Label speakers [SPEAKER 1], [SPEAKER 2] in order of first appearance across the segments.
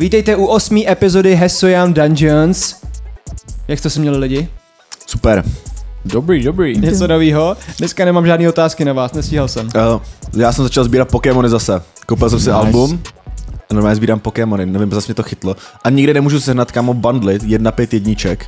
[SPEAKER 1] Vítejte u osmý epizody Hesoyam Dungeons. Jak jste se měli lidi?
[SPEAKER 2] Super. Dobrý, dobrý.
[SPEAKER 1] Něco novýho? Dneska nemám žádné otázky na vás, nestíhal jsem.
[SPEAKER 2] Uh, já jsem začal sbírat Pokémony zase. Koupil jsem si
[SPEAKER 1] Nice.
[SPEAKER 2] nice. album a normálně sbírám Pokémony, nevím, zase mě to chytlo. A nikde nemůžu sehnat kamo bundlit, jedna pět jedniček.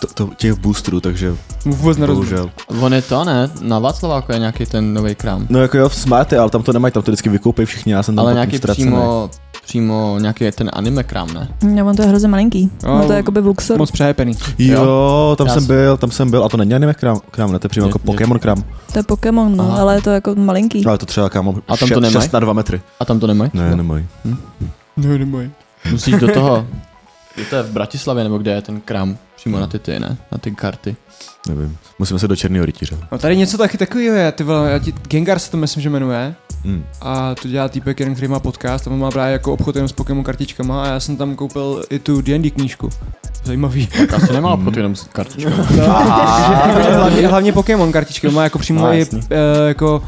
[SPEAKER 2] To, to, těch boosterů, takže
[SPEAKER 1] Vůbec nerozumím.
[SPEAKER 2] bohužel.
[SPEAKER 3] On je to, ne? Na Václaváku je nějaký ten nový krám.
[SPEAKER 2] No jako jo, smarty, ale tam to nemají, tam to vždycky vykoupí všichni, já jsem tam
[SPEAKER 3] Ale
[SPEAKER 2] pak
[SPEAKER 3] nějaký
[SPEAKER 2] ztracený.
[SPEAKER 3] přímo, přímo nějaký ten anime krám, ne?
[SPEAKER 4] Ne, on to je hrozně malinký.
[SPEAKER 1] No,
[SPEAKER 4] No, to je jakoby v Luxoru.
[SPEAKER 1] Moc přehepený.
[SPEAKER 2] Jo, tam
[SPEAKER 3] Já
[SPEAKER 2] jsem
[SPEAKER 3] jsem-
[SPEAKER 2] byl, tam jsem byl, a to není anime krám, krám ne, to je přímo
[SPEAKER 3] Je-
[SPEAKER 2] jako
[SPEAKER 3] je-
[SPEAKER 2] Pokémon krám.
[SPEAKER 4] To je Pokémon, no,
[SPEAKER 3] Aha.
[SPEAKER 4] ale je to jako malinký.
[SPEAKER 2] Ale to třeba kámo,
[SPEAKER 3] A tam to
[SPEAKER 2] še-
[SPEAKER 3] nemají?
[SPEAKER 2] šest na dva metry.
[SPEAKER 3] A tam to nemají?
[SPEAKER 2] Ne, nemají.
[SPEAKER 1] No, nemoj.
[SPEAKER 3] Musíš do toho. Je to je v Bratislavě, nebo kde je ten krám? Přímo na ty ty, ne? Na ty karty.
[SPEAKER 2] Nevím. Musíme se do černého rytíře.
[SPEAKER 1] No tady něco taky takového je, ty vole, já ti, Gengar se to myslím, že jmenuje.
[SPEAKER 2] Mm.
[SPEAKER 1] A to dělá týpek jeden, který má podcast a on má právě jako obchod jenom s Pokémon kartičkama a já jsem tam koupil i tu D&D knížku. Zajímavý.
[SPEAKER 3] Tak asi nemá obchod jenom s kartičkou.
[SPEAKER 1] hlavně, hlavně Pokémon kartičky, on má jako přímo
[SPEAKER 3] No,
[SPEAKER 1] i
[SPEAKER 3] jasný.
[SPEAKER 1] eh, jako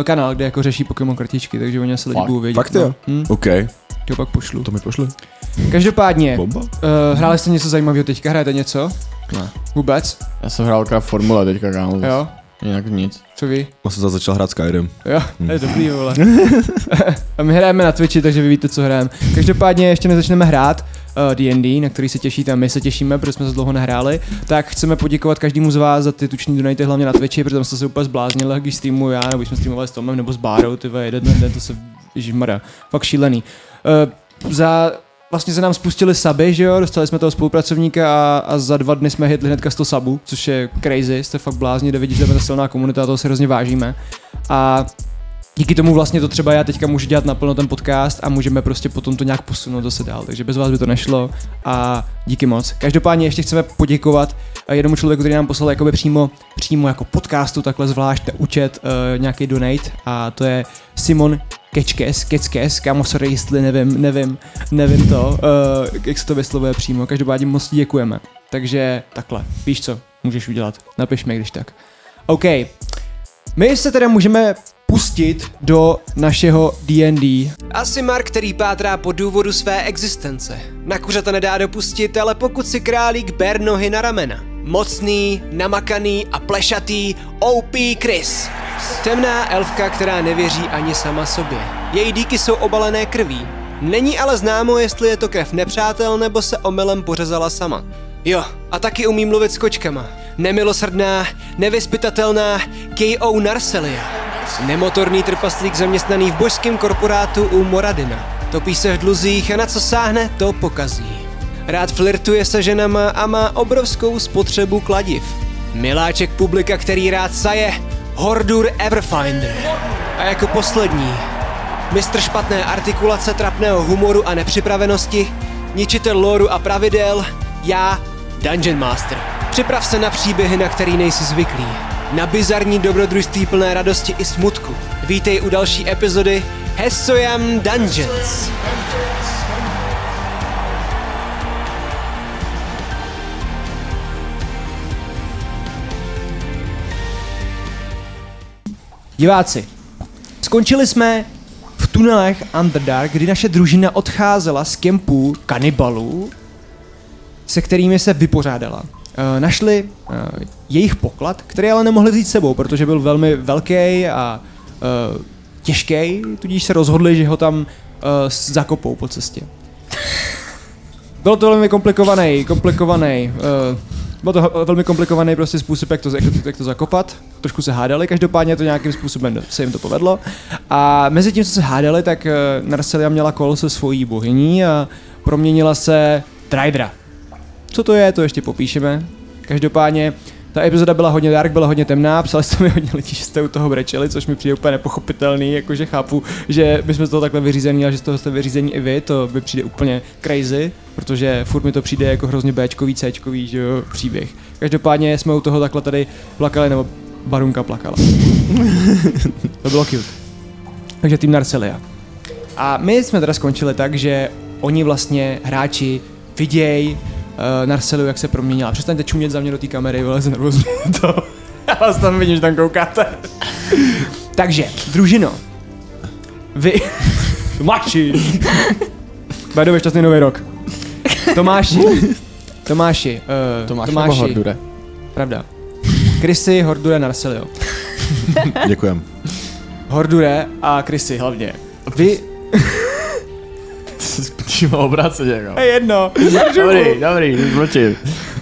[SPEAKER 1] eh, kanál, kde jako řeší Pokémon kartičky, takže oni asi lidi
[SPEAKER 3] Fakt.
[SPEAKER 1] budou vědět.
[SPEAKER 2] Fakt jo?
[SPEAKER 1] No. Hm,
[SPEAKER 2] OK,
[SPEAKER 1] ti ho pak pošlu.
[SPEAKER 2] to mi pošli.
[SPEAKER 1] Každopádně,
[SPEAKER 2] Bomba?
[SPEAKER 1] uh, hráli jste něco zajímavého teďka, hrajete něco?
[SPEAKER 3] Ne.
[SPEAKER 1] Vůbec?
[SPEAKER 3] Já jsem hrál krám Formule teďka, kámo. zas.
[SPEAKER 1] Jo?
[SPEAKER 3] Jinak nic.
[SPEAKER 1] Co vy?
[SPEAKER 2] Já jsem zase začal hrát Skyrim.
[SPEAKER 1] Jo, to je dobrý, vole. A my hrajeme na Twitchi, takže vy víte, co hrajeme. Každopádně ještě než začneme hrát eh, D&D, na který se těšíte a my se těšíme, protože jsme se dlouho nehráli, tak chceme poděkovat každému z vás za ty tuční donaty, hlavně na Twitchi, protože tam jste se úplně zbláznili, když streamuju já, nebo když jsme streamovali s Tomem, nebo s Bárou, ty vole, jeden den, to se, ježimara, fakt šílený. Eh, za Vlastně se nám spustili saby, že jo, dostali jsme toho spolupracovníka a, a za dva dny jsme hitli hnedka 100 sabů, což je crazy, jste fakt blázni, jde vidět, že jsme ta silná komunita a toho se hrozně vážíme. A díky tomu vlastně to třeba já teďka můžu dělat naplno ten podcast a můžeme prostě potom to nějak posunout zase dál, takže bez vás by to nešlo a díky moc. Každopádně ještě chceme poděkovat eh, jednomu člověku, který nám poslal jakoby přímo, přímo jako podcastu, takhle zvlášť na účet uh, nějaký donate a to je Simon Kečkes, Keckes, kámo, sorry, jestli nevím, nevím, nevím to, uh, jak se to vyslovuje přímo, každopádně moc ti děkujeme. Takže takhle, víš co, můžeš udělat, napiš mi, když tak. OK, my se teda můžeme pustit do našeho D&D.
[SPEAKER 5] Asimar, který pátrá po důvodu své existence. Na kuřata nedá dopustit, ale pokud si králík ber nohy na ramena. Mocný, namakaný a plešatý OP Chris. Temná elfka, která nevěří ani sama sobě. Její díky jsou obalené krví. Není ale známo, jestli je to krev nepřátel nebo se omylem pořezala sama. Jo, a taky umí mluvit s kočkama. Nemilosrdná, nevyspytatelná K.O. Narselia. Nemotorný trpaslík zaměstnaný v božském korporátu u Moradina. Topí se v dluzích a na co sáhne, to pokazí. Rád flirtuje se ženama a má obrovskou spotřebu kladiv. Miláček publika, který rád saje, Hordur Everfinder. A jako poslední, Mistr špatné artikulace, trapného humoru a nepřipravenosti, ničitel lóru a pravidel, já, Dungeon Master. Připrav se na příběhy, na který nejsi zvyklý. Na bizarní dobrodružství plné radosti i smutku. Vítej u další epizody Hesoyam Dungeons.
[SPEAKER 1] Diváci, skončili jsme v tunelech Underdark, kdy naše družina odcházela z kempu kanibalů, se kterými se vypořádala. Eh, Našli eh, jejich poklad, který ale nemohli vzít s sebou, protože byl velmi velký a eh, těžký, tudíž se rozhodli, že ho tam eh, s- zakopou po cestě. Bylo to velmi komplikovaný, komplikovaný. Uh, byl to ho- velmi komplikovaný prostě způsob, jak to, jak, to, jak to zakopat. Trošku se hádali, každopádně to nějakým způsobem se jim to povedlo. A mezi tím, co se hádali, tak uh, Narselia měla kol se svojí bohyní a proměnila se Drydra. Co to je, to ještě popíšeme. Každopádně ta epizoda byla hodně dark, byla hodně temná, psali jste mi hodně lidí, že jste u toho brečeli, což mi přijde úplně nepochopitelný, jakože chápu, že my jsme z toho takhle vyřízení a že z toho jste vyřízení i vy, to mi přijde úplně crazy, protože furt mi to přijde jako hrozně Bčkový, Cčkový, že jo, příběh. Každopádně jsme u toho takhle tady plakali, nebo Barunka plakala. to bylo cute. Takže tým Narselia. A my jsme teda skončili tak, že oni vlastně, hráči, viděj uh, Narselu, jak se proměnila. Přestaňte čumět za mě do té kamery, vole, jsem nervózní to. Já vás tam vidím, že tam koukáte. Takže, družino. Vy... Mači. Vedově šťastný nový rok. Tomáši. Tomáši. Uh,
[SPEAKER 3] Tomáš Tomáši. nebo Hordure?
[SPEAKER 1] Pravda. Krysy, Hordure, Narsilio.
[SPEAKER 2] Děkujem.
[SPEAKER 1] Hordure a Krysy hlavně. Vy...
[SPEAKER 3] Přímo obráceně, jako.
[SPEAKER 1] jedno.
[SPEAKER 3] Dobrý, dobrý, zmlčím.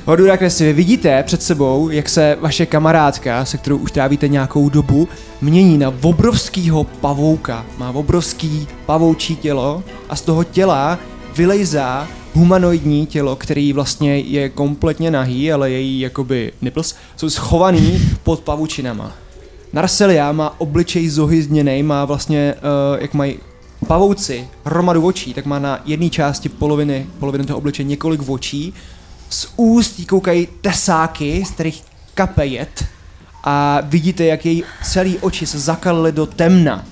[SPEAKER 1] Hordura Kresy, vy vidíte před sebou, jak se vaše kamarádka, se kterou už trávíte nějakou dobu, mění na obrovskýho pavouka. Má obrovský pavoučí tělo a z toho těla vylejzá humanoidní tělo, který vlastně je kompletně nahý, ale její jakoby nipples jsou schovaný pod pavučinama. Narselia má obličej zohyzněný, má vlastně, uh, jak mají pavouci hromadu očí, tak má na jedné části poloviny, poloviny toho obličeje několik očí. Z úst jí koukají tesáky, z kterých kape jed a vidíte, jak její celý oči se zakalily do temna.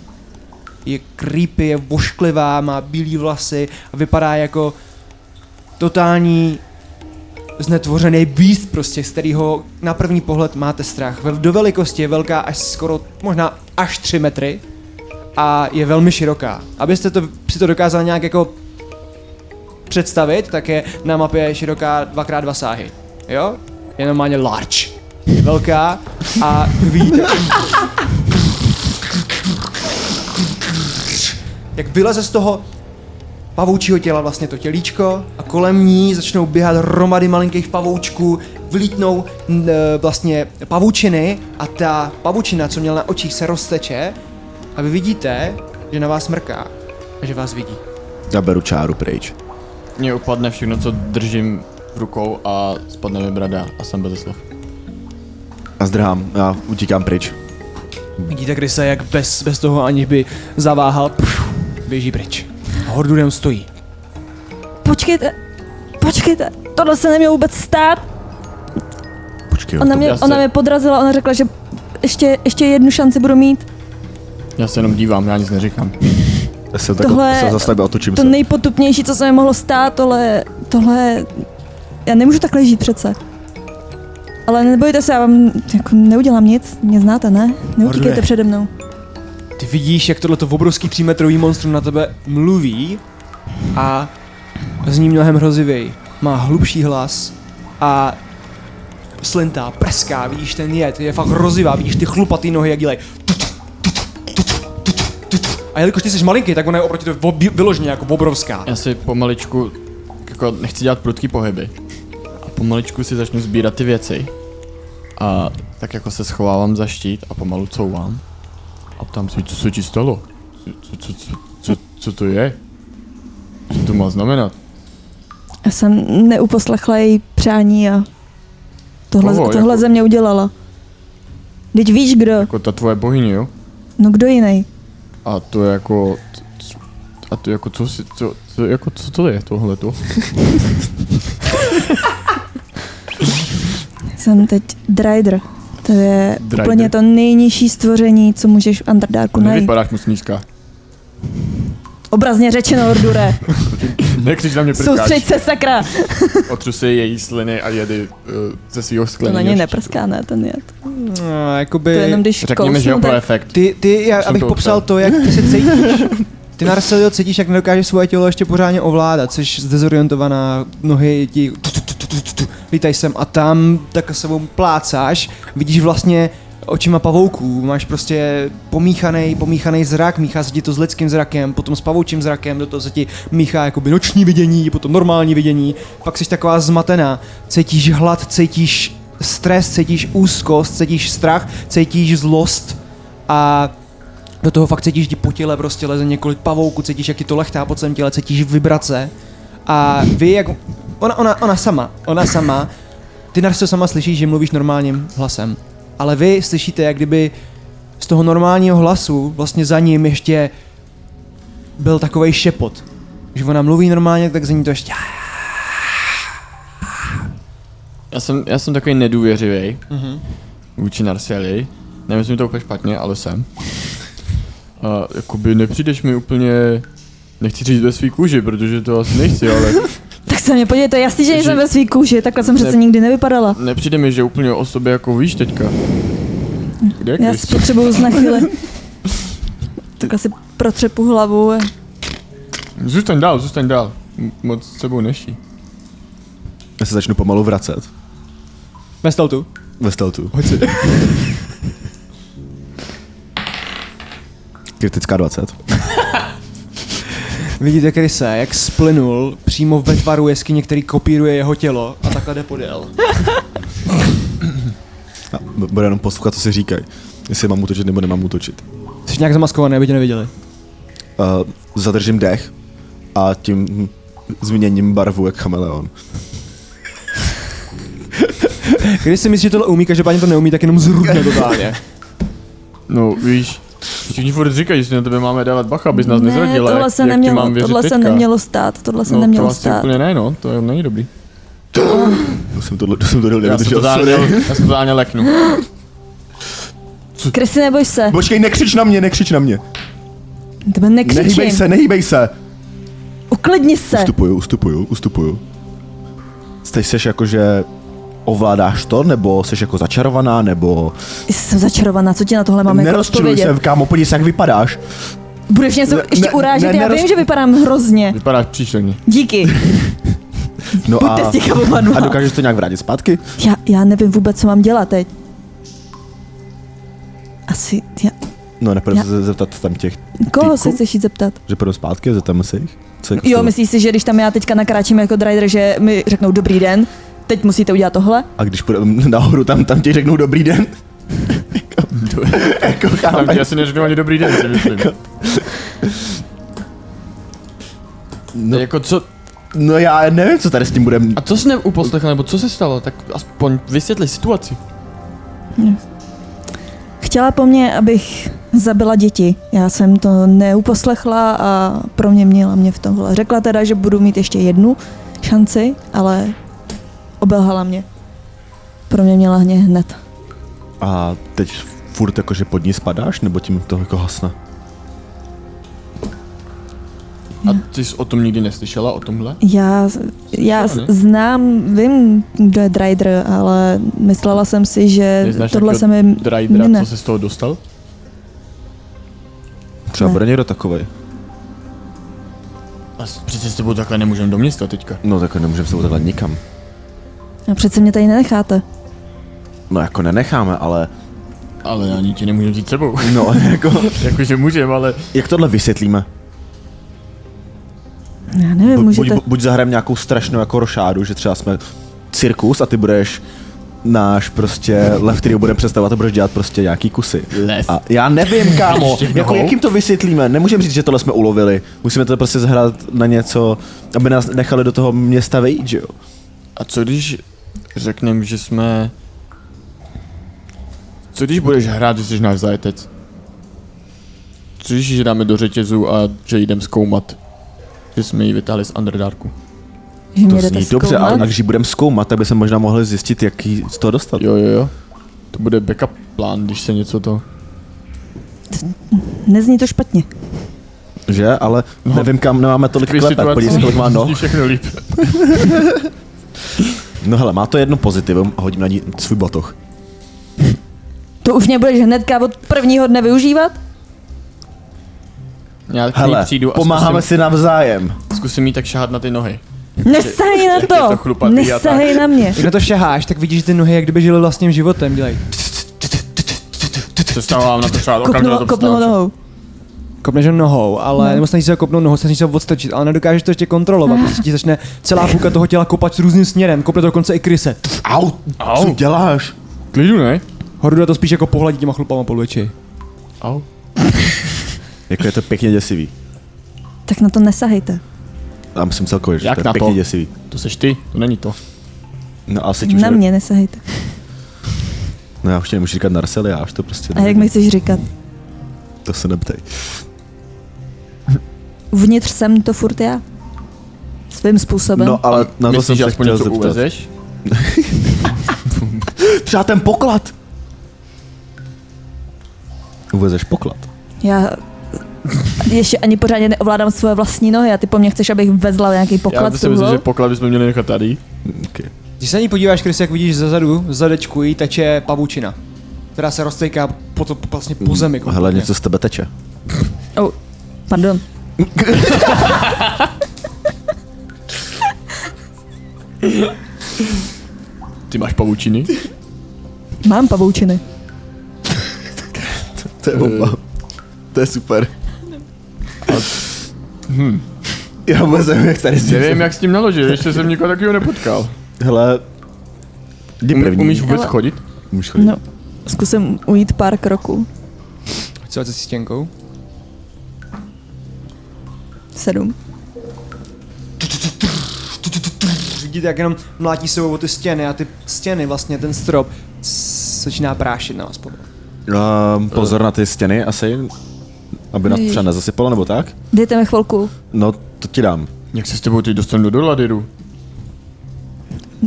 [SPEAKER 1] Je creepy, je vošklivá, má bílý vlasy a vypadá jako totální znetvořený beast prostě, z kterého na první pohled máte strach. Vel- Do velikosti je velká až skoro, možná až 3 metry a je velmi široká. Abyste to, si to dokázali nějak jako představit, tak je na mapě široká 2x2 sáhy. Jo? Je normálně large. Je velká a vidíte... jak vyleze z toho pavoučího těla vlastně to tělíčko a kolem ní začnou běhat hromady malinkých pavoučků, vlítnou n, e, vlastně pavučiny a ta pavučina, co měla na očích, se rozteče a vy vidíte, že na vás mrká a že vás vidí.
[SPEAKER 2] Já beru čáru pryč.
[SPEAKER 3] Mně upadne všechno, co držím v rukou a spadne mi brada a jsem bez slov.
[SPEAKER 2] A zdrhám, já utíkám pryč.
[SPEAKER 1] Vidíte Krysa, jak bez, bez toho aniž by zaváhal, pšu, běží pryč. A Hordurem stojí.
[SPEAKER 4] Počkejte, počkejte, tohle se nemělo vůbec stát.
[SPEAKER 2] Počkej,
[SPEAKER 4] Ona
[SPEAKER 2] to-
[SPEAKER 4] mě,
[SPEAKER 3] já se-
[SPEAKER 4] ona mě podrazila, ona řekla, že ještě, ještě jednu šanci budu mít.
[SPEAKER 3] Já se jenom dívám, já nic neříkám.
[SPEAKER 2] já jsem tak
[SPEAKER 4] tohle-
[SPEAKER 2] se zastavil, otočím
[SPEAKER 4] To
[SPEAKER 2] se.
[SPEAKER 4] nejpotupnější, co se mi mohlo stát, tohle, tohle, já nemůžu takhle žít přece. Ale nebojte se, já vám jako neudělám nic, mě znáte, ne? Neutíkejte
[SPEAKER 1] Horduje.
[SPEAKER 4] přede mnou.
[SPEAKER 1] Ty vidíš, jak tohleto obrovský třímetrový monstrum na tebe mluví a zní mnohem hrozivěji. Má hlubší hlas a slintá, prská, vidíš ten jed, je fakt hrozivá, vidíš ty chlupatý nohy, jak dělají. tut, tut, tut, tut, tut. A jelikož ty jsi malinký, tak ona je oproti to vyloženě jako obrovská.
[SPEAKER 3] Já si pomaličku, jako nechci dělat prudký pohyby. A pomaličku si začnu sbírat ty věci. A tak jako se schovávám za štít a pomalu couvám. A ptám se, co se ti stalo? Co, co, co, co, co to je? Co to má znamenat?
[SPEAKER 4] Já jsem neuposlechla její přání a tohle,
[SPEAKER 3] Koho,
[SPEAKER 4] Oho,
[SPEAKER 3] jako-
[SPEAKER 4] tohle ze mě udělala. Teď víš kdo,
[SPEAKER 3] Jako ta tvoje bohyně, jo?
[SPEAKER 4] no kdo jiný?
[SPEAKER 3] A to je jako... co- A to jako co si, co, co, jako co to je tohle tu?
[SPEAKER 4] Jako Jsem teď Drider. To je
[SPEAKER 3] Drider?
[SPEAKER 4] úplně to nejnižší stvoření, co můžeš v Underdarku najít.
[SPEAKER 3] Nevypadáš moc nízká.
[SPEAKER 4] Obrazně řečeno, Ordure.
[SPEAKER 3] Nekřič na mě prkáš.
[SPEAKER 4] Soustřeď se, sakra.
[SPEAKER 3] Otřu si její sliny a jedy uh, ze svého
[SPEAKER 4] To na
[SPEAKER 3] skleněného
[SPEAKER 4] něj neprská, ne, ten jed.
[SPEAKER 1] No, jakoby...
[SPEAKER 4] To je jenom když
[SPEAKER 3] Řekněme, že jo,
[SPEAKER 4] kousnu,
[SPEAKER 3] pro
[SPEAKER 4] tak
[SPEAKER 3] efekt.
[SPEAKER 1] Ty, ty, já,
[SPEAKER 3] Už jsem
[SPEAKER 1] abych
[SPEAKER 3] to
[SPEAKER 1] popsal to, jak ty se cítíš. Ty Narsilio cítíš, jak nedokážeš svoje tělo ještě pořádně ovládat, jsi zdezorientovaná, nohy ti tu, tu, tu, tu, tu, tu, lítaj sem a tam, tak sebou plácáš, vidíš vlastně očima pavouků, máš prostě pomíchaný, pomíchaný zrak, míchá se ti to s lidským zrakem, potom s pavoučím zrakem, do toho se ti míchá jakoby noční vidění, potom normální vidění, pak jsi taková zmatená, cítíš hlad, cítíš stres, cítíš úzkost, cítíš strach, cítíš zlost a do toho fakt cítíš, že ti po těle prostě leze několik pavouků, cítíš, jak ti to lechtá po celém těle, cítíš vibrace. A vy, jak... Ona, ona, ona sama, ona sama. Ty Narso sama slyšíš, že mluvíš normálním hlasem. Ale vy slyšíte, jak kdyby z toho normálního hlasu vlastně za ním ještě byl takový šepot. Že ona mluví normálně, tak za ní to ještě...
[SPEAKER 3] Já jsem, já jsem takový nedůvěřivý mm-hmm. vůči Narsieli. Nemyslím to úplně špatně, ale jsem. A jakoby nepřijdeš mi úplně, nechci říct ve svý kůži, protože to asi nechci, ale
[SPEAKER 4] Tak se mě podívejte, jasně, že nejsem
[SPEAKER 3] Že-
[SPEAKER 4] ve svý kůži, takhle jsem přece
[SPEAKER 3] Ne-
[SPEAKER 4] nikdy nevypadala.
[SPEAKER 3] nepřijde mi, že úplně o sobě jako víš teďka. Kde je
[SPEAKER 4] Já
[SPEAKER 3] Chris?
[SPEAKER 4] si potřebuju na chvíli. Takhle si protřepu hlavu.
[SPEAKER 3] Zůstaň dál, zůstaň dál. m- moc s sebou neší.
[SPEAKER 2] Já se začnu pomalu vracet
[SPEAKER 1] Ve stealthu.
[SPEAKER 2] ve stealthu.
[SPEAKER 1] Hoď si.
[SPEAKER 2] Kritická 20.
[SPEAKER 1] Vidíte Kryse, jak splynul přímo ve tvaru jeskyně, který kopíruje jeho tělo a takhle jde podél.
[SPEAKER 2] A b- bude jenom poslouchat, co si říkají. Jestli mám útočit nebo nemám útočit.
[SPEAKER 1] Jsi nějak zamaskovaný, aby tě neviděli.
[SPEAKER 2] Uh, zadržím dech a tím hm, změním barvu jak chameleon.
[SPEAKER 1] Když si myslíš, že tohle umí, každopádně to neumí, tak jenom zrudne totálně.
[SPEAKER 3] No, víš, všichni furt říkají, že si na tebe máme dávat bacha, abys nás
[SPEAKER 4] ne,
[SPEAKER 3] nezradila.
[SPEAKER 4] tohle
[SPEAKER 3] jak,
[SPEAKER 4] se
[SPEAKER 3] jak ti
[SPEAKER 4] nemělo,
[SPEAKER 3] mám věřit
[SPEAKER 4] tohle se
[SPEAKER 3] teďka.
[SPEAKER 4] nemělo stát, tohle se
[SPEAKER 3] no,
[SPEAKER 4] nemělo
[SPEAKER 3] to asi
[SPEAKER 4] stát.
[SPEAKER 3] úplně ne, no, to není dobrý.
[SPEAKER 2] To jsem to, to jsem to
[SPEAKER 3] Já se
[SPEAKER 2] nevydržel,
[SPEAKER 3] totálně,
[SPEAKER 2] sorry.
[SPEAKER 3] já se totálně leknu.
[SPEAKER 4] Krysy, neboj se,
[SPEAKER 2] Počkej, nekřič na mě, nekřič na mě.
[SPEAKER 4] tebe nekřičím,
[SPEAKER 2] Nehýbej se, nehýbej se.
[SPEAKER 4] uklidni se.
[SPEAKER 2] Ustupuju, ustupuju, ustupuju. Teď seš jako, že ovládáš to, nebo seš jako začarovaná, nebo...
[SPEAKER 4] Jsem začarovaná, co ti na tohle mám jako
[SPEAKER 2] Nerozčiluj
[SPEAKER 4] odpovědět?
[SPEAKER 2] se, kámo, podívej se, jak vypadáš.
[SPEAKER 4] Budeš mě
[SPEAKER 2] Ne-
[SPEAKER 4] ne, ještě
[SPEAKER 2] ne-
[SPEAKER 4] urážet,
[SPEAKER 2] ne-
[SPEAKER 4] já
[SPEAKER 2] neroz-
[SPEAKER 4] vím, že vypadám hrozně.
[SPEAKER 3] Vypadáš příšerně.
[SPEAKER 4] Díky,
[SPEAKER 2] No
[SPEAKER 4] buďte
[SPEAKER 2] a,
[SPEAKER 4] s těchama
[SPEAKER 2] a dokážeš to nějak vrátit zpátky?
[SPEAKER 4] já, já nevím vůbec, co mám dělat teď. Asi, já,
[SPEAKER 2] No, nepůjdu
[SPEAKER 4] Já-
[SPEAKER 2] se zeptat tam těch,
[SPEAKER 4] koho se
[SPEAKER 2] Tyku?
[SPEAKER 4] chceš jít zeptat?
[SPEAKER 2] že půjdu zpátky a zeptáme se jich. Co jako s
[SPEAKER 4] Jo,
[SPEAKER 2] tebou?
[SPEAKER 4] myslíš si, že když tam já teďka nakráčím jako driver, že mi řeknou dobrý den, teď musíte udělat tohle?
[SPEAKER 2] A když půjdeme nahoru, tam, tam ti řeknou dobrý den. jako, jako
[SPEAKER 3] Tam
[SPEAKER 2] chápeš?
[SPEAKER 3] ti asi neřeknu ani dobrý den, si myslím.
[SPEAKER 2] No.
[SPEAKER 3] No. Jako co,
[SPEAKER 2] No já nevím, co tady s tím budem.
[SPEAKER 3] a co jsi neuposlechl, nebo co se stalo, tak aspoň vysvětli situaci.
[SPEAKER 4] Chtěla po mně, abych zabila děti. Já jsem to neuposlechla a pro mě měla mě v tomhle. Řekla teda, že budu mít ještě jednu šanci, ale obelhala mě. Pro mě měla hně hned.
[SPEAKER 2] A teď furt jakože pod ní spadáš, nebo tím to jako hasne?
[SPEAKER 3] A ty jsi o tom nikdy neslyšela, o tomhle?
[SPEAKER 4] Já, já
[SPEAKER 3] Co, ne?
[SPEAKER 4] znám, vím, kdo je Dryder, ale myslela jsem si, že
[SPEAKER 3] Neznáš
[SPEAKER 4] Eh, tohle se
[SPEAKER 3] nějakého
[SPEAKER 4] mi
[SPEAKER 3] Drydra,
[SPEAKER 4] mine.
[SPEAKER 3] co se z toho dostal?
[SPEAKER 2] Třeba
[SPEAKER 4] Ne.
[SPEAKER 2] bude někdo takovej.
[SPEAKER 3] A s- přece s tebou takhle nemůžeme do města teďka.
[SPEAKER 2] No tak nemůžeme se takhle nikam.
[SPEAKER 4] A přece mě tady nenecháte.
[SPEAKER 2] No jako nenecháme, ale
[SPEAKER 3] Ale ani tě nemůžeme vzít s sebou.
[SPEAKER 2] no jako,
[SPEAKER 3] Jakože můžeme, ale...
[SPEAKER 2] jak tohle vysvětlíme?
[SPEAKER 4] Já nevím,
[SPEAKER 2] Bu-
[SPEAKER 4] můžete...
[SPEAKER 2] Buď, buď zahrajeme nějakou strašnou jako rošádu, že třeba jsme cirkus a ty budeš náš prostě lev, který ho budeme představovat a budeš dělat prostě nějaký kusy.
[SPEAKER 3] Lev.
[SPEAKER 2] A já nevím, kámo,
[SPEAKER 3] Ještě
[SPEAKER 2] jako
[SPEAKER 3] nohou?
[SPEAKER 2] jak jim to vysvětlíme, nemůžeme říct, že tohle jsme ulovili, musíme to prostě zahrát na něco, aby nás nechali do toho města vejít, že jo?
[SPEAKER 3] A co když řekneme, že jsme... Co když budeš hrát, že jsi náš zajetec? Co když ji dáme do řetězu a že jdem zkoumat? Že jsme ji vytáhli z Underdarku.
[SPEAKER 4] Že
[SPEAKER 2] To
[SPEAKER 4] mě jdete
[SPEAKER 2] zní dobře,
[SPEAKER 4] zkoumat?
[SPEAKER 2] ale a když ji budeme zkoumat, tak by se možná mohli zjistit, jaký z toho dostat.
[SPEAKER 3] Jo, jo, jo. To bude backup plán, když se něco to...
[SPEAKER 4] Nezní to špatně.
[SPEAKER 2] Že? Ale
[SPEAKER 3] No.
[SPEAKER 2] nevím, kam nemáme tolik
[SPEAKER 3] Takový
[SPEAKER 2] klepet, podívej se, kolik má noh.
[SPEAKER 3] zní všechno líp.
[SPEAKER 2] No hele, má to jedno pozitivum a hodím na ní svůj batoh.
[SPEAKER 4] To už mě budeš hnedka od prvního dne využívat?
[SPEAKER 3] Já k ní
[SPEAKER 2] Hele,
[SPEAKER 3] přijdu a
[SPEAKER 2] pomáháme
[SPEAKER 3] zkusím,
[SPEAKER 2] si navzájem.
[SPEAKER 3] zkusím jí tak šahat na ty nohy.
[SPEAKER 4] Nesahej na
[SPEAKER 3] je to
[SPEAKER 4] to!
[SPEAKER 3] chlupatý a
[SPEAKER 4] Nesahej na mě!
[SPEAKER 1] Když na to šaháš, tak vidíš že ty nohy, jak kdyby žili vlastním životem, dělej.
[SPEAKER 3] Se stávám na to šahat, okamžitě na
[SPEAKER 4] Kopnul,
[SPEAKER 3] to
[SPEAKER 4] kopnul
[SPEAKER 3] vstávám.
[SPEAKER 4] nohou.
[SPEAKER 1] Kopneš ho nohou, ale no. nebo snažíš se ho kopnout nohou, snažíš se ho odstrčit, ale nedokážeš to ještě kontrolovat. Prostě ti začne celá půlka toho těla kopat s různým směrem, kopne to dokonce i kryse.
[SPEAKER 2] Au,
[SPEAKER 3] Au.
[SPEAKER 2] co děláš?
[SPEAKER 3] Klidu, ne?
[SPEAKER 1] Hordu to spíš jako pohladí těma chlupama po oči.
[SPEAKER 3] Au.
[SPEAKER 2] Jako je to pěkně děsivý.
[SPEAKER 4] Tak na to nesahejte.
[SPEAKER 2] Já myslím celkově, že
[SPEAKER 3] Jak
[SPEAKER 2] to je
[SPEAKER 3] na to?
[SPEAKER 2] pěkně děsivý.
[SPEAKER 3] To seš ty, to není to.
[SPEAKER 2] No a teď už...
[SPEAKER 4] Na mě nesahejte.
[SPEAKER 2] No já už tě nemůžu říkat Narcel, já už to prostě...
[SPEAKER 4] A jak mi chceš říkat?
[SPEAKER 2] To se neptej.
[SPEAKER 4] Vnitř jsem to furt já. Svým způsobem.
[SPEAKER 2] No ale na to
[SPEAKER 3] Myslíš,
[SPEAKER 2] jsem
[SPEAKER 3] že
[SPEAKER 2] se
[SPEAKER 3] aspoň
[SPEAKER 2] chtěl
[SPEAKER 3] něco
[SPEAKER 2] zeptat.
[SPEAKER 3] uvezeš?
[SPEAKER 2] Třeba ten poklad! Uvezeš poklad.
[SPEAKER 4] Já ještě ani pořádně neovládám svoje vlastní nohy a ty po mně chceš, abych vezla nějaký
[SPEAKER 3] Já
[SPEAKER 4] poklad s
[SPEAKER 3] si myslím,
[SPEAKER 4] sebou?
[SPEAKER 3] že poklad bychom měli nechat tady.
[SPEAKER 2] Okay.
[SPEAKER 1] Když se na ní podíváš, Chris, jak vidíš zezadu, v zadečku jí teče pavučina, která se roztejká po, to, vlastně po zemi.
[SPEAKER 2] Hele, něco z tebe teče.
[SPEAKER 4] Oh, pardon.
[SPEAKER 3] Ty máš pavučiny?
[SPEAKER 4] Mám pavoučiny.
[SPEAKER 2] To je bomba. To je super.
[SPEAKER 3] Hm.
[SPEAKER 2] Já vůbec nevím, jak tady s tím
[SPEAKER 3] Nevím,
[SPEAKER 2] jsem-
[SPEAKER 3] jak s tím naložil, ještě jsem nikoho takového nepotkal.
[SPEAKER 2] Hele, jdi
[SPEAKER 3] Um,
[SPEAKER 2] první.
[SPEAKER 3] umíš vůbec
[SPEAKER 4] Ale-
[SPEAKER 3] chodit?
[SPEAKER 2] Umíš chodit.
[SPEAKER 4] No, zkusím ujít pár kroků.
[SPEAKER 1] Co se stěnkou?
[SPEAKER 4] Sedm.
[SPEAKER 1] Vidíte, jak jenom mlátí sebou o ty stěny a ty stěny, vlastně ten strop, s- začíná prášit na vás pomalu.
[SPEAKER 2] Ehm, pozor na ty stěny asi, aby nás
[SPEAKER 4] Ježiš.
[SPEAKER 2] třeba nezasypalo nebo tak.
[SPEAKER 4] Dejte mi chvilku.
[SPEAKER 2] No, to ti dám.
[SPEAKER 3] Jak se s tebou teď dostanu do Doladiru?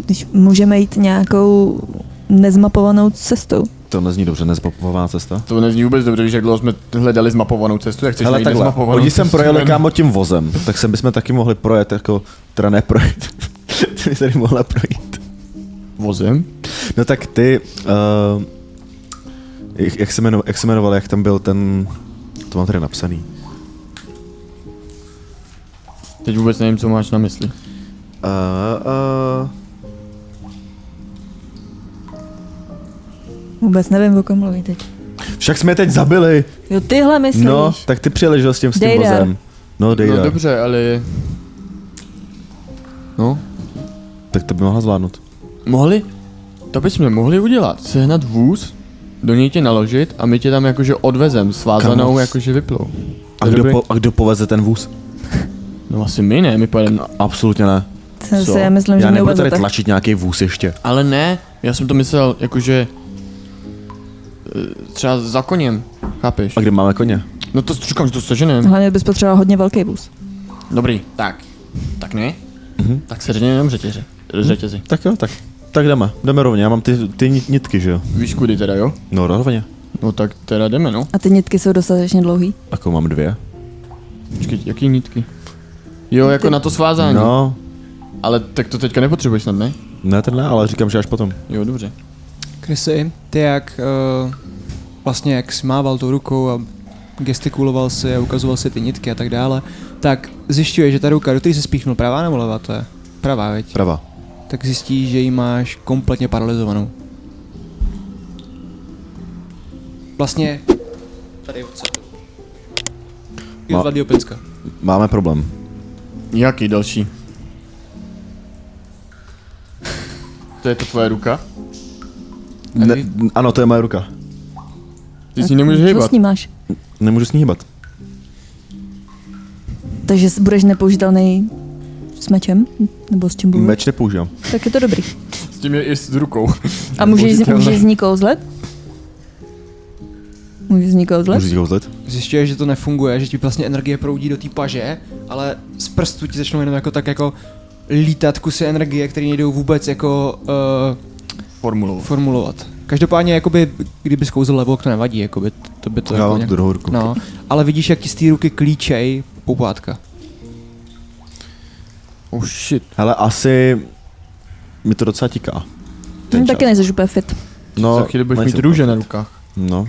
[SPEAKER 4] Když můžeme jít nějakou nezmapovanou cestou.
[SPEAKER 2] To nezní dobře, nezmapová cesta.
[SPEAKER 3] To nezní vůbec dobře, když jak dlouho jsme hledali zmapovanou cestu, jak chceš
[SPEAKER 2] Hele,
[SPEAKER 3] najít
[SPEAKER 2] takhle,
[SPEAKER 3] nezmapovanou
[SPEAKER 2] oni jsem
[SPEAKER 3] cestu
[SPEAKER 2] projeli
[SPEAKER 3] ven?
[SPEAKER 2] kámo tím vozem, tak sem bychom taky mohli projet, jako, teda ne projet, ty by tady mohla projít.
[SPEAKER 3] Vozem?
[SPEAKER 2] No tak ty, uh, jak, jak, se jmenoval, jak se jmenoval, jak tam byl ten, to mám tady napsaný.
[SPEAKER 3] Teď vůbec nevím, co máš na mysli.
[SPEAKER 2] Uh, uh,
[SPEAKER 4] Vůbec nevím, o kom mluví teď.
[SPEAKER 2] však jsme je teď zabili,
[SPEAKER 4] Jo, tyhle myslíš.
[SPEAKER 2] no, tak ty přijeli, že jo, s tím, s tím
[SPEAKER 4] Dejdar.
[SPEAKER 2] vozem. No, dej
[SPEAKER 3] No
[SPEAKER 2] no,
[SPEAKER 3] dobře, ale... No,
[SPEAKER 2] tak to by mohla zvládnout.
[SPEAKER 3] mohli? To bychom mohli udělat, sehnat vůz, do něj tě naložit a my tě tam jakože odvezem, svázanou
[SPEAKER 2] Kamo.
[SPEAKER 3] jakože vyplou.
[SPEAKER 2] A
[SPEAKER 3] To je
[SPEAKER 2] kdo,
[SPEAKER 3] dobrý.
[SPEAKER 2] po, a kdo poveze ten vůz?
[SPEAKER 3] No asi my ne, my pojedeme...
[SPEAKER 2] Absolutně ne.
[SPEAKER 4] To
[SPEAKER 3] Co?
[SPEAKER 4] si já myslím,
[SPEAKER 2] Já
[SPEAKER 4] že
[SPEAKER 2] nebudu
[SPEAKER 4] neuvazu
[SPEAKER 2] tady
[SPEAKER 4] tak.
[SPEAKER 2] tlačit nějaký vůz ještě.
[SPEAKER 3] Ale ne, já jsem to myslel jakože... eh, Třeba za koněm, chápeš?
[SPEAKER 2] A kde máme koně?
[SPEAKER 3] No to říkám, že to seženem.
[SPEAKER 4] Hlavně bys potřeboval hodně velký vůz.
[SPEAKER 3] Dobrý, tak. Tak ne? Mm-hmm. Tak se řekněme jenom řetěře. Řetězy.
[SPEAKER 2] Tak jo, tak. Tak jdeme, jdeme rovně, já mám ty, ty nit- nitky, že jo?
[SPEAKER 3] Víš kudy teda, jo?
[SPEAKER 2] No rovně.
[SPEAKER 3] No tak teda jdeme, no.
[SPEAKER 4] A ty nitky jsou dostatečně dlouhý.
[SPEAKER 2] Jako mám dvě.
[SPEAKER 3] Počkej, jaký nitky? Jo, jako na to svázání. No.
[SPEAKER 2] No,
[SPEAKER 3] Ale tak to teďka nepotřebuješ snad, ne?
[SPEAKER 2] ne ten ne, ale říkám, že až potom.
[SPEAKER 3] Jo, dobře.
[SPEAKER 1] Krysy, ty jak uh, vlastně jak smával tou rukou a gestikuloval si a ukazoval si ty nitky a tak dále, tak zjišťuje, že ta ruka, do které se spíchnul, pravá nebo levá to je? Pravá, veď?
[SPEAKER 2] Prava.
[SPEAKER 1] Tak zjistí, že ji máš kompletně paralizovanou. Vlastně... Tady od sebe. Je
[SPEAKER 2] Ma-
[SPEAKER 1] od Vladiopinska.
[SPEAKER 2] Máme problém.
[SPEAKER 3] Jaký další? To je to tvoje ruka?
[SPEAKER 2] Ne,
[SPEAKER 3] vy-
[SPEAKER 2] ano, to je moje ruka.
[SPEAKER 3] Ty s ní nemůžeš
[SPEAKER 4] Co s
[SPEAKER 3] hýbat.
[SPEAKER 4] ní máš?
[SPEAKER 2] Nemůžu s ní hýbat.
[SPEAKER 4] Takže s- budeš nepoužitelný s mečem? Nebo s čím budu?
[SPEAKER 2] Meč nepoužívám.
[SPEAKER 4] Tak je to dobrý.
[SPEAKER 3] S tím je i s rukou.
[SPEAKER 4] A můžeš,
[SPEAKER 3] Nepoužitelný.
[SPEAKER 4] můžeš z ní kouzlet? Můžeš z ní kouzlet?
[SPEAKER 2] Můžu si kouzlit?
[SPEAKER 1] Zjišťuje, že to nefunguje, že ti vlastně energie proudí do té paže, ale z prstů ti začnou jenom jako tak jako lítat kusy energie, které nejdou vůbec jako uh,
[SPEAKER 3] Formulou.
[SPEAKER 1] formulovat. Každopádně, jakoby, kdyby zkouzel levou, to nevadí, jakoby, t- to by to
[SPEAKER 2] Já
[SPEAKER 1] jako
[SPEAKER 2] mám tu
[SPEAKER 1] nějak...
[SPEAKER 2] druhou ruku.
[SPEAKER 1] No, ale vidíš, jak ti z té ruky klíčej poupátka.
[SPEAKER 3] Oh shit.
[SPEAKER 2] Hele, asi mi to docela tiká. Ten
[SPEAKER 4] No,
[SPEAKER 2] čas.
[SPEAKER 4] taky nejsi úplně fit.
[SPEAKER 3] No, Za chvíli budeš
[SPEAKER 2] nejsem
[SPEAKER 3] mít růže na
[SPEAKER 2] perfekt.
[SPEAKER 3] rukách.
[SPEAKER 2] No,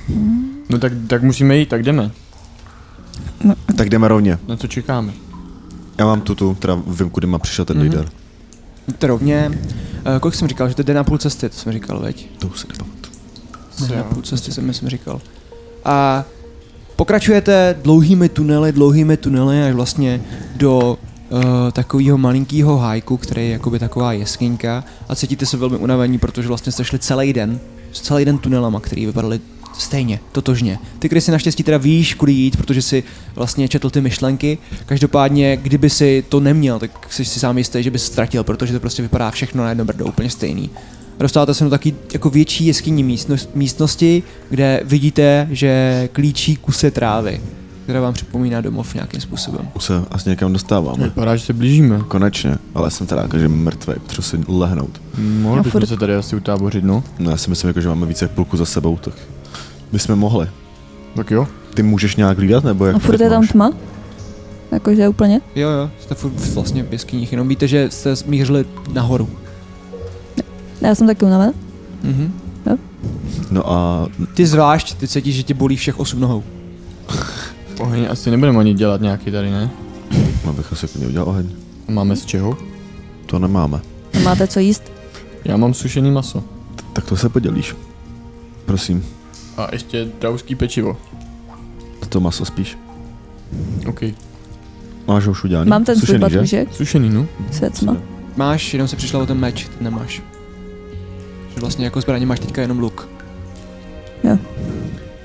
[SPEAKER 3] No tak, tak musíme jít, tak jdeme.
[SPEAKER 2] tak jdeme rovně.
[SPEAKER 3] Na co čekáme?
[SPEAKER 2] Já mám tu, tu, teda vím, kudy má přišel ten
[SPEAKER 1] Mhm.
[SPEAKER 2] líder.
[SPEAKER 1] To rovně, uh, kolik jsem říkal, že to jde na půl cesty, to jsem říkal, veď?
[SPEAKER 2] To už se nepamatuju.
[SPEAKER 3] Prostě
[SPEAKER 1] Ne, na půl cesty jsem, myslím, říkal. A pokračujete dlouhými tunely, dlouhými tunely až vlastně do uh, takového malinkého hajku, který je jakoby taková jeskyňka a cítíte se velmi unavení, protože vlastně jste šli celý den, s celý den tunelama, který vypadaly stejně, totožně. Ty, když si naštěstí teda víš, kudy jít, protože si vlastně četl ty myšlenky, každopádně, kdyby si to neměl, tak jsi si sám jistý, že bys ztratil, protože to prostě vypadá všechno na jedno brdo úplně stejný. Dostáváte se do taky jako větší jeskyní místnost, místnosti, kde vidíte, že klíčí kuse trávy, která vám připomíná domov nějakým způsobem.
[SPEAKER 2] Už se asi někam dostáváme.
[SPEAKER 3] Vypadá, že se blížíme.
[SPEAKER 2] Konečně, ale jsem teda jakože mrtvý, potřebuji si lehnout.
[SPEAKER 3] Mohli
[SPEAKER 4] Já
[SPEAKER 3] bychom
[SPEAKER 4] furt-
[SPEAKER 3] se tady asi utábořit, no.
[SPEAKER 2] No já si myslím, jako, že máme více jak půlku za sebou, tak my jsme mohli.
[SPEAKER 3] Tak jo.
[SPEAKER 2] Ty můžeš nějak hlídat, nebo jak
[SPEAKER 4] A
[SPEAKER 2] to
[SPEAKER 4] No, furt
[SPEAKER 2] teď
[SPEAKER 4] je tam
[SPEAKER 2] máš?
[SPEAKER 4] tma? Jakože úplně?
[SPEAKER 1] Jo, jo, jste furt vlastně v jeskyních, jenom víte, že jste smířili nahoru.
[SPEAKER 4] Já jsem taky unavená.
[SPEAKER 1] Mhm.
[SPEAKER 2] No a
[SPEAKER 1] Ty zvlášť, ty cítíš, že tě bolí všech osm nohou.
[SPEAKER 3] Oheň asi nebudeme ani dělat nějaký tady, ne?
[SPEAKER 2] no, bych asi klidně udělal oheň.
[SPEAKER 3] Máme z čeho?
[SPEAKER 2] To nemáme.
[SPEAKER 4] Máte co jíst?
[SPEAKER 3] Já mám sušený maso.
[SPEAKER 2] Tak to se podělíš. Prosím,
[SPEAKER 3] A ještě drauský pečivo.
[SPEAKER 2] toto maso spíš.
[SPEAKER 3] OK.
[SPEAKER 2] Máš ho už udělaný?
[SPEAKER 4] Mám ten svůj
[SPEAKER 2] Sušený, že?
[SPEAKER 4] batůžek?
[SPEAKER 3] Sušený, no.
[SPEAKER 4] Svěcma.
[SPEAKER 1] Máš, jenom se přišla o ten meč, ten nemáš. Že vlastně jako zbraně máš teďka jenom luk.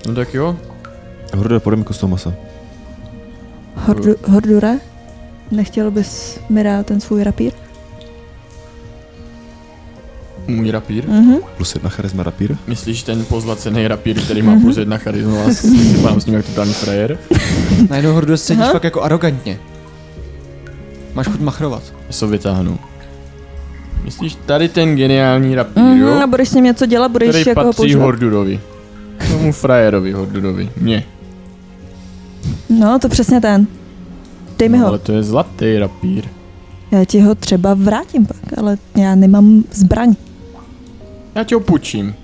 [SPEAKER 3] No tak jo.
[SPEAKER 2] Hordo, podej mi kus toho masa.
[SPEAKER 4] Hordu, hordure? Nechtěl bys mi dát ten svůj rapír?
[SPEAKER 3] Můj rapír.
[SPEAKER 4] Mhm.
[SPEAKER 2] Plus jedna charisma rapír.
[SPEAKER 3] Myslíš ten pozlacený rapír, který má plus jedna charizma a s ním jak totální frajer?
[SPEAKER 1] Najednou hordost sedíš
[SPEAKER 4] Aha.
[SPEAKER 1] fakt jako arrogantně. Máš chuť machrovat.
[SPEAKER 3] Já se vytáhnu. Myslíš tady ten geniální rapír,
[SPEAKER 4] Mhm, a
[SPEAKER 3] jo?
[SPEAKER 4] budeš s ním něco dělat, budeš
[SPEAKER 3] Který
[SPEAKER 4] jako ho
[SPEAKER 3] patří
[SPEAKER 4] používat.
[SPEAKER 3] Hordurovi. Tomu frajerovi Hordurovi. Mně.
[SPEAKER 4] No, to přesně ten. Dej mi
[SPEAKER 3] No,
[SPEAKER 4] ho.
[SPEAKER 3] Ale to je zlatý rapír.
[SPEAKER 4] Já ti ho třeba vrátím pak, ale já nemám zbraň.
[SPEAKER 3] Já ti ho půjčím.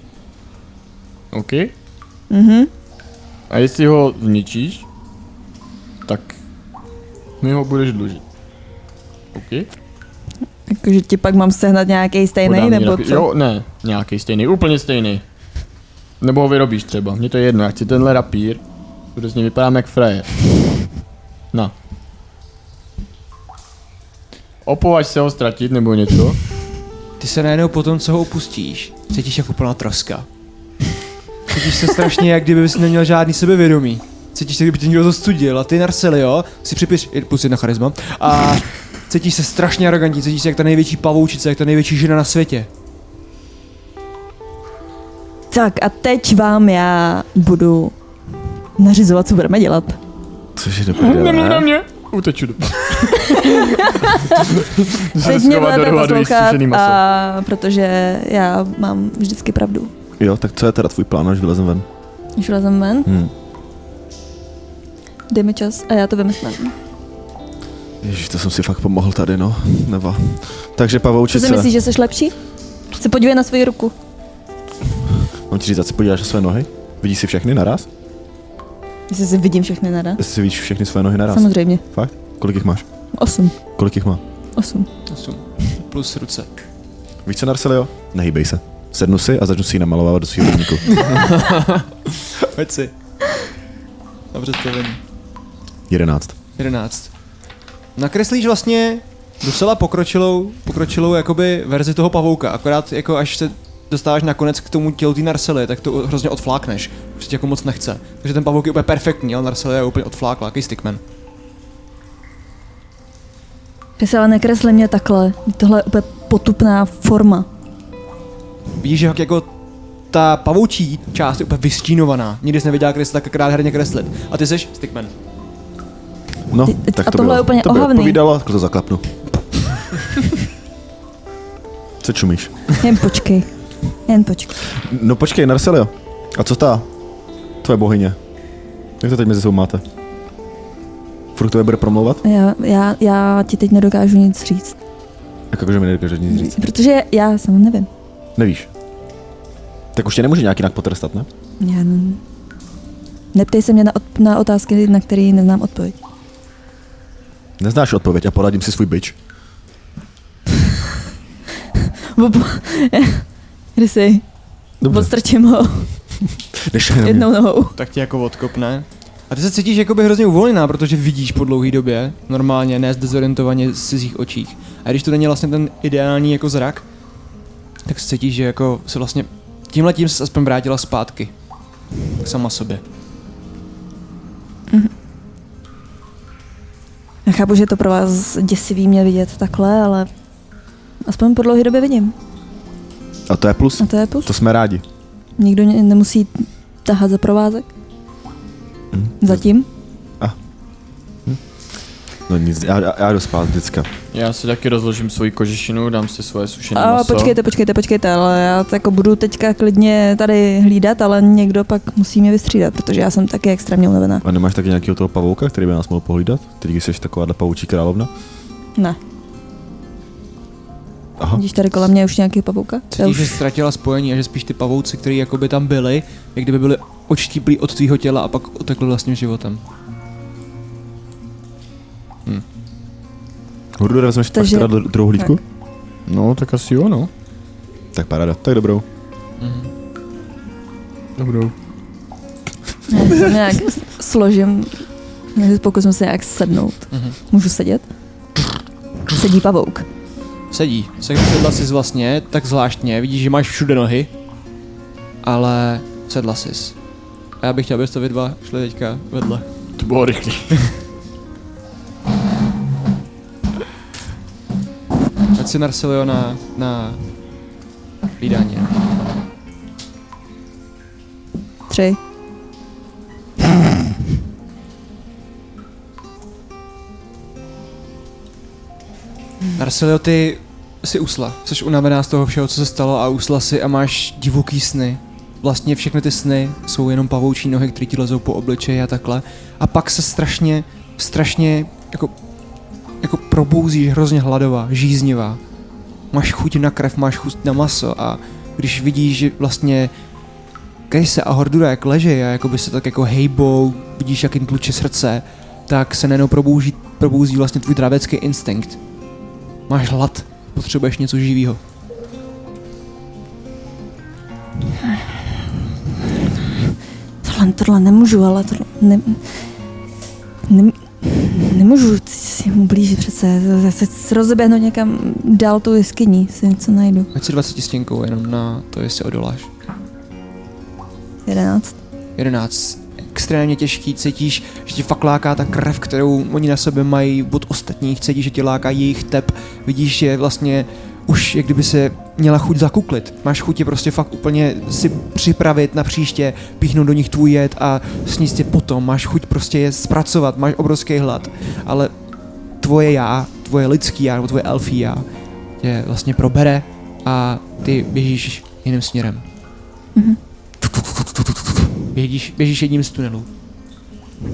[SPEAKER 3] OK?
[SPEAKER 4] Mhm.
[SPEAKER 3] A jestli ho zničíš, tak mi ho budeš dlužit. OK?
[SPEAKER 4] Takže ti pak mám sehnat nějaký stejný,
[SPEAKER 3] Podám jí
[SPEAKER 4] nebo
[SPEAKER 3] rapír.
[SPEAKER 4] co?
[SPEAKER 3] Jo, ne, nějaký stejný, úplně stejný. Nebo ho vyrobíš třeba, mně to je jedno, já chci tenhle rapír, protože s ním vypadám jak frajer. No. Opovaž se ho ztratit nebo něco.
[SPEAKER 1] Ty se najednou po tom, co ho opustíš, cítíš jako plná troska. Cítíš se strašně, jak kdyby jsi neměl žádný sebevědomí. Cítíš se, kdyby tě někdo zostudil a ty Narcelio si připiš i plus jedna charisma a cítíš se strašně arrogantní, cítíš se jak ta největší pavoučice, jak ta největší žena na světě.
[SPEAKER 4] Tak a teď vám já budu nařizovat, co budeme dělat.
[SPEAKER 2] Což je dobré, ne?
[SPEAKER 3] mě. Uteču do...
[SPEAKER 4] Teď mě budete poslouchat, a, protože já mám vždycky pravdu.
[SPEAKER 2] Jo, tak co je teda tvůj plán, až vylezem ven?
[SPEAKER 4] Když vlezem ven,
[SPEAKER 2] Hm.
[SPEAKER 4] dej mi čas a já to vymyslím.
[SPEAKER 2] Ježíš, to jsem si fakt pomohl tady, no. Neva. Takže
[SPEAKER 4] Co si
[SPEAKER 2] pavoučice,
[SPEAKER 4] myslíš, že jsi lepší? Se podívej na svoji ruku.
[SPEAKER 2] mám ti říct, a si podíváš na své nohy? Vidíš si všechny naraz?
[SPEAKER 4] Jestli si vidím všechny naraz.
[SPEAKER 2] Jestli si vidíš všechny své nohy naraz?
[SPEAKER 4] Samozřejmě.
[SPEAKER 2] Fakt? Kolik jich máš?
[SPEAKER 4] Osm.
[SPEAKER 2] Kolik jich má?
[SPEAKER 4] Osm.
[SPEAKER 1] 8 plus ruce.
[SPEAKER 2] Víš co, Narcelio? Nehýbej se. Sednu si a začnu si ji namalovávat do svého rybníku.
[SPEAKER 1] Pojď si. Dobře, to vím.
[SPEAKER 2] Jedenáct.
[SPEAKER 1] 11. Nakreslíš vlastně docela pokročilou, pokročilou jakoby verzi toho pavouka, akorát jako až se dostáváš nakonec k tomu tělu té Narsely, tak to hrozně odflákneš, už se tě jako moc nechce. Takže ten pavouk je úplně perfektní, ale Narsely je úplně odfláklá, jaký stickman.
[SPEAKER 4] Ty se ale nekresli mě takhle. Tohle je úplně potupná forma.
[SPEAKER 1] Vidíš, že jak jako ta pavoučí část je úplně vystínovaná. Nikdy jsi nevěděla kreslit, tak krát herně kreslit. A ty seš stickman.
[SPEAKER 2] No,
[SPEAKER 4] Ty- ty-
[SPEAKER 2] tak
[SPEAKER 4] a
[SPEAKER 2] to
[SPEAKER 4] tohle
[SPEAKER 2] bylo.
[SPEAKER 4] je úplně
[SPEAKER 2] to by
[SPEAKER 4] ohavný.
[SPEAKER 2] odpovídalo, tak to zaklapnu. Co čumíš?
[SPEAKER 4] Jen počkej. Jen počkej.
[SPEAKER 2] No počkej, Narcelio. A co ta? Tvoje bohyně. Jak to teď mezi sebou máte? Furt to bude promlouvat?
[SPEAKER 4] Já, já, já ti teď nedokážu nic říct.
[SPEAKER 2] Jak jakože mi nedokážeš nic říct.
[SPEAKER 4] Protože já sama nevím.
[SPEAKER 2] Nevíš. Tak už tě nemůže nějak jinak potrestat, ne?
[SPEAKER 4] Já n- Neptej se mě na, od, na otázky, na které neznám odpověď.
[SPEAKER 2] Neznáš odpověď a poradím si svůj bič.
[SPEAKER 4] Obo- Když si odstrčím ho
[SPEAKER 2] Než na mě.
[SPEAKER 4] jednou nohou.
[SPEAKER 1] Tak tě jako odkopne. A ty se cítíš jakoby hrozně uvolněná, protože vidíš po dlouhé době, normálně, ne zdezorientovaně z cizích očích. A když to není vlastně ten ideální jako zrak, tak se cítíš, že jako se vlastně tímhle tím se aspoň vrátila zpátky. Sama sobě.
[SPEAKER 4] Já chápu, že je to pro vás děsivý mě vidět takhle, ale aspoň po dlouhé době vidím.
[SPEAKER 2] A to je plus.
[SPEAKER 4] A to je plus.
[SPEAKER 2] To jsme rádi.
[SPEAKER 4] Nikdo mě nemusí tahat za provázek.
[SPEAKER 2] Hm.
[SPEAKER 4] Zatím.
[SPEAKER 2] No nic, já, já, já jdu spát vždycka.
[SPEAKER 3] Já si taky rozložím svoji kožešinu, dám si svoje sušené
[SPEAKER 4] A
[SPEAKER 3] maso.
[SPEAKER 4] počkejte, počkejte, počkejte, ale já to jako budu teďka klidně tady hlídat, ale někdo pak musí mě vystřídat, protože já jsem taky extrémně unavená.
[SPEAKER 2] A nemáš taky nějakého toho pavouka, který by nás mohl pohlídat? Teď, když jsi taková pavoučí královna?
[SPEAKER 4] Ne,
[SPEAKER 2] Aha.
[SPEAKER 4] vidíš tady kolem mě už nějaký pavouka? Já
[SPEAKER 1] Cítíš, že
[SPEAKER 4] už...
[SPEAKER 1] ztratila spojení a že spíš ty pavouci, který jakoby tam byli, jak kdyby byli odštíplí od tvýho těla a pak utekli vlastním životem.
[SPEAKER 2] Hurdu, vezmeš Takže...
[SPEAKER 4] Takže-
[SPEAKER 2] teda dru- druhou hlídku?
[SPEAKER 3] No, tak asi jo, no.
[SPEAKER 2] Tak paráda, tak dobrou.
[SPEAKER 3] Dobrou.
[SPEAKER 4] Ne, to nějak složím, nějak pokusím se nějak sednout. Můžu sedět? Sedí pavouk.
[SPEAKER 1] Sedí. Sedla jsi vlastně tak zvláštně, vidíš, že máš všude nohy, ale sedla jsi. A já bych chtěl, abyste vy dva šli teďka vedle.
[SPEAKER 3] To bylo rychlý.
[SPEAKER 1] Ať si Narsilio na, na hlídání.
[SPEAKER 4] Tři.
[SPEAKER 1] Narsilio, ty si usla. Jsi unavená z toho všeho, co se stalo a usla si a máš divoký sny. Vlastně všechny ty sny jsou jenom pavoučí nohy, které ti lezou po obličeji a takhle. A pak se strašně, strašně jako, jako probouzíš hrozně hladová, žíznivá. Máš chuť na krev, máš chuť na maso a když vidíš, že vlastně Kejse a Hordura jak leží a jako by se tak jako hejbou, vidíš, jak jim tluče srdce, tak se najednou probouzí, probouzí vlastně tvůj dravecký instinkt. Máš hlad, potřebuješ něco živého.
[SPEAKER 4] Tohle, tohle nemůžu, ale to ne, ne, nemůžu si mu blížit přece. Zase se rozeběhnu někam dál tu jeskyní, si něco najdu.
[SPEAKER 1] Hoď si 20 stěnkou jenom na to, jestli odoláš.
[SPEAKER 4] Jedenáct.
[SPEAKER 1] 11. Extrémně těžký, cítíš, že ti fakt láká ta krev, kterou oni na sobě mají od ostatních, cítíš, že ti láká jejich tep, vidíš, že vlastně už jak kdyby se měla chuť zakuklit. Máš chuť je prostě fakt úplně si připravit na příště, píchnout do nich tvůj jed a sníst je potom. Máš chuť prostě je zpracovat, máš obrovský hlad, ale tvoje já, tvoje lidský já nebo tvoje elfí já tě vlastně probere a ty běžíš jiným směrem. Běžíš, běžíš jedním z tunelů.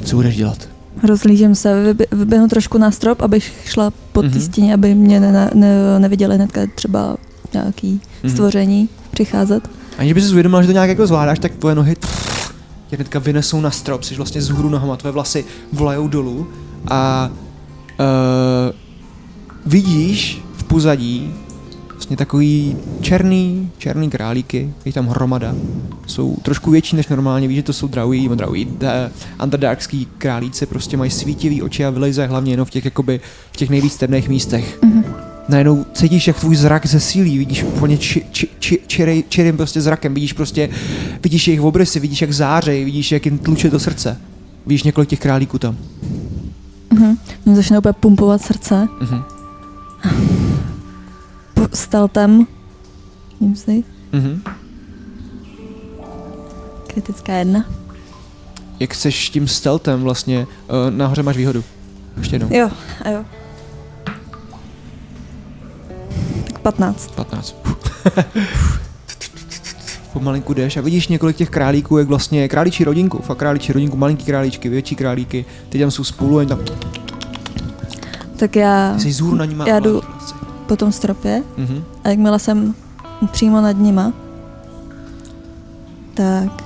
[SPEAKER 1] Co budeš dělat?
[SPEAKER 4] Rozlížím se, vybe- vyběhnu trošku na strop, abych šla pod mm-hmm.
[SPEAKER 1] Mhm.
[SPEAKER 4] té stěně, aby mě ne, ne, neviděli hnedka třeba nějaký mm-hmm. stvoření přicházet.
[SPEAKER 1] Aniž by si uvědomil, že to nějak jako zvládáš, tak tvoje nohy tě hnedka vynesou na strop, jsi vlastně z hůru nohama, tvoje vlasy volajou dolů a uh, vidíš v pozadí vlastně takový černý, černý králíky, je tam hromada, jsou trošku větší než normálně, víš, že to jsou draují, nebo draují, d- underdarkský králíci, prostě mají svítivý oči a vylejzají hlavně jenom v těch, jakoby, v těch nejvíc temných místech.
[SPEAKER 4] Mhm.
[SPEAKER 1] Najednou cítíš, jak tvůj zrak zesílí, vidíš úplně či, či, či, čirej, čirým prostě zrakem, vidíš prostě, vidíš jejich obrysy, vidíš jak zářej, vidíš jak jim tluče to srdce. Vidíš několik těch králíků tam.
[SPEAKER 4] Mhm. Mě začne úplně pumpovat srdce.
[SPEAKER 1] Mhm.
[SPEAKER 4] Po- Steltem. Ním si.
[SPEAKER 1] Mhm.
[SPEAKER 4] Kritická jedna.
[SPEAKER 1] Jak chceš tím steltem vlastně, eh, nahoře máš výhodu. Ještě jednou.
[SPEAKER 4] Jo, a jo. Tak 15.
[SPEAKER 1] 15. Pomalinku jdeš a vidíš několik těch králíků, jak vlastně králíčí rodinku, fakt králíčí rodinku, malinký králíčky, větší králíky, ty tam jsou spolu a oni tam,
[SPEAKER 4] Tak já
[SPEAKER 1] jsi zůru na nima.
[SPEAKER 4] Já
[SPEAKER 1] a-
[SPEAKER 4] jdu. po tom stropě
[SPEAKER 1] Mhm.
[SPEAKER 4] a jakmile jsem přímo nad nima, tak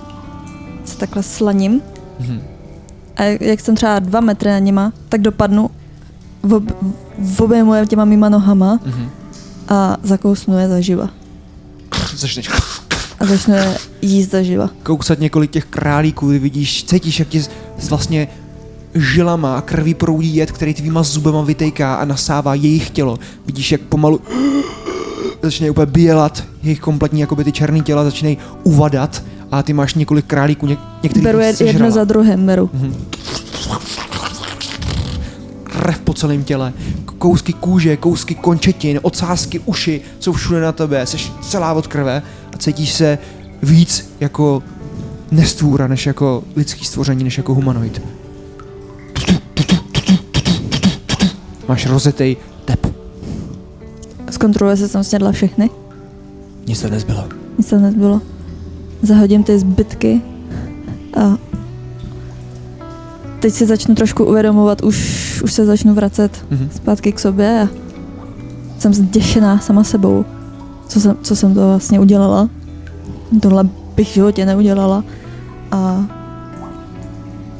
[SPEAKER 4] se takhle slaním
[SPEAKER 1] Mhm.
[SPEAKER 4] a jak jsem třeba dva metry nad nima, tak dopadnu, ob, obejmu je těma mýma nohama
[SPEAKER 1] Mhm.
[SPEAKER 4] a zakousnu je zaživa.
[SPEAKER 1] Začneš
[SPEAKER 4] A začnu je jíst zaživa.
[SPEAKER 1] kousat několik těch králíků, kdy vidíš, cítíš, jak ti z- z vlastně žilama a krví proudí jed, který tvýma zubama vytejká a nasává jejich tělo. Vidíš, jak pomalu začne úplně bělat, jejich kompletní jakoby ty černý těla začínají uvadat a ty máš několik králíků, něk- některý
[SPEAKER 4] Beru je, jedno za druhým, beru.
[SPEAKER 1] Mhm. krev po celém těle, k- kousky kůže, kousky končetin, ocásky, uši jsou všude na tebe, jsi celá od krve a cítíš se víc jako nestvůra, než jako lidský stvoření, než jako humanoid. Máš rozetej tep.
[SPEAKER 4] Zkontroluje se, jsem snědla všechny.
[SPEAKER 1] Nic to nezbylo.
[SPEAKER 4] Nic tam nezbylo. Zahodím ty zbytky a teď si začnu trošku uvědomovat, už, už se začnu vracet
[SPEAKER 1] Mhm.
[SPEAKER 4] zpátky k sobě a jsem zděšená sama sebou, co jsem, co jsem to vlastně udělala. Tohle bych v životě neudělala a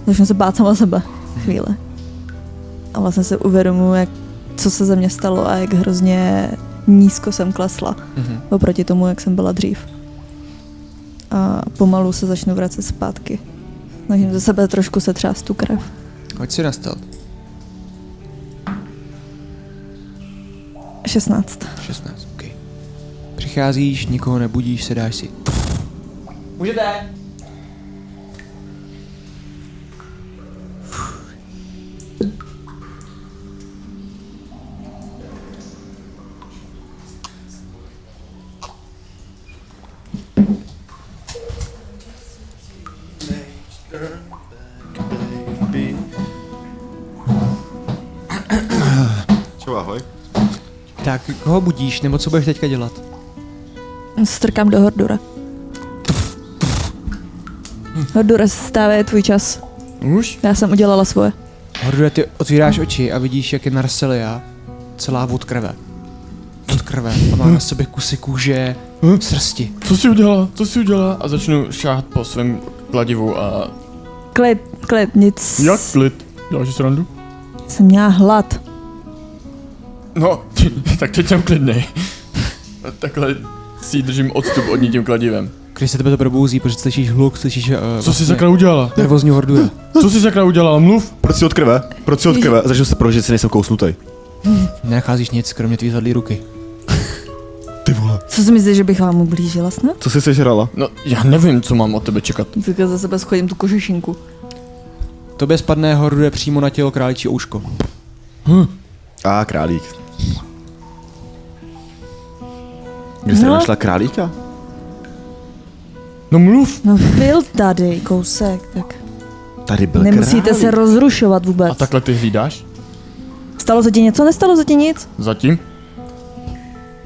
[SPEAKER 4] začnu se bát sama sebe chvíle. A vlastně se uvědomuji, jak, co se ze mě stalo a jak hrozně nízko jsem klesla mm-hmm. oproti tomu, jak jsem byla dřív. A pomalu se začnu vracet zpátky. Snažím ze sebe trošku se třást tu krev.
[SPEAKER 1] Hoď si na stealth.
[SPEAKER 4] 16.
[SPEAKER 1] 16, ok. Přicházíš, nikoho nebudíš, sedáš si. Můžete!
[SPEAKER 6] Čau, ahoj.
[SPEAKER 1] Tak, koho budíš, nebo co budeš teďka dělat?
[SPEAKER 4] Strkám do Hordura. Hordure, stávej, je tvůj čas.
[SPEAKER 3] Už?
[SPEAKER 4] Já jsem udělala svoje.
[SPEAKER 1] Hordure, ty otvíráš oči a vidíš, jak je Narselia celá od krve. Od krve. A má na sobě kusy kůže, srsti.
[SPEAKER 3] Co si udělala? Co si udělala? A začnu šáhat po svém kladivu a...
[SPEAKER 4] Klid, klid, nic.
[SPEAKER 3] Jak klid? Děláš si srandu?
[SPEAKER 4] Jsem měla hlad.
[SPEAKER 3] No, tak teď jsem klidnej. A Takhle si držím odstup od ní tím kladivem. Vlastně-
[SPEAKER 1] Když se tebe to probouzí, protože slyšíš hluk, slyšíš uh,
[SPEAKER 3] Co jsi sakra udělala?
[SPEAKER 1] nervózní hordura.
[SPEAKER 3] Co jsi sakra udělala? Mluv!
[SPEAKER 2] Proč si od krve? Proč si od krve? Začnu se prožít, že si nejsem kousnutý.
[SPEAKER 1] Nenacházíš nic, kromě tvý zadlý ruky.
[SPEAKER 2] Ty vole.
[SPEAKER 4] Co si myslíš, že bych vám ublížila snad?
[SPEAKER 2] Co jsi sežrala?
[SPEAKER 3] No, já nevím, co mám od tebe čekat.
[SPEAKER 4] Tak za sebe schodím tu kožešinku.
[SPEAKER 1] Tobě spadne hordure přímo na tělo králičí ouško.
[SPEAKER 2] A králík. Kde jsi
[SPEAKER 4] No.
[SPEAKER 2] našla králíka?
[SPEAKER 3] No mluv!
[SPEAKER 4] No byl tady kousek, tak
[SPEAKER 2] Tady byl
[SPEAKER 4] nemusíte
[SPEAKER 2] králík.
[SPEAKER 4] se rozrušovat vůbec.
[SPEAKER 3] A takhle ty hlídáš?
[SPEAKER 4] Stalo se ti něco, nestalo se ti nic?
[SPEAKER 3] Zatím?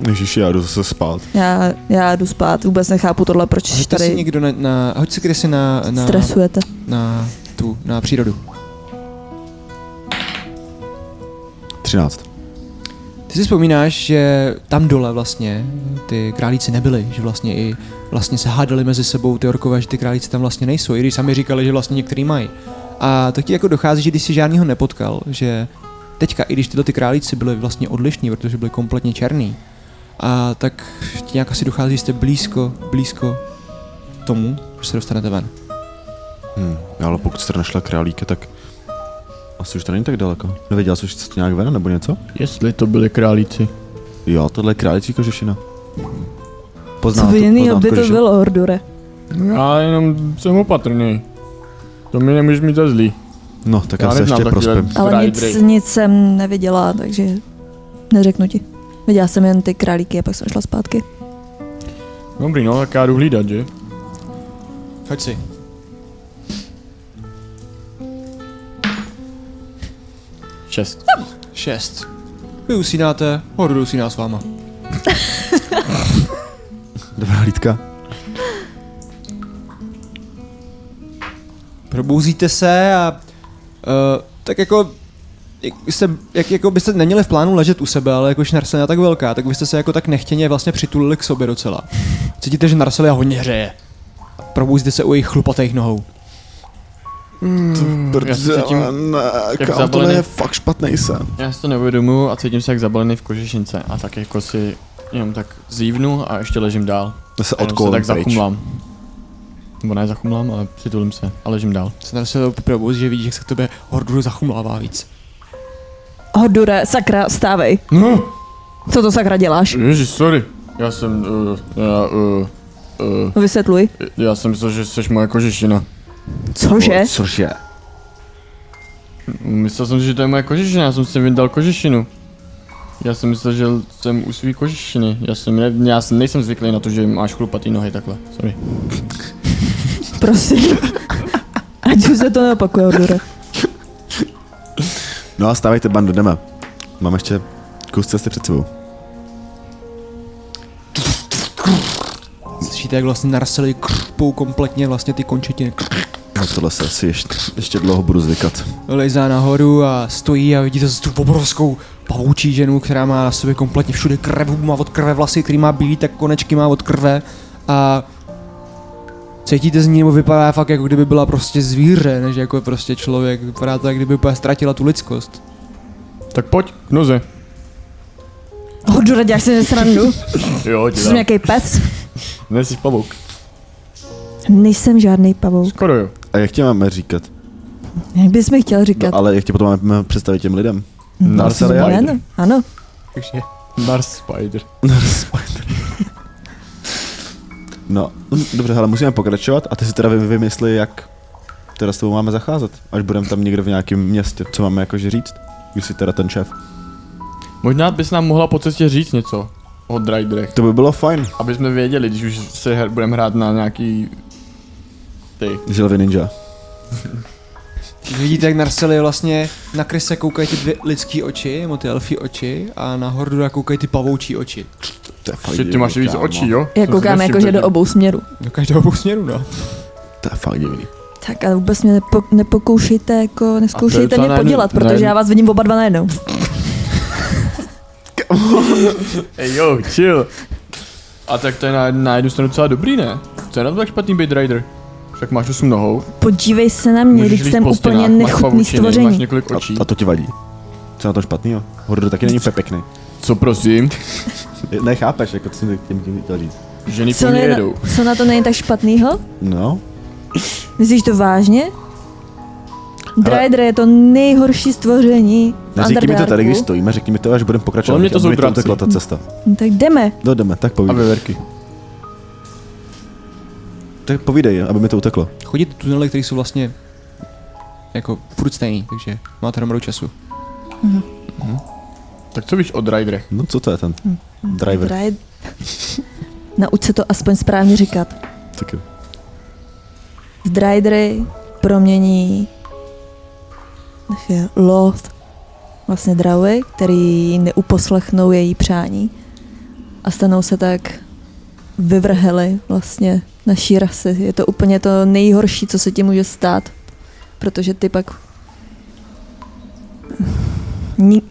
[SPEAKER 2] Ježiši, já jdu zase spát.
[SPEAKER 4] Já, já jdu spát, vůbec nechápu tohle, proč
[SPEAKER 1] Hoďte si
[SPEAKER 4] tady
[SPEAKER 1] někdo na, na hoď si kdysi na, na,
[SPEAKER 4] stresujete.
[SPEAKER 1] na, tu, na přírodu.
[SPEAKER 2] 13.
[SPEAKER 1] Ty si vzpomínáš, že tam dole vlastně ty králíci nebyli, že vlastně i vlastně se hádali mezi sebou ty orkové, že ty králíci tam vlastně nejsou, i když sami říkali, že vlastně některý mají. A to ti jako dochází, že když si žádnýho nepotkal, že teďka, i když tyhle ty králíci byly vlastně odlišní, protože byly kompletně černý, a tak ti nějak asi dochází, že jste blízko, blízko tomu, že se dostanete ven.
[SPEAKER 2] Hm, ale pokud jste našla králíka, tak asi už to není tak daleko. Nevěděl jsi, že jsi to nějak ven nebo něco?
[SPEAKER 3] Jestli to byli králíci.
[SPEAKER 2] Jo, tohle je králíčí kožešina.
[SPEAKER 4] Co
[SPEAKER 2] Poznám
[SPEAKER 4] by
[SPEAKER 2] tu-
[SPEAKER 4] jiného
[SPEAKER 2] poznám
[SPEAKER 4] by to
[SPEAKER 2] kožešinu.
[SPEAKER 4] bylo, Hordure?
[SPEAKER 3] Já jenom jsem opatrný. To mi nemůžeš mít za zlý.
[SPEAKER 2] No, tak já,
[SPEAKER 3] Já
[SPEAKER 2] se
[SPEAKER 3] neznám
[SPEAKER 2] ještě
[SPEAKER 3] takové-
[SPEAKER 2] prospím.
[SPEAKER 4] Ale
[SPEAKER 3] Dobrá,
[SPEAKER 4] nic,
[SPEAKER 3] Drake.
[SPEAKER 4] nic jsem neviděla, takže neřeknu ti. Viděla jsem jen ty králíky a pak jsem šla zpátky.
[SPEAKER 3] Dobrý, no, tak já jdu hlídat, že?
[SPEAKER 1] Hoď si.
[SPEAKER 3] Šest.
[SPEAKER 1] Šest. Vy usínáte, Hordu usíná s váma.
[SPEAKER 2] Dobrá hlídka.
[SPEAKER 1] probouzíte se a uh, tak jako jak, jste, jak jako byste neměli v plánu ležet u sebe, ale jakož Narselia je tak velká, tak byste se jako tak nechtěně vlastně přitulili k sobě docela. Cítíte, že Narselia hodně hřeje. A Probouzíte se u jejich chlupatých nohou.
[SPEAKER 3] já se
[SPEAKER 2] Protože,
[SPEAKER 3] cítím
[SPEAKER 2] ale ne,
[SPEAKER 3] jak
[SPEAKER 2] kámo, tohle
[SPEAKER 3] zabalený.
[SPEAKER 2] je fakt špatný sen.
[SPEAKER 3] Já si to neuvědomuju a cítím se jak zabalený v kožešince. A tak jako si jenom tak zívnu a ještě ležím dál.
[SPEAKER 2] Já se
[SPEAKER 3] A jenom se
[SPEAKER 2] odkolem
[SPEAKER 3] tak
[SPEAKER 2] pryč.
[SPEAKER 3] zachumlám. Nebo ne zachumlám, ale přitulím se a ležím dál.
[SPEAKER 1] Se Narselia probouzí, že vidíš, jak se k tobě Hordur zachumlává víc.
[SPEAKER 4] Hordure, sakra, stávej.
[SPEAKER 3] No,
[SPEAKER 4] Co to sakra děláš?
[SPEAKER 3] ježi, sorry. Já jsem, uh, já, uh, uh,
[SPEAKER 4] No Vysvětluj.
[SPEAKER 3] já jsem myslel, že jsi moje kožešina.
[SPEAKER 4] Cože?
[SPEAKER 2] O, Cože?
[SPEAKER 3] Myslel jsem si, že to je moje kožešina, já jsem si vyndal kožešinu. Já jsem myslel, že jsem u svý kožešiny. Já jsem, ne, já jsem nejsem zvyklý na to, že máš chlupatý nohy takhle. Sorry.
[SPEAKER 4] Prosím. Ať už se to neopakuje, Hordure.
[SPEAKER 2] No a stávejte, bando, jdeme. Mám ještě kus cesty před sebou.
[SPEAKER 1] Slyšíte, jak vlastně Narselia krpou kompletně vlastně ty končetiny. Krp,
[SPEAKER 2] No tohle se asi ještě, ještě dlouho budu zvykat.
[SPEAKER 1] Lejzá nahoru a stojí a vidíte tu obrovskou pavoučí ženu, která má na sobě kompletně všude krev, má od krve vlasy, který má bílý, tak konečky má od krve a cítíte z ní, nebo vypadá fakt jako kdyby byla prostě zvíře, než jako prostě člověk, vypadá to, jak kdyby úplně ztratila tu lidskost.
[SPEAKER 3] Tak pojď, k noze.
[SPEAKER 4] Ho, Dura, děláš si ze srandu.
[SPEAKER 3] Jo, ti
[SPEAKER 4] Jsi
[SPEAKER 3] dám.
[SPEAKER 4] nějaký pes?
[SPEAKER 3] Nejsi pavouk.
[SPEAKER 4] Nejsem žádný pavouk.
[SPEAKER 3] Skoro jo.
[SPEAKER 2] A jak tě máme říkat?
[SPEAKER 4] Jak bys mi chtěl říkat?
[SPEAKER 2] No, ale jak tě potom máme představit těm lidem?
[SPEAKER 3] Narcel
[SPEAKER 2] ale já-
[SPEAKER 4] Ano, ano.
[SPEAKER 5] Takže
[SPEAKER 3] Nars Spider.
[SPEAKER 2] No, hm, dobře, ale musíme pokračovat a ty si teda vy- vymysli, jak teda s tebou máme zacházet, až budeme tam někde v nějakém městě, co máme jakože říct, když jsi teda ten šéf.
[SPEAKER 3] Možná bys nám mohla po cestě říct něco o Dryderech.
[SPEAKER 2] To by bylo fajn,
[SPEAKER 3] Aby jsme věděli, když už se her, budeme hrát na nějaký... Ty.
[SPEAKER 2] žilvy ninja.
[SPEAKER 1] Vidíte, jak Narseli vlastně na Krise koukají ty dvě lidský oči, mu ty elfí oči a na Hordura koukají ty pavoučí oči.
[SPEAKER 2] To je fakt
[SPEAKER 3] Shit, ty máš víc očí, jo?
[SPEAKER 4] Já
[SPEAKER 3] Jsem si
[SPEAKER 4] koukám
[SPEAKER 3] nevšiml
[SPEAKER 4] jakože do
[SPEAKER 3] zatím.
[SPEAKER 4] obou směrů.
[SPEAKER 1] Do každého směru, no.
[SPEAKER 2] To je fakt divný.
[SPEAKER 4] Tak a vůbec mě nepo, nepokoušejte, jako neskoušejte
[SPEAKER 3] docela
[SPEAKER 4] mě
[SPEAKER 3] najednou-
[SPEAKER 4] podělat, protože
[SPEAKER 3] najednou-
[SPEAKER 4] já vás vidím oba dva najednou.
[SPEAKER 3] Ej jo, chill. A tak to je na, na jednu stranu docela dobrý, ne? Co je na to tak špatný Blade Rider? Však máš osm nohou,
[SPEAKER 4] Podívej se na mě,
[SPEAKER 3] můžeš
[SPEAKER 4] když
[SPEAKER 3] líst
[SPEAKER 4] jsem
[SPEAKER 3] po
[SPEAKER 4] úplně
[SPEAKER 3] stěnách, máš
[SPEAKER 4] nechutný
[SPEAKER 3] pavučiny, máš
[SPEAKER 4] stvoření.
[SPEAKER 3] několik očí.
[SPEAKER 2] A, a to ti vadí. Co je na to špatného? Hordor taky není úplně pěkný.
[SPEAKER 3] Co prosím?
[SPEAKER 2] Nechápeš, jako co jsem tím, tím chtěl říct.
[SPEAKER 3] Ženy po
[SPEAKER 4] Co,
[SPEAKER 3] mně
[SPEAKER 4] je na,
[SPEAKER 3] jedou.
[SPEAKER 4] co na to není tak špatnýho?
[SPEAKER 2] No,
[SPEAKER 4] Myslíš to vážně? Dryder je to nejhorší stvoření v
[SPEAKER 2] neříkej mi to tady, když
[SPEAKER 4] Underdarku.
[SPEAKER 2] stojíme, řekni mi to, až budeme pokračovat.
[SPEAKER 3] Podle mě to
[SPEAKER 2] aby
[SPEAKER 3] jsou
[SPEAKER 2] mi
[SPEAKER 3] draci.
[SPEAKER 2] utekla ta cesta.
[SPEAKER 4] No, tak jdeme.
[SPEAKER 2] No jdeme, tak
[SPEAKER 3] A
[SPEAKER 2] povídej.
[SPEAKER 3] veverky.
[SPEAKER 2] Tak povídej, aby mi to uteklo.
[SPEAKER 1] Chodí ty tunely, které jsou vlastně jako furt stejný, takže máte hromadu času.
[SPEAKER 3] Tak co víš o Dryderech?
[SPEAKER 2] No co to je ten?
[SPEAKER 4] Hm,
[SPEAKER 2] Driver.
[SPEAKER 4] Dry... Nauč se to aspoň správně říkat.
[SPEAKER 2] Tak jo.
[SPEAKER 4] V Drydery promění je Loth, vlastně Dravy, který neuposlechnou její přání a stanou se tak vyvrheli vlastně naší rasy. Je to úplně to nejhorší, co se ti může stát, protože ty pak Ni-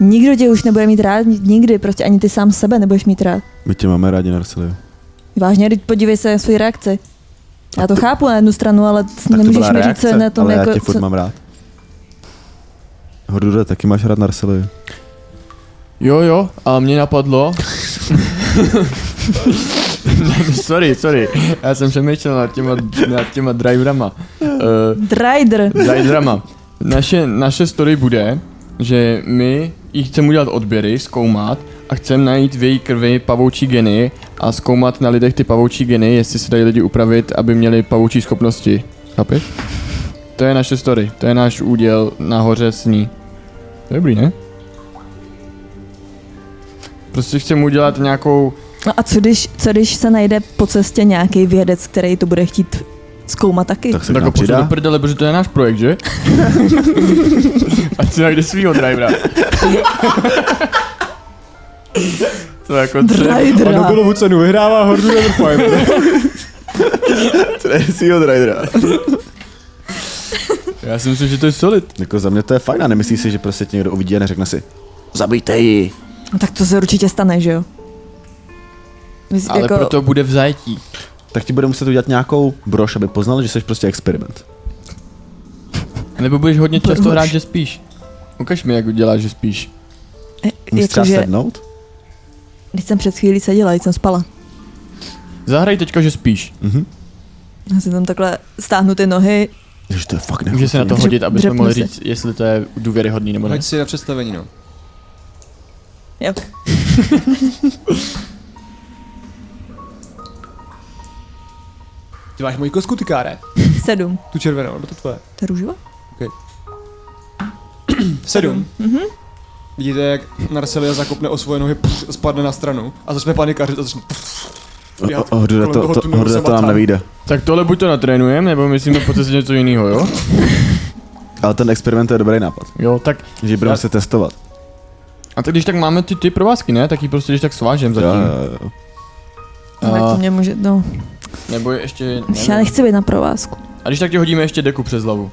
[SPEAKER 4] nikdo tě už nebude mít rád nikdy, prostě ani ty sám sebe nebudeš mít rád.
[SPEAKER 2] My tě máme rádi,
[SPEAKER 4] No,
[SPEAKER 2] Narcelio.
[SPEAKER 4] Vážně, teď podívej se na svoji reakci. Já to chápu na jednu stranu, ale t-
[SPEAKER 2] Tak to
[SPEAKER 4] nemůžeš
[SPEAKER 2] byla
[SPEAKER 4] mi říct,
[SPEAKER 2] reakce,
[SPEAKER 4] co je na tom
[SPEAKER 2] ale
[SPEAKER 4] jako...
[SPEAKER 2] já tě furt
[SPEAKER 4] co-
[SPEAKER 2] mám rád. Hordure, taky máš rád Narcelio.
[SPEAKER 3] Jo, jo, a mě napadlo... sorry, sorry, já jsem přemýšlel nad těma, nad těma driverama. Uh,
[SPEAKER 4] Drider!
[SPEAKER 3] Daj drama. Naše, naše story bude, že my jí chceme udělat odběry, zkoumat a chceme najít v její krvi pavoučí geny a zkoumat na lidech ty pavoučí geny, jestli se dají lidi upravit, aby měli pavoučí schopnosti. Chápeš? To je naše story, to je náš úděl nahoře s ní. Dobrý, ne? Prostě chceme udělat nějakou...
[SPEAKER 4] No a co když, co když se najde po cestě nějaký vědec, který to bude chtít zkoumat taky?
[SPEAKER 2] Tak se k
[SPEAKER 3] Tak ho
[SPEAKER 2] nám
[SPEAKER 3] pošlu Jako do
[SPEAKER 2] přidá.
[SPEAKER 3] prdele, protože to je náš projekt, že? Ať si najde svýho drivera. to je jako tři...
[SPEAKER 4] Drydra.
[SPEAKER 1] cenu vyhrává Hordu Neverfire.
[SPEAKER 2] Svýho drivera.
[SPEAKER 3] Já si myslím, že to je solid.
[SPEAKER 2] Jako za mě to je fajn a nemyslíš si, že prostě tě někdo uvidí a neřekne si Zabijte ji.
[SPEAKER 4] No tak to se určitě stane, že jo? Myslím,
[SPEAKER 3] Ale jako... proto bude v zajetí.
[SPEAKER 2] Tak ti bude muset udělat nějakou brož, aby poznal, že jsi prostě experiment.
[SPEAKER 3] Nebo budeš hodně
[SPEAKER 4] Proč?
[SPEAKER 3] často hrát, že spíš. Ukaž mi, jak uděláš, že spíš.
[SPEAKER 2] Musíš třeba
[SPEAKER 4] jakože,
[SPEAKER 2] sednout?
[SPEAKER 4] jako, když jsem před chvílí seděla, když jsem spala.
[SPEAKER 3] Zahraj teďka, že
[SPEAKER 4] Jako
[SPEAKER 3] spíš.
[SPEAKER 2] Mhm.
[SPEAKER 4] Já si tam takhle stáhnu ty nohy.
[SPEAKER 2] Že to je fakt
[SPEAKER 3] Může se na to
[SPEAKER 4] Dřep-
[SPEAKER 3] hodit, aby jsme
[SPEAKER 4] dřepnu
[SPEAKER 3] mohli
[SPEAKER 4] se.
[SPEAKER 3] říct, jestli to je důvěryhodný nebo ne.
[SPEAKER 1] Hoď si na představení, no.
[SPEAKER 4] Jo.
[SPEAKER 1] Ty máš moji kosku, ty káre.
[SPEAKER 4] Sedm.
[SPEAKER 1] Tu červenou, nebo to tvoje.
[SPEAKER 4] To je růžová?
[SPEAKER 1] Sedm. Vidíte, jak Narcelia zakopne o svoje nohy, pff, spadne na stranu a začne panikařit a začne... Pff, běhat
[SPEAKER 2] Hordure,
[SPEAKER 1] kolem toho
[SPEAKER 2] to, to,
[SPEAKER 1] tunelu
[SPEAKER 2] hordure, to
[SPEAKER 1] sabatán.
[SPEAKER 2] nám nevíde.
[SPEAKER 3] Tak tohle buď to natrénujeme, nebo myslíme po cestě něco jiného, jo?
[SPEAKER 2] Ale ten experiment je dobrý nápad.
[SPEAKER 3] Jo, tak.
[SPEAKER 2] Že budeme
[SPEAKER 3] Já-
[SPEAKER 2] se testovat.
[SPEAKER 3] A tak když tak máme ty, ty provázky, ne? Tak ji prostě když tak svážem
[SPEAKER 2] Jo,
[SPEAKER 3] zatím.
[SPEAKER 2] jo, jo.
[SPEAKER 4] No, tak to mě může, no.
[SPEAKER 3] Nebo ještě...
[SPEAKER 4] Už já
[SPEAKER 3] nevím.
[SPEAKER 4] nechci být na provázku.
[SPEAKER 3] A když tak ti hodíme ještě deku přes hlavu.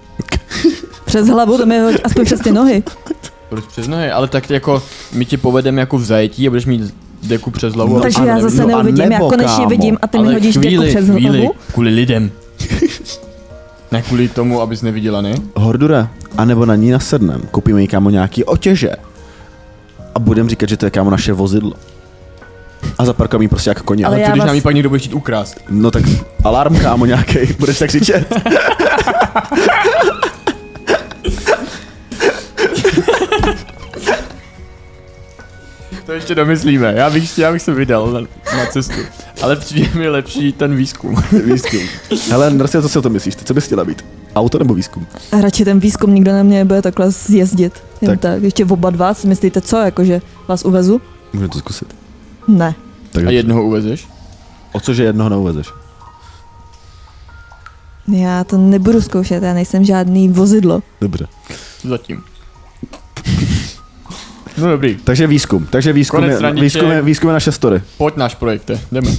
[SPEAKER 4] Přes hlavu, to mi hoď aspoň přes ty nohy.
[SPEAKER 3] Proč přes nohy? Ale tak jako my tě povedeme jako v zajetí a budeš mít deku přes hlavu.
[SPEAKER 2] No
[SPEAKER 3] a
[SPEAKER 4] Takže
[SPEAKER 2] a
[SPEAKER 4] já
[SPEAKER 2] ne-
[SPEAKER 4] zase
[SPEAKER 2] no a
[SPEAKER 4] neuvidím, já
[SPEAKER 2] nebo,
[SPEAKER 4] konečně
[SPEAKER 2] kámo,
[SPEAKER 4] vidím a ty mi
[SPEAKER 3] ale
[SPEAKER 4] hodíš chvíli,
[SPEAKER 3] chvíli,
[SPEAKER 4] přes
[SPEAKER 3] chvíli,
[SPEAKER 4] hlavu.
[SPEAKER 3] kvůli lidem. ne kvůli tomu, abys neviděla, ne?
[SPEAKER 2] Hordure, anebo na ní nasednem. Koupíme jí kámo nějaký otěže. A a budem říkat, že to je kámo naše vozidlo. A zaparkujeme ji prostě jako koně.
[SPEAKER 4] Ale
[SPEAKER 3] Ale
[SPEAKER 4] já
[SPEAKER 3] co když
[SPEAKER 4] vás-
[SPEAKER 3] nám ji pak někdo bude chtít ukrást?
[SPEAKER 2] No tak alarm kámo nějaký, budeš tak křičet.
[SPEAKER 3] To ještě domyslíme, já bych, já bych se vydal na, na cestu. Ale přijde mi lepší ten výzkum.
[SPEAKER 2] výzkum. Hele, Narcia, co si o tom myslíš? Ty, co bys chtěla být? Auto nebo výzkum?
[SPEAKER 4] A radši ten výzkum nikdo na mě bude takhle zjezdit. Jen
[SPEAKER 2] Tak.
[SPEAKER 4] tak. tak. Ještě oba dva si myslíte, co, jakože vás uvezu?
[SPEAKER 2] Můžu to zkusit.
[SPEAKER 4] Ne.
[SPEAKER 2] Tak
[SPEAKER 3] A jednoho uvezeš?
[SPEAKER 2] o cože jednoho neuvezeš?
[SPEAKER 4] Já to nebudu zkoušet, já nejsem žádný vozidlo.
[SPEAKER 2] Dobře.
[SPEAKER 3] Zatím. No dobrý,
[SPEAKER 2] Takže výzkum. Takže výzkum,
[SPEAKER 3] Konec
[SPEAKER 2] je,
[SPEAKER 3] raniček.
[SPEAKER 2] výzkum, je, výzkum je naše story.
[SPEAKER 3] pojď náš projekte, jdeme.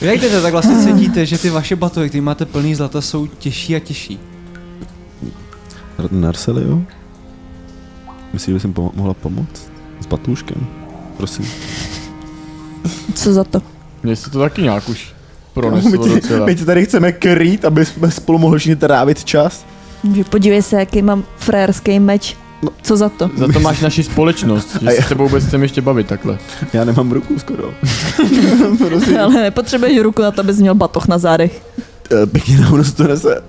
[SPEAKER 1] Jak jdete, tak vlastně cítíte, že ty vaše batohy, které máte plný zlata, jsou těžší a těžší.
[SPEAKER 2] R- Narcelio? Myslíš, že bys jim pomo- mohla pomoct? S batůškem? Prosím.
[SPEAKER 4] Co za to?
[SPEAKER 3] Mně se to taky nějak už proneslo docela.
[SPEAKER 2] ti tady chceme krýt, aby jsme spolu mohli všichni trávit čas.
[SPEAKER 4] Že podívej se, jaký mám frajerský meč.
[SPEAKER 2] No.
[SPEAKER 4] Co za to?
[SPEAKER 3] Za to máš naši společnost, že
[SPEAKER 2] A
[SPEAKER 3] se
[SPEAKER 2] já-
[SPEAKER 3] s tebou vůbec chceme ještě bavit takhle.
[SPEAKER 2] Já nemám ruku skoro.
[SPEAKER 4] Ale nepotřebuješ ruku na to, abys měl batoh na zádech.
[SPEAKER 2] Eh, Pěkně na nos to nese.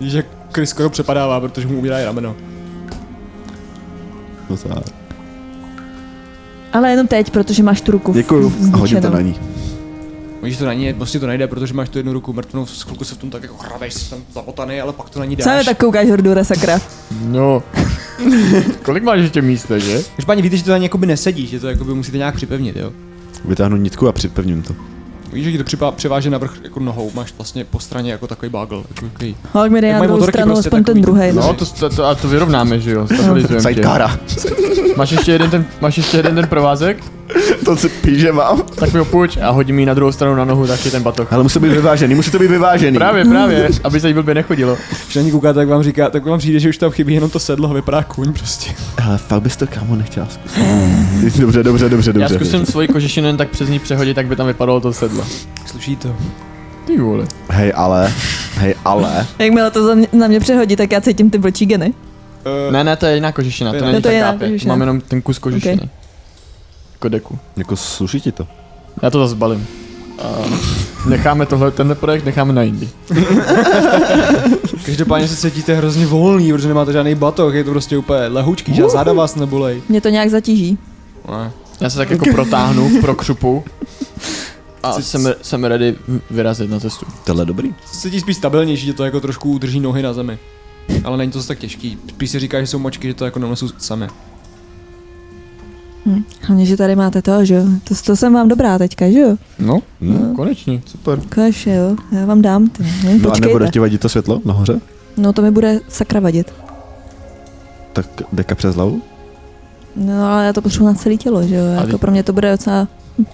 [SPEAKER 1] Víš, jak Chris skoro přepadává, protože mu umírá rameno.
[SPEAKER 2] No tak.
[SPEAKER 4] Ale jenom teď, protože máš tu ruku.
[SPEAKER 2] Děkuju. A hodím to
[SPEAKER 4] Zničenou.
[SPEAKER 2] na ní.
[SPEAKER 1] Můžeš to na ní, vlastně to najde, protože máš tu jednu ruku mrtvnou, z chvilku se v tom tak jako hrabeš, jsi tam zapotaný, ale pak to na ní dáš.
[SPEAKER 4] Sám tak koukáš hordure, sakra.
[SPEAKER 3] No, kolik máš ještě místa, že?
[SPEAKER 1] Každopádně víte, že to na ní jakoby nesedí, že to jakoby musíte nějak připevnit, jo.
[SPEAKER 2] Vytáhnu nitku a připevním to.
[SPEAKER 1] Víš, že ti to připa- převáže na vrch jako nohou, máš vlastně po straně jako takový bagel. Jako, takový.
[SPEAKER 4] Holk mi dej
[SPEAKER 1] Jak
[SPEAKER 4] na
[SPEAKER 1] mají
[SPEAKER 4] druhou
[SPEAKER 1] motorky
[SPEAKER 4] stranu,
[SPEAKER 1] prostě
[SPEAKER 4] aspoň
[SPEAKER 1] takový.
[SPEAKER 4] ten druhý.
[SPEAKER 3] No, to, to, to, a to vyrovnáme, že jo, stabilizujeme tě.
[SPEAKER 2] Sidecara.
[SPEAKER 3] Máš ještě jeden ten, máš ještě jeden ten provázek?
[SPEAKER 2] To si píže mám.
[SPEAKER 3] Tak mi ho půjč a hodím ji na druhou stranu na nohu taky ten batoh.
[SPEAKER 2] Ale musí být vyvážený, musí to být vyvážený.
[SPEAKER 3] Právě, právě, aby se jí blbě nechodilo.
[SPEAKER 1] Když na ní koukáte, tak vám říká, tak vám přijde, že už tam chybí jenom to sedlo a vypadá kůň prostě.
[SPEAKER 2] Ale fakt bys to kámo nechtěla zkusit. dobře, dobře, dobře,
[SPEAKER 3] Já
[SPEAKER 2] dobře.
[SPEAKER 3] zkusím
[SPEAKER 2] dobře.
[SPEAKER 3] svoji kožešinu jen tak přes ní přehodit, tak by tam vypadalo to sedlo.
[SPEAKER 1] Slyší to.
[SPEAKER 3] Ty vole.
[SPEAKER 2] Hej, ale, hej, ale.
[SPEAKER 4] Jakmile to za mě, na mě přehodí, tak já cítím ty vlčí geny.
[SPEAKER 1] Uh,
[SPEAKER 3] Ne, ne, to je jiná kožešina, to
[SPEAKER 1] No,
[SPEAKER 3] není
[SPEAKER 4] to
[SPEAKER 3] tak
[SPEAKER 4] je jiná
[SPEAKER 3] tápě.
[SPEAKER 4] kožešina.
[SPEAKER 3] Mám jenom ten kus kožešiny. Jako deku.
[SPEAKER 2] Jako sluší ti to.
[SPEAKER 3] Já to zase balím. A necháme tohle, tenhle projekt necháme na jindy.
[SPEAKER 1] Eh, Každopádně se cítíte hrozně volný, protože nemáte žádný batoh, je to prostě úplně lehoučký, že záda vás nebolej.
[SPEAKER 4] Mě to nějak zatíží.
[SPEAKER 1] Ne.
[SPEAKER 3] Já se tak jako protáhnu pro křupu. A jsem, jsem ready vyrazit na cestu.
[SPEAKER 2] Tohle je dobrý.
[SPEAKER 1] Cítí spíš stabilnější, že to jako trošku udrží nohy na zemi. Ale není to zase tak těžký. Spíš si říká, že jsou močky, že to jako nenosou sami.
[SPEAKER 4] Hlavně, že tady máte to, že jo? To, to jsem vám dobrá teďka, že jo?
[SPEAKER 3] No,
[SPEAKER 2] Hm?
[SPEAKER 3] konečně. Super.
[SPEAKER 4] Kaš, jo? Já vám dám, ty. Ne,
[SPEAKER 2] No a nebude
[SPEAKER 4] počkejte.
[SPEAKER 2] ti vadit to světlo nahoře?
[SPEAKER 4] No to mi bude sakra vadit.
[SPEAKER 2] Tak deka přes hlavu?
[SPEAKER 4] No ale já to potřebuji na celé tělo, že jo?
[SPEAKER 3] A
[SPEAKER 4] Jako
[SPEAKER 3] ty-
[SPEAKER 4] pro mě to bude docela hm,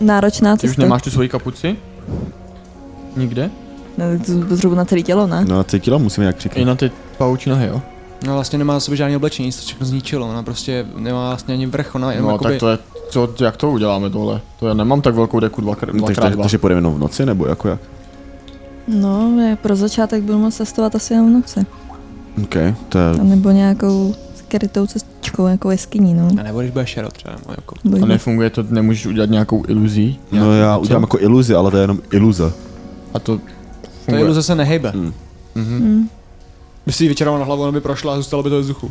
[SPEAKER 4] náročná
[SPEAKER 3] Ty už
[SPEAKER 4] cesta.
[SPEAKER 3] nemáš tu svoji kapuci? Nikde?
[SPEAKER 4] Ne, to potřebuji na celé tělo, ne?
[SPEAKER 2] No a cítila, musíme nějak přikryt.
[SPEAKER 3] I na ty paučí nohy, jo?
[SPEAKER 1] No vlastně nemá na sobě žádný oblečení, se všechno zničilo, ona prostě nemá vlastně ani vrch, ona jenom
[SPEAKER 3] No
[SPEAKER 1] jakoby...
[SPEAKER 3] tak to je, co, jak to uděláme tohle? To já nemám tak velkou deku dvakrát,
[SPEAKER 2] No, takže,
[SPEAKER 3] dvakrát dva.
[SPEAKER 2] takže půjdeme jenom v noci, nebo jako jak?
[SPEAKER 4] No, je- pro začátek budu moct cestovat asi jenom v noci.
[SPEAKER 3] No.
[SPEAKER 2] OK, to je... no,
[SPEAKER 4] A nebo nějakou skrytou cestičkou, jako jeskyní, no.
[SPEAKER 1] A nebo když bude šero třeba, nebo jako...
[SPEAKER 4] Nebo
[SPEAKER 3] A nefunguje to, nemůžeš udělat nějakou iluzí?
[SPEAKER 2] No já udělám jako iluzi, ale to je jenom iluze.
[SPEAKER 3] A to
[SPEAKER 1] To
[SPEAKER 3] funguje.
[SPEAKER 1] iluze se nehejbe.
[SPEAKER 2] Mm.
[SPEAKER 3] Mhm.
[SPEAKER 4] Mm.
[SPEAKER 1] By si ji vyčaroval na hlavu, ona by prošla a zůstala by to ve vzduchu.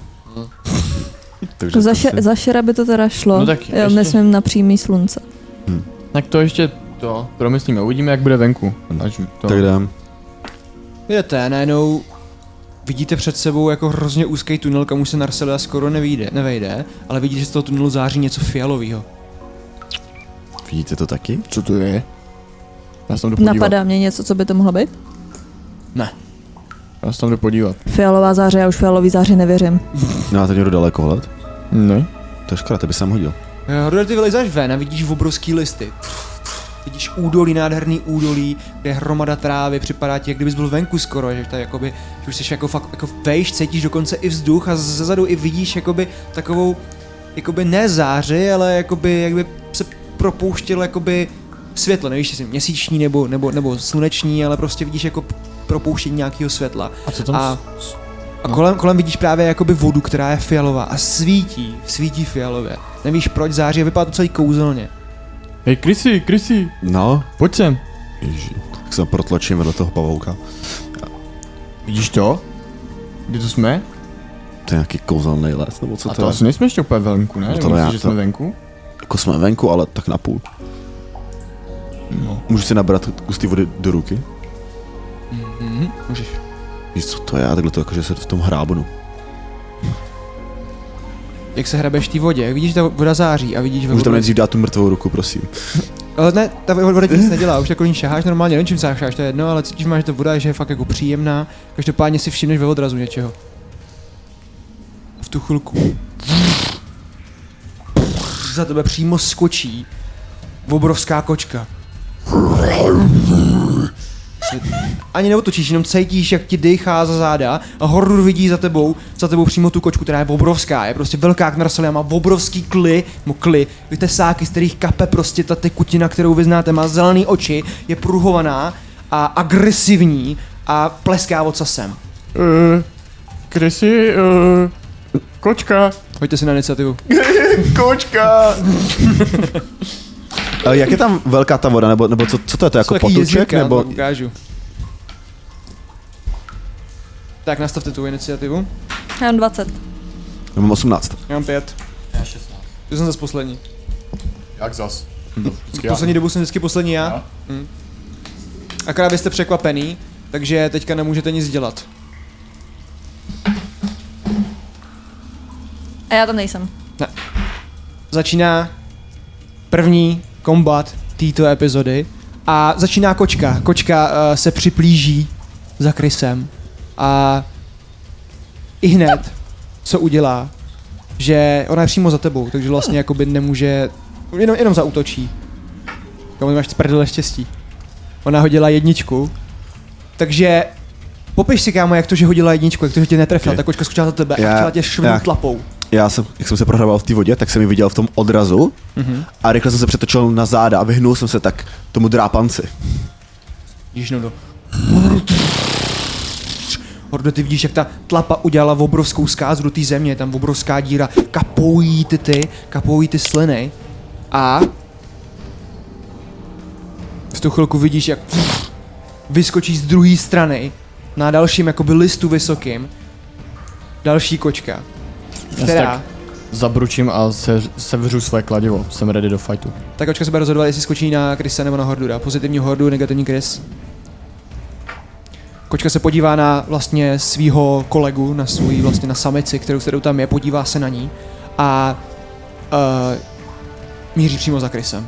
[SPEAKER 2] Takže
[SPEAKER 4] To No, za,
[SPEAKER 2] to
[SPEAKER 4] še-
[SPEAKER 2] si-
[SPEAKER 4] za šera by to teda šlo.
[SPEAKER 3] No tak
[SPEAKER 4] jo,
[SPEAKER 3] ještě.
[SPEAKER 4] nesmím na přímý slunce.
[SPEAKER 3] Tak to ještě to promyslíme, uvidíme jak bude venku.
[SPEAKER 2] Hm.
[SPEAKER 3] Až to.
[SPEAKER 2] Tak dám.
[SPEAKER 1] Jdete a najednou vidíte před sebou jako hrozně úzký tunel, kam už se Narselia skoro nevejde, nevejde, ale vidíte, že z toho tunelu září něco fialového.
[SPEAKER 2] Vidíte to taky?
[SPEAKER 3] Co to je? Já se tam jdu podívat.
[SPEAKER 4] Napadá mě něco, co by to mohlo být?
[SPEAKER 3] Já se tam jdu podívat.
[SPEAKER 4] Fialová záře, já už fialový záře nevěřím.
[SPEAKER 2] No a teď jdu daleko hled.
[SPEAKER 3] Ne?
[SPEAKER 2] To je škoda, ty bys sám hodil.
[SPEAKER 1] Hodor, ty vylezáš ven a vidíš obrovský listy. Vidíš údolí, nádherný údolí, kde je hromada trávy, připadá ti, jak kdybys byl venku skoro, že, tady jakoby, že už jsi jako fakt jako vejš, cítíš dokonce i vzduch a zezadu i vidíš jakoby takovou, jakoby ne záři, ale jakoby, jak by se propouštěl jakoby světlo, nevíš, jestli měsíční nebo, nebo, nebo sluneční, ale prostě vidíš jako propouštění nějakého světla.
[SPEAKER 3] A co tam
[SPEAKER 1] A-
[SPEAKER 3] s- s-
[SPEAKER 1] A kolem, kolem vidíš právě jakoby vodu, která je fialová a svítí, svítí fialově. Nevíš proč září, a vypadá to celý kouzelně.
[SPEAKER 3] Hej, Krysy, Krysy,
[SPEAKER 2] No,
[SPEAKER 3] pojď sem.
[SPEAKER 2] ježi. Tak se protlačím vedle toho pavouka.
[SPEAKER 3] Vidíš to? Kde to jsme?
[SPEAKER 2] To je nějaký kouzelný les, nebo co
[SPEAKER 3] A
[SPEAKER 2] to,
[SPEAKER 3] to
[SPEAKER 2] je?
[SPEAKER 3] asi nejsme ještě úplně venku, ne?
[SPEAKER 2] No to
[SPEAKER 3] Myslíš,
[SPEAKER 2] ne,
[SPEAKER 3] že
[SPEAKER 2] to-
[SPEAKER 3] jsme venku?
[SPEAKER 2] Jako jsme venku, ale tak napůl.
[SPEAKER 3] No.
[SPEAKER 2] Můžu si nabrat kus té vody do ruky?
[SPEAKER 1] Můžeš.
[SPEAKER 2] Víš, co to je? A Takhle to jakože se v tom hrábnu.
[SPEAKER 1] Jak se hrabeš v té vodě, jak vidíš, ta voda září a vidíš ve
[SPEAKER 2] Můžu tam
[SPEAKER 1] vodu.
[SPEAKER 2] nejdřív dát tu mrtvou ruku, prosím.
[SPEAKER 1] Ale ne, ta voda ti nic nedělá, už jako ní šaháš normálně, nevím čím šaháš, to je jedno, ale cítíš, máš, že ta voda je, že je fakt jako příjemná, každopádně si všimneš ve odrazu něčeho. V tu chvilku. Za tebe přímo skočí obrovská kočka. Ani neotočíš, jenom cítíš, jak ti dechá za záda a horor vidí za tebou, za tebou přímo tu kočku, která je obrovská, je prostě velká jak narostlá, má obrovský kly, mu kly, vytesáky, z kterých kape prostě ta tekutina, kterou vy znáte, má zelený oči, je pruhovaná a agresivní a pleská ocasem.
[SPEAKER 3] Uh, Krysy, uh, kočka.
[SPEAKER 1] Hoďte si na iniciativu.
[SPEAKER 2] Jako
[SPEAKER 3] Kočka!
[SPEAKER 2] A jak je tam velká ta voda, nebo, nebo co, co to je? To je
[SPEAKER 1] Jsou
[SPEAKER 2] jako
[SPEAKER 1] taky
[SPEAKER 2] potůček,
[SPEAKER 1] jezírka,
[SPEAKER 2] nebo...
[SPEAKER 1] to ukážu. Tak nastavte tu iniciativu.
[SPEAKER 4] Já mám 20.
[SPEAKER 2] Já mám 18.
[SPEAKER 1] Já mám pět.
[SPEAKER 3] Já 16.
[SPEAKER 1] Já jsem zase poslední.
[SPEAKER 3] Jak zas? Vždycky
[SPEAKER 1] Poslední dobu jsem vždycky poslední já.
[SPEAKER 3] Já?
[SPEAKER 1] Hm. Akorát vy jste překvapený, takže teďka nemůžete nic dělat.
[SPEAKER 4] A já tam nejsem.
[SPEAKER 1] Začíná první kombat této epizody a začíná kočka. Kočka uh, se připlíží za Krysem a i hned, co udělá, že ona je přímo za tebou, takže vlastně jakoby nemůže, jenom, jenom zautočí. Kamu máš z prdele štěstí. Ona hodila jedničku, takže popiš si, kámo, jak to, že hodila jedničku, jak to, že tě netrefila,
[SPEAKER 2] Ok.
[SPEAKER 1] okay. ta kočka skočila za tebe
[SPEAKER 2] Já-
[SPEAKER 1] a chtěla tě
[SPEAKER 2] já-
[SPEAKER 1] švnout lapou.
[SPEAKER 2] Já jsem, jak jsem se prohrával v té vodě, tak jsem ji viděl v tom odrazu mm-hmm. a rychle jsem se přetočil na záda a vyhnul jsem se tak tomu drápanci.
[SPEAKER 1] Jižnou do... Hordo, ty vidíš, jak ta tlapa udělala obrovskou zkázu do té země, je tam obrovská díra, kapoují ty ty, kapoují ty sliny a v tu chvilku vidíš, jak vyskočí z druhé strany na dalším jakoby listu vysokým další kočka, která,
[SPEAKER 3] Tak zabručím a se, sevřu své kladivo. Jsem ready do fightu.
[SPEAKER 1] ta kočka se bude rozhodovat, jestli skočí na Krisa nebo na Hordura. Pozitivní Hordu, negativní Kris. Kočka se podívá na vlastně svého kolegu, na svůj vlastně na samici, kterou, s kterou tam je, podívá se na ní a uh, míří přímo za Krisem.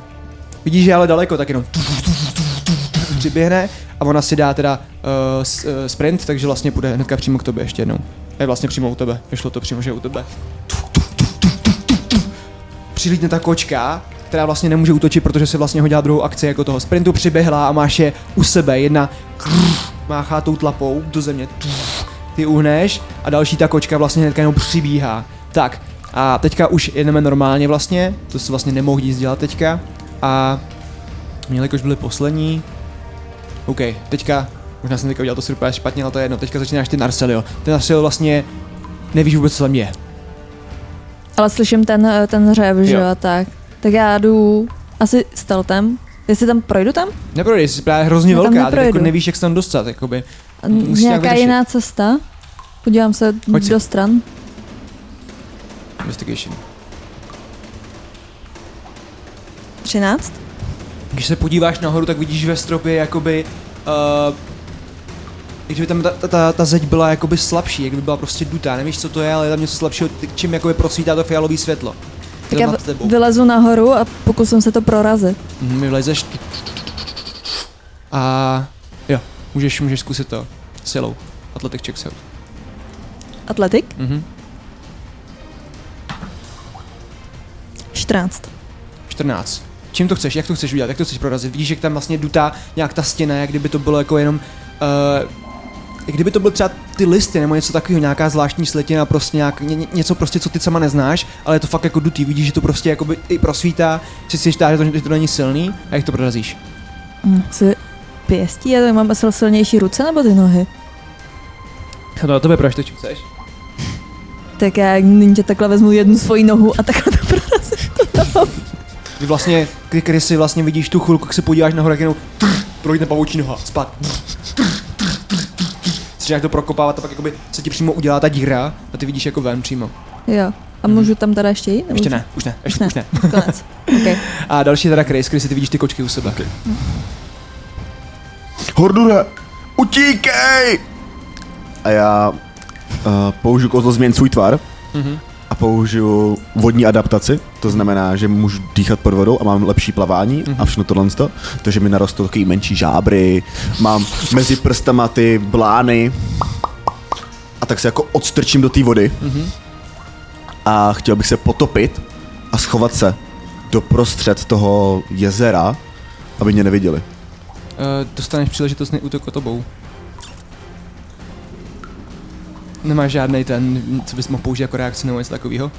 [SPEAKER 1] Vidíš, že je ale daleko, tak jenom tu, tu, tu, tu, tu, tu, přiběhne a ona si dá teda uh, s, uh, sprint, takže vlastně půjde hnedka přímo k tobě ještě jednou. Je vlastně přímo u tebe, vyšlo to přímo, že je u tebe přilítne ta kočka, která vlastně nemůže útočit, protože se vlastně hodila druhou akci jako toho sprintu, přiběhla a máš je u sebe. Jedna krf, máchá tou tlapou do země, tuf, ty uhneš a další ta kočka vlastně hnedka jenom přibíhá. Tak a teďka už jedeme normálně vlastně, to se vlastně nemohl nic dělat teďka a jelikož byli poslední, OK, teďka, možná jsem teďka udělal to super špatně, ale to je jedno, teďka začínáš ty Narcelio. Ten Narcelio vlastně nevíš vůbec, co tam je.
[SPEAKER 4] Ale slyším ten, eh, ten řev, že
[SPEAKER 1] Jo.
[SPEAKER 4] jo, tak. Tak já jdu asi stealthem. Jestli tam projdu tam?
[SPEAKER 1] Neprojdeš, jsi právě hrozně
[SPEAKER 4] Já No tam
[SPEAKER 1] velká, tak jako
[SPEAKER 4] neprojedu.
[SPEAKER 1] nevíš, jak se tam dostat, jakoby.
[SPEAKER 4] A
[SPEAKER 1] Musíš nějak
[SPEAKER 4] Nějaká
[SPEAKER 1] vyřešit.
[SPEAKER 4] jiná cesta? Podívám se
[SPEAKER 1] Hoď si.
[SPEAKER 4] do stran.
[SPEAKER 1] Investigation.
[SPEAKER 4] 13?
[SPEAKER 1] Když se podíváš nahoru, tak vidíš ve stropě jakoby... Uh, jak kdyby tam ta, ta- ta, ta, zeď byla jakoby slabší, jak kdyby byla prostě dutá, nevíš co to je, ale je tam něco slabšího, t- čím jakoby procvítá to fialové světlo.
[SPEAKER 4] Tak
[SPEAKER 1] To
[SPEAKER 4] já
[SPEAKER 1] nad tebou.
[SPEAKER 4] vylezu nahoru a pokusím se to prorazit.
[SPEAKER 1] Mhm, Vylezeš a jo, můžeš, můžeš zkusit to silou. Atletic checks out.
[SPEAKER 4] Atletik?
[SPEAKER 1] Mhm.
[SPEAKER 4] 14.
[SPEAKER 1] 14. Čím to chceš? Jak to chceš udělat? Jak to chceš prorazit? Vidíš, jak tam vlastně dutá nějak ta stěna, jak kdyby to bylo jako jenom... Uh, jak kdyby to byl třeba ty listy nebo něco takového, nějaká zvláštní sletina, prostě nějak, ně, ně- něco prostě, co ty sama neznáš, ale je to fakt jako dutý. Vidíš, že to prostě jakoby i prosvítá, si si říká, že to, že to není silný a jak to prorazíš?
[SPEAKER 4] Hm, Si pěstí, já tak mám asi silnější ruce nebo ty nohy?
[SPEAKER 1] Já to na tebe proč teď chceš?
[SPEAKER 4] Tak já jak ninja takhle vezmu jednu svoji nohu a takhle to prorazím.
[SPEAKER 1] Ty vlastně, ty krysy vlastně vidíš tu chvilku, jak se podíváš nahoru, jak jenom trr, projde pavoučí noha, spad. Chceš nějak to prokopávat a pak jakoby se ti přímo udělá ta díra a ty vidíš jako ven přímo.
[SPEAKER 4] Jo. A můžu tam teda ještě jít? nebo
[SPEAKER 1] Ještě ne, už ne, ještě, už ne.
[SPEAKER 4] Konec. Okay.
[SPEAKER 1] A další je teda krys, krysy, ty vidíš ty kočky u sebe. Okay.
[SPEAKER 2] Hordure, utíkej! A já uh, použiju kouzlo změn svůj tvar
[SPEAKER 1] Mhm.
[SPEAKER 2] a použiju vodní adaptaci, to znamená, že můžu dýchat pod vodou a mám lepší plavání a všechno tohle to, takže mi narostou takový menší žábry, mám mezi prstama ty blány a tak se jako odstrčím do té vody a chtěl bych se potopit a schovat se doprostřed toho jezera, aby mě neviděli.
[SPEAKER 1] Uh, dostaneš příležitostný útok o tobou. Nemáš žádný ten, co bys mohl použít jako reakci nebo něco takového?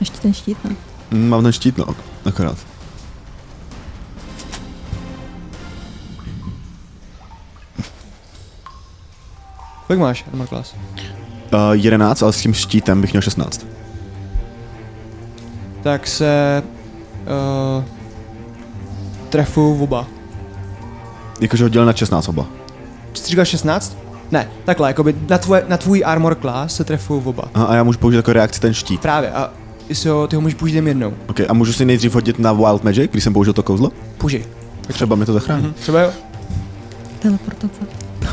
[SPEAKER 4] Ještě ten štít, no. ne?
[SPEAKER 2] Mm, Mám ten štít, no, akorát.
[SPEAKER 1] Kolik máš, Armor Class?
[SPEAKER 2] Uh, 11, ale s tím štítem bych měl 16.
[SPEAKER 1] Tak se... Uh, trefu v oba.
[SPEAKER 2] Jakože ho dělal na 16 oba.
[SPEAKER 1] Jsi říkal 16? Ne, takhle, jakoby na, tvoje, na tvůj Armor Class se trefují v oba.
[SPEAKER 2] Aha, a já můžu použít jako reakci ten štít.
[SPEAKER 1] Právě, a jestli ho, ty ho můžeš použít jen jednou.
[SPEAKER 2] Ok, a můžu si nejdřív hodit na Wild Magic, když jsem použil to kouzlo?
[SPEAKER 1] Použij.
[SPEAKER 2] Třeba mi to zachrání.
[SPEAKER 1] Mhm. Třeba jo?
[SPEAKER 4] Teleportace.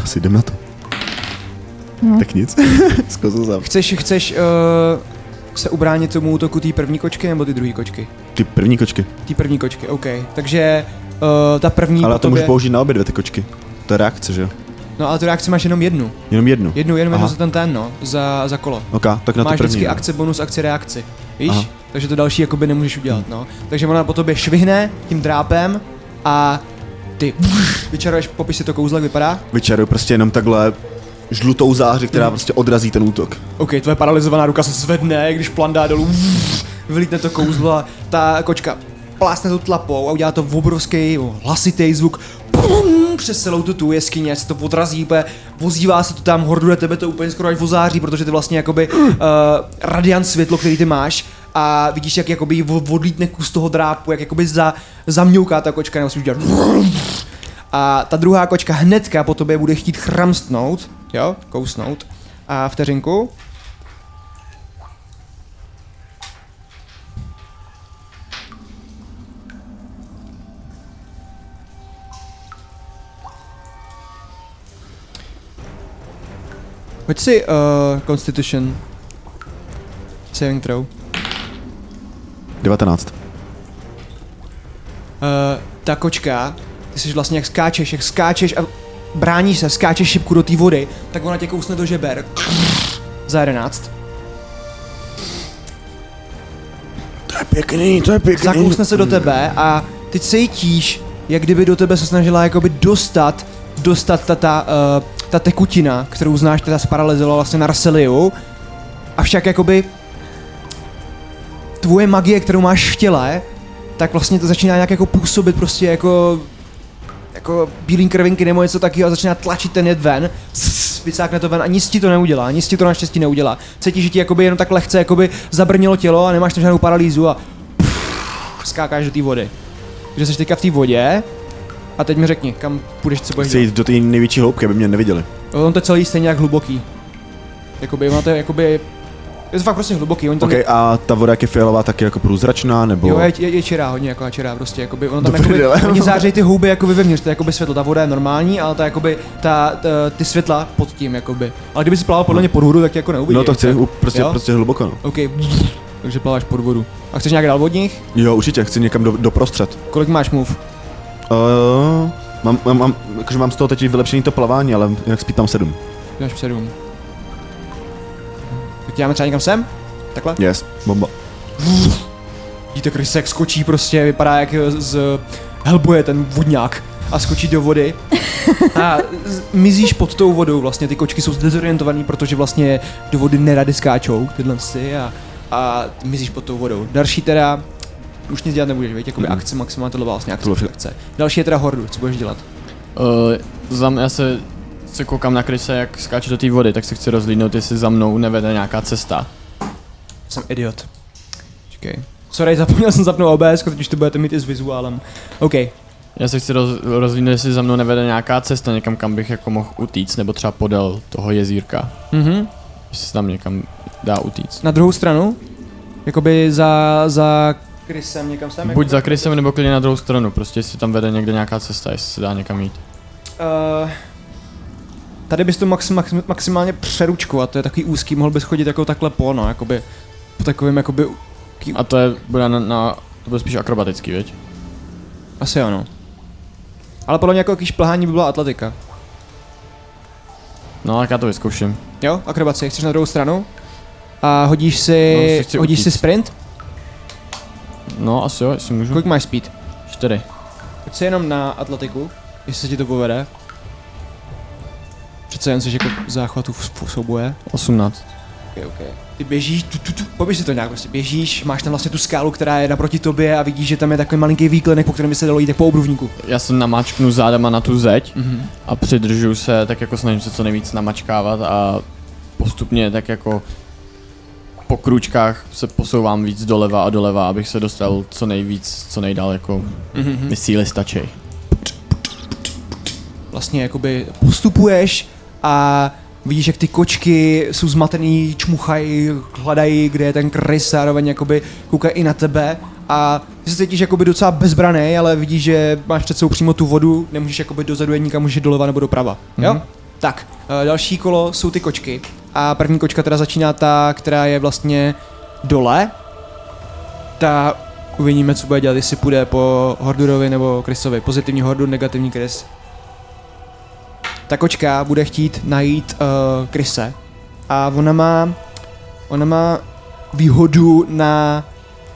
[SPEAKER 2] Asi jdem na to. Tak nic, s kouzlem zám.
[SPEAKER 1] Chceš, chceš uh, se ubránit tomu útoku té první kočky nebo ty druhé kočky?
[SPEAKER 2] Ty první kočky.
[SPEAKER 1] Ty první kočky, OK. Takže uh, ta první
[SPEAKER 2] Ale
[SPEAKER 1] po
[SPEAKER 2] já to můžu
[SPEAKER 1] tobě-
[SPEAKER 2] použít na obě dvě ty kočky. To je reakce, že jo?
[SPEAKER 1] No ale tu reakci máš jenom jednu.
[SPEAKER 2] Jenom jednu.
[SPEAKER 1] Jednu, jenom jednu
[SPEAKER 2] Aha.
[SPEAKER 1] za ten ten, no. Za, za kolo.
[SPEAKER 2] Ok, tak na
[SPEAKER 1] máš
[SPEAKER 2] to první. no.
[SPEAKER 1] vždycky
[SPEAKER 2] jo.
[SPEAKER 1] akce, bonus, akce, reakci. Víš?
[SPEAKER 2] Aha. Hm.
[SPEAKER 1] Takže to další jakoby nemůžeš udělat, no. Takže ona po tobě švihne tím drápem a ty vyčaruješ, popiš si to kouzlo, jak vypadá.
[SPEAKER 2] Vyčaruju prostě jenom takhle žlutou záři,
[SPEAKER 1] Mhm.
[SPEAKER 2] která prostě odrazí ten útok.
[SPEAKER 1] OK, tvoje paralizovaná ruka se zvedne, když plandá dolů, vylítne to kouzlo a ta kočka plásne tu tlapou a udělá to v obrovský jo, hlasitý zvuk pum, přes celou tu, tu jeskyně, se to odrazí, úplně, vozívá se to tam, horduje tebe to úplně skoro až vozáří, protože ty vlastně jakoby uh, radiant světlo, který ty máš, a vidíš, jak jakoby jí vo- odlítne kus toho drápu, jak jakoby za, zamňouká ta kočka, nebo si udělat a ta druhá kočka hnedka po tobě bude chtít chramstnout, jo, kousnout. A vteřinku. Hoď si uh, Constitution saving throw.
[SPEAKER 2] 19.
[SPEAKER 1] Uh, ta kočka, ty jsi vlastně jak skáčeš, jak skáčeš a bráníš se, skáčeš šipku do té vody, tak ona tě kousne do žeber. Za jedenáct.
[SPEAKER 2] To je pěkný, to je pěkný. Hmm.
[SPEAKER 1] Zakousne se do tebe a ty cítíš, jak kdyby do tebe se snažila jakoby dostat, dostat ta, ta, uh, ta tekutina, kterou znáš, teda sparalizovala vlastně na Arseliu. Avšak jakoby tvoje magie, kterou máš v těle, tak vlastně to začíná nějak jako působit prostě jako jako bílý krvinky nebo něco takového a začíná tlačit ten jed ven, Sss, vysákne to ven a nic ti to neudělá, nic ti to naštěstí neudělá. Cítíš, že ti jakoby jenom tak lehce jakoby zabrnilo tělo a nemáš tam žádnou paralýzu a pff, skákáš do té vody. Takže jsi teďka v té vodě a teď mi řekni, kam půjdeš, co budeš
[SPEAKER 2] Chci jít do té největší hloubky, aby mě neviděli.
[SPEAKER 1] dělat. On to je celý stejně jak hluboký. Jakoby, ono to je, jakoby, je to fakt prostě hluboký, oni tam
[SPEAKER 2] Ok, a ta voda, jak je fialová, tak je jako průzračná, nebo...
[SPEAKER 1] Jo, je, je, je čirá, hodně jako čirá prostě, jakoby, ono tam
[SPEAKER 2] Do
[SPEAKER 1] jakoby,
[SPEAKER 2] prdele.
[SPEAKER 1] oni zářejí ty houby jakoby vevnitř, to je jakoby světlo, ta voda je normální, ale ta jakoby, ta, ta, ty světla pod tím jakoby, ale kdyby si plával podle mě pod vodu, tak tě jako neuvidíš.
[SPEAKER 2] no to chci, u- prostě,
[SPEAKER 1] Jo?
[SPEAKER 2] prostě hluboko, no.
[SPEAKER 1] OK, takže plaváš pod vodu. A chceš nějak dál od nich?
[SPEAKER 2] Jo, určitě, chci někam do, doprostřed.
[SPEAKER 1] Kolik máš move?
[SPEAKER 2] Uh, mám, mám, mám, jakože mám z toho teď vylepšený to plavání, ale jinak spít tam sedm.
[SPEAKER 1] Máš sedm. Tak tě dáme třeba někam sem? Takhle?
[SPEAKER 2] Yes, bomba.
[SPEAKER 1] Vidíte, Krysek skočí prostě, vypadá jak z helbuje ten vodňák a skočí do vody. A z- mizíš pod tou vodou vlastně, ty kočky jsou dezorientovaný, protože vlastně do vody nerady skáčou, tyhle si a, a mizíš pod tou vodou. Další teda, už nic dělat nebudeš, viď? Jakoby
[SPEAKER 2] Mhm.
[SPEAKER 1] akce maximálně tohle byla vlastně akce,
[SPEAKER 2] Tohle
[SPEAKER 1] tohle
[SPEAKER 2] vše-
[SPEAKER 1] akce. Další je teda hordu, co budeš dělat?
[SPEAKER 3] Uh, zam, Eh, já se se koukám na Krise, jak skáče do té vody, tak se chci rozlídnout, jestli za mnou nevede nějaká cesta.
[SPEAKER 1] Jsem idiot. Čekej. Sorry, zapomněl jsem zapnout OBS, když to budete mít i s vizuálem. OK,
[SPEAKER 3] Já se chci roz, rozlídnout, jestli za mnou nevede nějaká cesta někam, kam bych jako mohl utíct, nebo třeba podél toho jezírka.
[SPEAKER 1] mhm.
[SPEAKER 3] Jestli se tam někam dá utíct.
[SPEAKER 1] Na druhou stranu? Jakoby za, za Krysem někam sem? jako-
[SPEAKER 3] Buď za Krisem, nebo klidně na druhou stranu, prostě jestli tam vede někde nějaká cesta, jestli se dá někam jít.
[SPEAKER 1] Uh, tady bys to max, max, maximálně přeručkoval, to je takový úzký, mohl bys chodit jako takhle po, no, jakoby, po takovým, jakoby,
[SPEAKER 3] A to je, bude na, na to bude spíš akrobatický, věď?
[SPEAKER 1] asi ano. Ale podle mě jako jaký šplhání by byla atletika.
[SPEAKER 3] No, tak já to vyzkouším.
[SPEAKER 1] Jo, akrobaci, chceš na druhou stranu? A hodíš si,
[SPEAKER 3] No, si chci
[SPEAKER 1] hodíš si
[SPEAKER 3] utíct.
[SPEAKER 1] sprint?
[SPEAKER 3] No, asi jo, jestli můžu.
[SPEAKER 1] Kolik máš speed?
[SPEAKER 3] Čtyři.
[SPEAKER 1] Pojď si jenom na atletiku, jestli se ti to povede. Přece jen jsi jako v záchvatu v, v souboje.
[SPEAKER 3] Osmnáct.
[SPEAKER 1] Okay, okay. Ty běžíš, tu, tu, tu, poběž si to nějak, prostě běžíš, máš tam vlastně tu skálu, která je naproti tobě a vidíš, že tam je takový malinký výklenek, po kterém by se dalo jít jak po obruvníku.
[SPEAKER 3] Já se namáčknu zádama na tu zeď
[SPEAKER 1] Mm-hmm.
[SPEAKER 3] a přidržu se, tak jako snažím se co nejvíc namačkávat a postupně tak jako po kručkách se posouvám víc doleva a doleva, abych se dostal co nejvíc, co nejdál, jako mi síly stačí.
[SPEAKER 1] Vlastně jakoby postupuješ a vidíš, jak ty kočky jsou zmatený, čmuchají, hledají, kde je ten krys, zároveň jakoby koukají i na tebe a ty se cítíš jakoby docela bezbraný, ale vidíš, že máš před sebou přímo tu vodu, nemůžeš jakoby dozadu jen nikam, můžeš doleva nebo doprava, mm-hmm. jo? Tak, eh, další kolo jsou ty kočky a první kočka teda začíná ta, která je vlastně dole, ta uvidíme, co bude dělat, jestli půjde po Hordurovi nebo Krysovi. Pozitivní Hordur, negativní Krys. Ta kočka bude chtít najít uh, Kryse a ona má, ona má výhodu na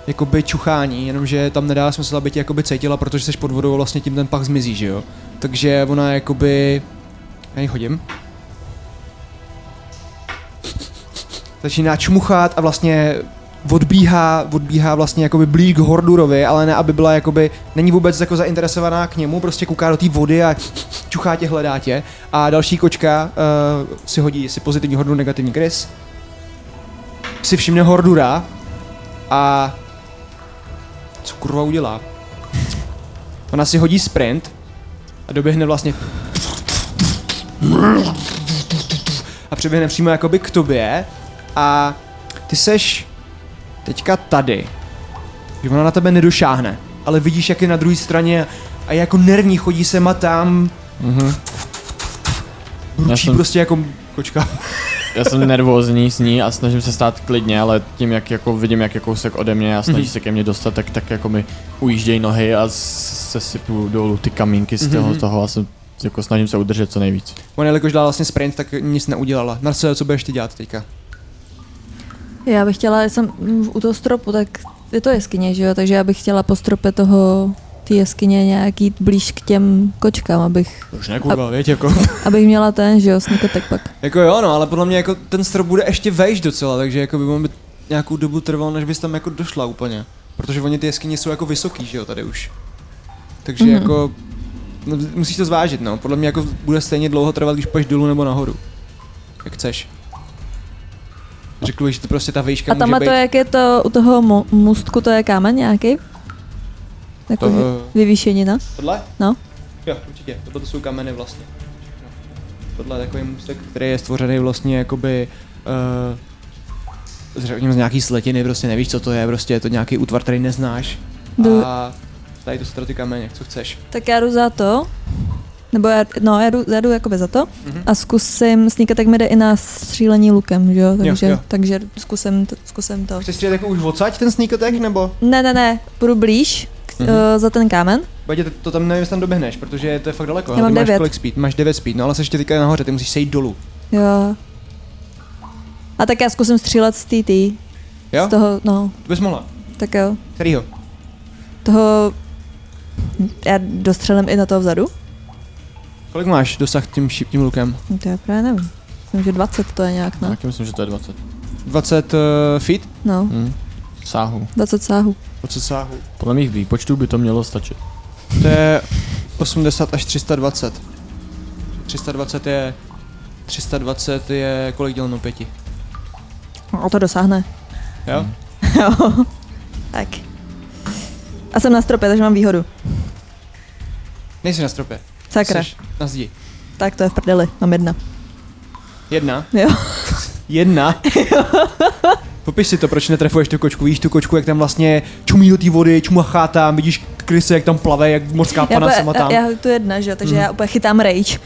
[SPEAKER 1] jakoby čuchání, jenomže tam nedá smysl, aby tě jakoby cítila, protože seš pod vodou a vlastně tím ten pach zmizí, že jo? Takže ona jakoby... Já ji hodím. Začíná čmuchat a vlastně odbíhá, odbíhá vlastně jakoby blíž k Hordurovi, ale ne, aby byla jakoby, není vůbec jako zainteresovaná k němu, prostě kouká do té vody a čuchá tě, hledá tě. A další kočka uh, si hodí, si pozitivní Hordur, negativní Chris. Si všimne Hordura a co kurva udělá? Ona si hodí sprint a doběhne vlastně a přeběhne přímo jakoby k tobě a ty seš teďka tady, že ona na tebe nedošáhne, ale vidíš, jak je na druhé straně a je jako nervní, chodí sem a tam,
[SPEAKER 3] Mhm. Já
[SPEAKER 1] bručí
[SPEAKER 3] jsem,
[SPEAKER 1] prostě jako kočka.
[SPEAKER 3] já jsem nervózní s ní a snažím se stát klidně, ale tím, jak jako vidím, jak je kousek ode mě a snaží se ke mně dostat, tak, tak jako mi ujíždějí nohy a s- sesypu dolů ty kamínky z toho,
[SPEAKER 1] Mhm.
[SPEAKER 3] toho a jsem, jako snažím se udržet co nejvíc.
[SPEAKER 1] Ona jelikož dala vlastně sprint, tak nic neudělala. Narce, co budeš ty dělat teďka?
[SPEAKER 4] Já bych chtěla, já jsem mm, u toho stropu, tak je to jeskyně, že jo? Takže já bych chtěla po strope toho ty jeskyně nějak jít blíž k těm kočkám, abych,
[SPEAKER 1] Už ne,
[SPEAKER 4] kurva,
[SPEAKER 1] věď, jako.
[SPEAKER 4] abych měla ten, že jo, sníkotek pak.
[SPEAKER 1] jako jo, no, ale podle mě jako ten strop bude ještě vejš docela, takže jako by by nějakou dobu trvalo, než bys tam jako došla úplně. Protože oni ty jeskyně jsou jako vysoký, že jo, tady už. Takže mm-hmm.
[SPEAKER 4] Mhm.
[SPEAKER 1] jako, no, musíš to zvážit, no. Podle mě jako bude stejně dlouho trvat, když půjdeš dolů nebo nahoru. Jak chceš. Řekl bych, že to prostě ta výška
[SPEAKER 4] A tamhle
[SPEAKER 1] může
[SPEAKER 4] to,
[SPEAKER 1] být...
[SPEAKER 4] jak je to u toho mu- můstku, to je kámen nějaký?
[SPEAKER 1] To, eh,
[SPEAKER 4] Takový vyvýšenina?
[SPEAKER 1] tohle?
[SPEAKER 4] No.
[SPEAKER 1] Jo, určitě. Tohle to jsou kameny vlastně. Všechno. Tohle je takový můstek, který je stvořený vlastně jakoby... Uh, řekněme z nějaký sletiny, prostě nevíš, co to je, prostě je to nějaký útvar, který neznáš.
[SPEAKER 4] Do,
[SPEAKER 1] A tady to jsou teda ty kameny, co chceš.
[SPEAKER 4] tak já jdu za to, nebo já, no, já jdu, já jdu jakoby za to
[SPEAKER 1] Mhm.
[SPEAKER 4] a zkusím, sníkotek mi jde i na střílení lukem, že jo? Takže,
[SPEAKER 1] jo.
[SPEAKER 4] takže zkusím, to, zkusím to.
[SPEAKER 1] Chceš střílet jako už odsaď ten sneak attack, nebo?
[SPEAKER 4] Ne, ne, ne, půjdu blíž k,
[SPEAKER 1] Mhm.
[SPEAKER 4] eh, za ten kámen.
[SPEAKER 1] Badě, to, to tam nevím, jestli tam doběhneš, protože to je fakt daleko.
[SPEAKER 4] Já
[SPEAKER 1] ale
[SPEAKER 4] mám
[SPEAKER 1] ty máš
[SPEAKER 4] devět.
[SPEAKER 1] kolik speed? Máš 9 speed, no ale jsi ještě teďka nahoře, ty musíš sejít dolů.
[SPEAKER 4] Jo. A tak já zkusím střílet z TT.
[SPEAKER 1] Jo?
[SPEAKER 4] Z toho, no,
[SPEAKER 1] To bys mohla.
[SPEAKER 4] tak jo.
[SPEAKER 1] Kterýho?
[SPEAKER 4] Toho... Já dostřelím i na toho vzadu?
[SPEAKER 1] Kolik máš dosah tím, šip- tím lukem?
[SPEAKER 4] No To já právě nevím. Myslím, že 20 to je nějak,
[SPEAKER 3] No.
[SPEAKER 4] ne?
[SPEAKER 3] Taky myslím, že to je 20.
[SPEAKER 1] 20 uh, feet?
[SPEAKER 4] No,
[SPEAKER 1] Mhm.
[SPEAKER 3] Hm. Sáhu.
[SPEAKER 4] 20 sáhů.
[SPEAKER 1] Od sáhu.
[SPEAKER 3] Podle mých výpočtů by to mělo stačit.
[SPEAKER 1] To je 80 až 320. 320 je... 320 je kolik děleno pěti?
[SPEAKER 4] No, to dosáhne.
[SPEAKER 1] Jo?
[SPEAKER 4] Jo. tak. A jsem na stropě, takže mám výhodu.
[SPEAKER 1] Nejsi na stropě.
[SPEAKER 4] Sakra.
[SPEAKER 1] Jsi na zdi.
[SPEAKER 4] Tak to je v prdeli, mám jedna.
[SPEAKER 1] Jedna.
[SPEAKER 4] Jo.
[SPEAKER 1] Jedna. Popiš si to, proč netrefuješ tu kočku. Víš tu kočku, jak tam vlastně čumí do té vody, čumachá tam, vidíš kryse, jak tam plave, jak morská pana
[SPEAKER 4] já,
[SPEAKER 1] sama tam. Mhm.
[SPEAKER 4] já, já tu jedna, že jo, takže já úplně chytám rage.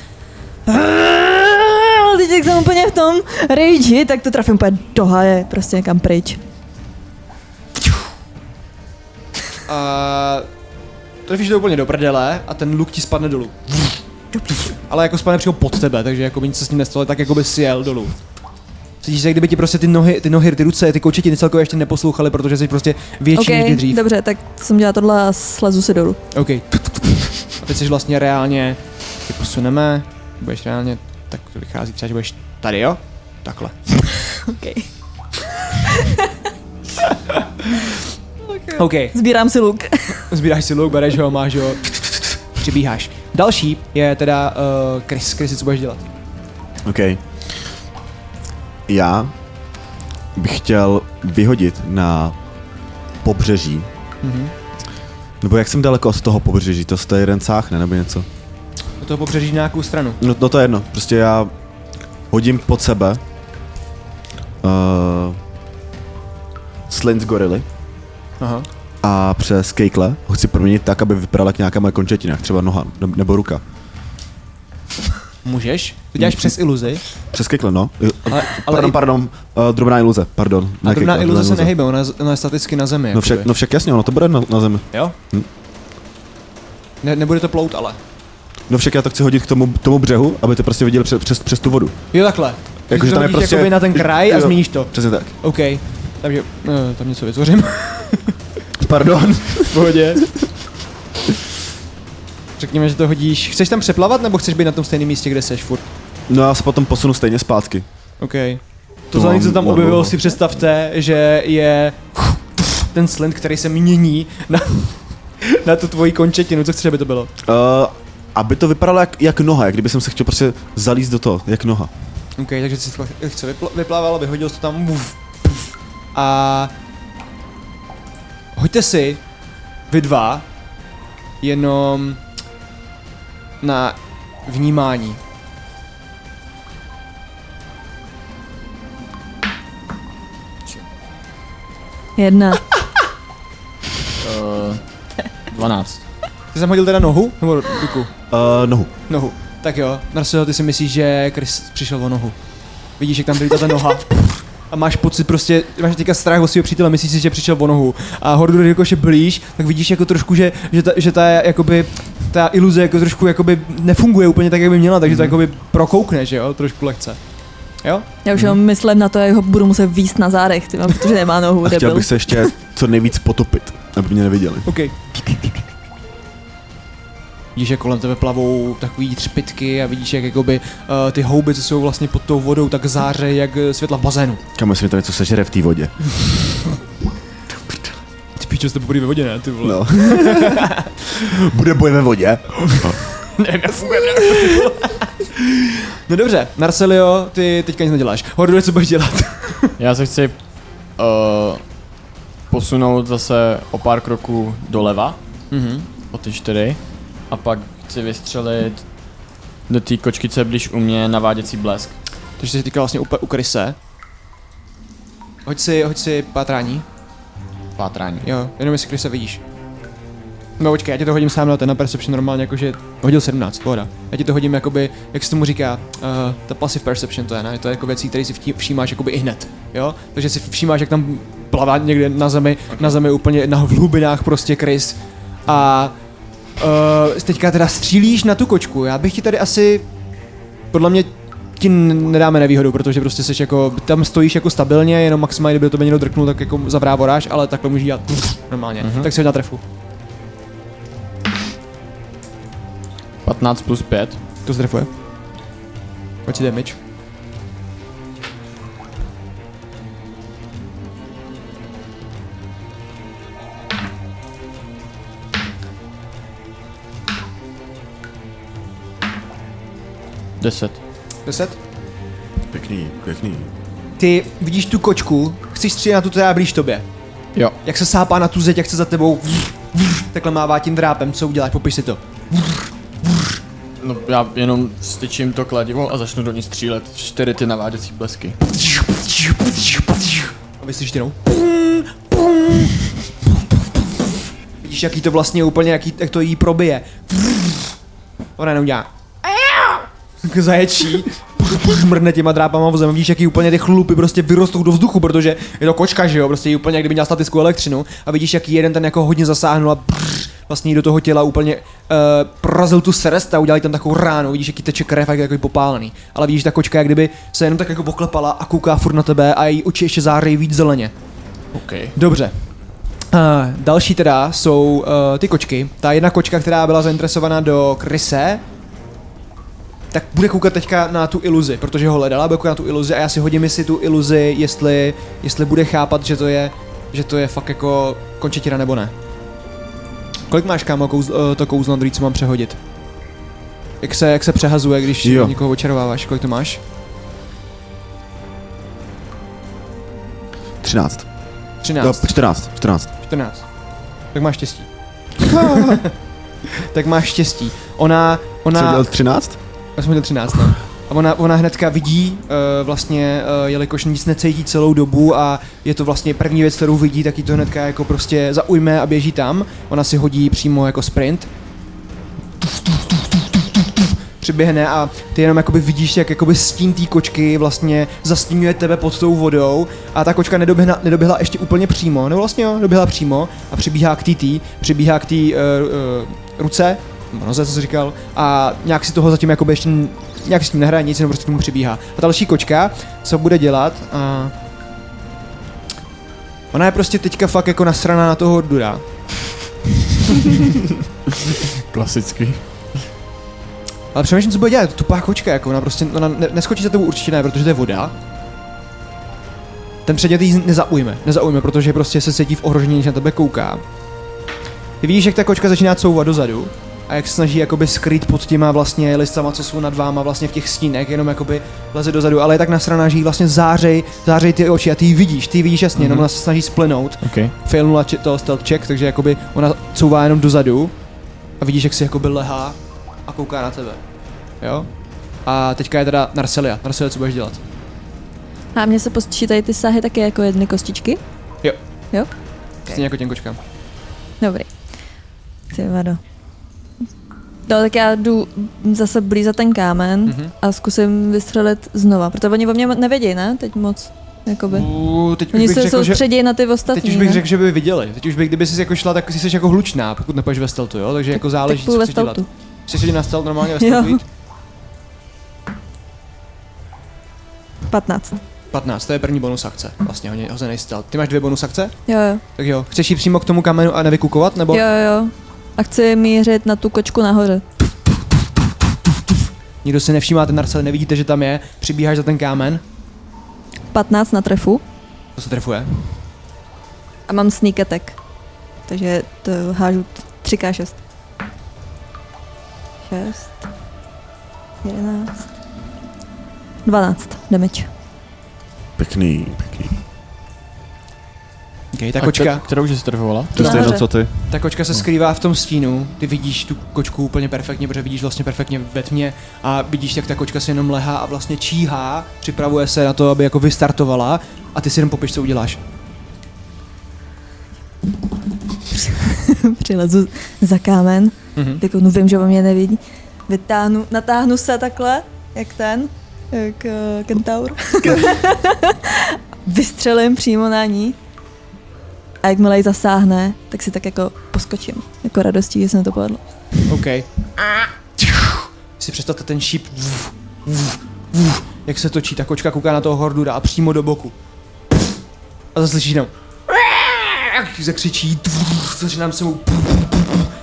[SPEAKER 4] Ale teď jak jsem úplně v tom rage, tak to trafím úplně do haje, prostě někam pryč.
[SPEAKER 1] A trefíš to úplně do prdele a ten luk ti spadne dolů. Ale jako spadne přímo pod tebe, takže jako by nic se s ním nestalo, tak jako by si jel dolů. Cítíš se, jak kdyby ti prostě ty nohy, ty nohy, ty ruce, ty kočetiny celkově ještě neposlouchaly, protože jsi prostě větší okay, než kdy
[SPEAKER 4] Ok,
[SPEAKER 1] dřív.
[SPEAKER 4] dobře, tak jsem dělala tohle a slezu si dolů.
[SPEAKER 1] OK. A teď jsi vlastně reálně, tě posuneme, budeš reálně, tak to vychází třeba, že budeš tady, jo? Takhle.
[SPEAKER 4] Ok.
[SPEAKER 1] OK,
[SPEAKER 4] Sbírám si luk.
[SPEAKER 1] sbíráš si luk, bereš ho, máš ho, přibíháš. Další je teda uh, Chris, Chris, co budeš dělat?
[SPEAKER 2] OK. Já bych chtěl vyhodit na pobřeží.
[SPEAKER 1] Mhm.
[SPEAKER 2] Nebo jak jsem daleko od toho pobřeží? To jste jeden sáhne nebo něco?
[SPEAKER 1] Do toho pobřeží na nějakou stranu.
[SPEAKER 2] No, no to je jedno. Prostě já hodím pod sebe uh, Slint z gorily
[SPEAKER 1] Aha.
[SPEAKER 2] a přes kejkle ho chci proměnit tak, aby vypadala jak nějaká moje končetina, jak třeba noha ne- nebo ruka.
[SPEAKER 1] Můžeš? To děláš přes iluzi.
[SPEAKER 2] Přes kejkle, no. Jo,
[SPEAKER 1] Ale, ale
[SPEAKER 2] pardon,
[SPEAKER 1] i-
[SPEAKER 2] pardon, uh, drobná iluze, pardon. ne
[SPEAKER 1] a drobná
[SPEAKER 2] kejkle,
[SPEAKER 1] iluze se nehybe, ona, je- ona je staticky na zemi.
[SPEAKER 2] No však,
[SPEAKER 1] jakoby.
[SPEAKER 2] no však jasně, ono to bude na, na zemi.
[SPEAKER 1] Jo?
[SPEAKER 2] Hm.
[SPEAKER 1] Ne, nebude to plout, ale.
[SPEAKER 2] No však já to chci hodit k tomu, tomu břehu, aby to prostě viděl přes, přes, přes tu vodu.
[SPEAKER 1] Jo, takhle. Takže to
[SPEAKER 2] tam je prostě-
[SPEAKER 1] hodíš jakoby na ten kraj a změníš to.
[SPEAKER 2] Přesně tak.
[SPEAKER 1] OK. Takže eh, tam něco vytvořím.
[SPEAKER 2] Pardon.
[SPEAKER 1] v pohodě. Řekněme, že to hodíš. Chceš tam přeplavat, nebo chceš být na tom stejném místě, kde seš furt?
[SPEAKER 2] No já se potom posunu stejně zpátky.
[SPEAKER 1] OK. To
[SPEAKER 2] To
[SPEAKER 1] za
[SPEAKER 2] mám
[SPEAKER 1] něco tam
[SPEAKER 2] na
[SPEAKER 1] objevilo,
[SPEAKER 2] dlouho.
[SPEAKER 1] si představte, že je ten slint, který se mění na, na tu tvoji končetinu. Co chceš, aby to bylo?
[SPEAKER 2] Uh, aby to vypadalo jak, jak noha, jak kdyby jsem se chtěl prostě zalíst do toho, jak noha.
[SPEAKER 1] OK, takže jsi to chce vypl- vyplával, vyhodil jsi to tam. Uf, puf. a hoďte si vy dva jenom na vnímání.
[SPEAKER 4] Jedna.
[SPEAKER 3] Uh, 12.
[SPEAKER 1] Ty jsi tam hodil teda nohu? Nebo ruku?
[SPEAKER 2] Uh, nohu.
[SPEAKER 1] Nohu. Tak jo, Narciso, ty si myslíš, že Chris přišel o nohu. Vidíš, jak tam byla ta noha. A máš pocit prostě, máš teďka strach o svého přítele, myslíš si, že přišel o nohu. A Hordur, jakož je blíž, tak vidíš jako trošku, že, že, ta, že ta, jakoby, ta iluze jako trošku jakoby nefunguje úplně tak, jak by měla, takže to jakoby prokoukne, že jo, trošku lehce. Jo?
[SPEAKER 4] Já už jenom myslím na to, jak ho budu muset výst na zádech, ty, protože nemá nohu,
[SPEAKER 2] A chtěl
[SPEAKER 4] debil.
[SPEAKER 2] bych se ještě co nejvíc potopit, aby mě neviděli.
[SPEAKER 1] OK. Vidíš, jak kolem tebe plavou takový třpitky a vidíš, jak jakoby uh, ty houby, co jsou vlastně pod tou vodou, tak záře jak eh, světla v bazénu.
[SPEAKER 2] Kam jestli mi to něco sežere v té vodě.
[SPEAKER 1] Ty píčo, jste poprvé ve vodě, ne? Ty vole.
[SPEAKER 2] No. Bude boj ve vodě.
[SPEAKER 1] Ne, nefunguje, No dobře, Narcelio, ty teďka nic neděláš. Horduje, co budeš dělat?
[SPEAKER 3] Já se chci uh, posunout zase o pár kroků doleva,
[SPEAKER 1] Mhm.
[SPEAKER 3] o ty čtyři, a pak chci vystřelit do té kočky, co je blíž u mě, naváděcí blesk.
[SPEAKER 1] Takže se týká vlastně úplně u kryse. Hoď si, hoď si pátrání.
[SPEAKER 3] Pátrání.
[SPEAKER 1] Jo, jenom jestli kryse vidíš. No počkej, já ti to hodím sám na ten na perception normálně, jakože hodil 17, pohoda. Já ti to hodím jakoby, jak se tomu říká, uh, ta passive perception to je, ne? To je jako věcí, které si vtí- všímáš jakoby i hned, jo? Takže si všímáš, jak tam plavá někde na zemi, na zemi úplně na v hlubinách prostě krys. A uh, teďka teda střílíš na tu kočku, já bych ti tady asi, podle mě ti n- nedáme nevýhodu, protože prostě seš jako, tam stojíš jako stabilně, jenom maximálně, kdyby to někdo drknul, tak jako zavrávoráš, ale takhle můžeš dělat normálně, mm-hmm. tak si ho na trefu.
[SPEAKER 3] 15 plus 5.
[SPEAKER 1] To zdrefuje. Hoď si damage.
[SPEAKER 3] Deset.
[SPEAKER 1] 10.
[SPEAKER 2] Pěkný, pěkný.
[SPEAKER 1] Ty vidíš tu kočku, chceš střílet na tu, která je blíž tobě.
[SPEAKER 3] Jo.
[SPEAKER 1] Jak se sápá na tu zeď, jak se za tebou vrr, vrr, takhle mává tím drápem, co uděláš, popiš si to.
[SPEAKER 3] No já jenom styčím to kladivo a začnu do ní střílet. Čtyři ty naváděcí blesky.
[SPEAKER 1] A vyslyšíš jenom. Vidíš, jaký to vlastně úplně, jaký, jak to jí probije. Ona jenom dělá. Tak Zaječí. Mrne těma drápama v zem. Vidíš, jaký úplně ty chlupy prostě vyrostou do vzduchu, protože je to kočka, že jo? Prostě jí úplně, jak kdyby měla statickou elektřinu. A vidíš, jaký jeden ten jako hodně zasáhnul a prr, vlastně jí do toho těla úplně uh, prorazil tu srst a udělal jí tam takovou ránu. Vidíš, jaký teče krev a jak je takový popálený. Ale vidíš, ta kočka, jak kdyby se jenom tak jako poklepala a kouká furt na tebe a její oči ještě zářejí víc zeleně.
[SPEAKER 3] OK.
[SPEAKER 1] Dobře. Uh, další teda jsou uh, ty kočky. Ta jedna kočka, která byla zainteresovaná do kryse, tak bude koukat teďka na tu iluzi, protože ho hledala, bude koukat na tu iluzi a já si hodím si tu iluzi, jestli, jestli bude chápat, že to je, že to je fakt jako končetina nebo ne. Kolik máš, kámo, kouz, uh, to kouzlo na druhý, co mám přehodit? Jak se, jak se přehazuje, když
[SPEAKER 2] Jo.
[SPEAKER 1] někoho očarováváš? Kolik to máš?
[SPEAKER 2] 13.
[SPEAKER 1] 13.
[SPEAKER 2] No, 14, 14.
[SPEAKER 1] 14. Tak máš štěstí. tak máš štěstí. Ona,
[SPEAKER 2] Na... Jsem
[SPEAKER 1] ona,
[SPEAKER 2] dělal 13?
[SPEAKER 1] já jsem měl 13, no. A ona, ona hnedka vidí, uh, vlastně, uh, jelikož nic necítí celou dobu a je to vlastně první věc, kterou vidí, tak ji to hnedka jako prostě zaujme a běží tam. Ona si hodí přímo jako sprint. Tuf, tuf, tuf, tuf, tuf, tuf, tuf. Přiběhne a ty jenom jakoby vidíš, jak jakoby stín té kočky vlastně zastínuje tebe pod tou vodou a ta kočka nedoběhla, nedoběhla ještě úplně přímo, nebo vlastně jo, doběhla přímo a přibíhá k tý, přibíhá k té uh, uh, ruce, nebo noze, co jsi říkal, a nějak si toho zatím jakoby ještě n- nějak s tím nehraje nic, jenom prostě k tomu přibíhá. A další kočka, co bude dělat, a ona je prostě teďka fakt jako nasraná na toho dura.
[SPEAKER 3] Klasicky.
[SPEAKER 1] Ale přemýšlím, co bude dělat, je to tupá kočka, jako ona prostě, ona ne, neskočí za tebou určitě ne, protože to je voda. Ten předět jí nezaujme, nezaujme, protože prostě se cítí v ohrožení, když na tebe kouká. Ty vidíš, jak ta kočka začíná couvat dozadu a jak se snaží jakoby skrýt pod těma vlastně listama, co jsou nad váma vlastně v těch stínech, jenom jakoby leze dozadu, ale je tak nasraná, že jí vlastně zářej, zářej ty oči a ty ji vidíš, ty ji vidíš jasně, mm-hmm. jenom ona se snaží splenout
[SPEAKER 3] OK.
[SPEAKER 1] failnula če- to stealth check, takže jakoby ona couvá jenom dozadu a vidíš, jak si jakoby lehá a kouká na tebe. Jo? A teďka je teda Narselia. Narselia, co budeš dělat?
[SPEAKER 4] A mě se posčítají ty sahy taky jako jedny kostičky?
[SPEAKER 1] Jo.
[SPEAKER 4] Jo?
[SPEAKER 1] Stejně jako těm kočkám.
[SPEAKER 4] Dobrý. Ty vado. No, tak já jdu zase blíž za ten kámen
[SPEAKER 1] Mhm.
[SPEAKER 4] mm-hmm. a zkusím vystřelit znova, protože oni o mě nevědějí, ne? Teď moc, jakoby.
[SPEAKER 1] Uuu, teď už
[SPEAKER 4] Oni
[SPEAKER 1] bych
[SPEAKER 4] se
[SPEAKER 1] řekl, že...
[SPEAKER 4] soustředí na ty ostatní,
[SPEAKER 1] Teď už bych
[SPEAKER 4] ne?
[SPEAKER 1] řekl, že by viděli. Teď už bych, kdyby jsi jako šla, tak jsi jako hlučná, pokud nepůjdeš ve stealthu, jo? Takže jako záleží,
[SPEAKER 4] tak
[SPEAKER 1] co
[SPEAKER 4] půl
[SPEAKER 1] chceš dělat.
[SPEAKER 4] stealthu.
[SPEAKER 1] Chceš jít na stealth normálně ve
[SPEAKER 4] Jo.
[SPEAKER 1] stealthu jít?
[SPEAKER 4] 15.
[SPEAKER 1] 15, to je první bonus akce. Vlastně hodně hozený stealth. Ty máš dvě bonus akce?
[SPEAKER 4] Jo, jo.
[SPEAKER 1] Tak jo. Chceš jít přímo k tomu kamenu a nevykukovat? Nebo...
[SPEAKER 4] Jo, jo. A chci mířit na tu kočku nahoře.
[SPEAKER 1] Nikdo si nevšímá ten Narcel, nevidíte, že tam je, přibíháš za ten kámen,
[SPEAKER 4] 15 na trefu
[SPEAKER 1] to se trefuje.
[SPEAKER 4] a mám sneak attack. Takže to hážu 3k6. 6. 11. 12 damage.
[SPEAKER 2] Pěkný, pěkný.
[SPEAKER 1] Okay, ta, kočka,
[SPEAKER 3] Kterou už jsi trvovala?
[SPEAKER 2] To je
[SPEAKER 4] Nahoře.
[SPEAKER 2] stejno, co ty.
[SPEAKER 1] ta kočka se skrývá v tom stínu, ty vidíš tu kočku úplně perfektně, protože vidíš vlastně perfektně ve tmě a vidíš, jak ta kočka se jenom lehá a vlastně číhá, připravuje se na to, aby jako vystartovala a ty si jenom popiš, co uděláš.
[SPEAKER 4] Přilezu za kámen.
[SPEAKER 1] Mhm.
[SPEAKER 4] Jako, no vím, že on mě nevidí. Vytáhnu, natáhnu se takhle, jak ten, jak uh, kentaur. Vystřelím přímo na ní. A jakmile ji zasáhne, tak si tak jako poskočím. Jako radostí, že se mi to povedlo.
[SPEAKER 1] OK. Tch. Si představte ten šíp, vf, vf, vf, jak se točí, ta kočka kouká na toho hordura a přímo do boku. A zase slyšíš jenom. Zakřičí, tf, začínám se mu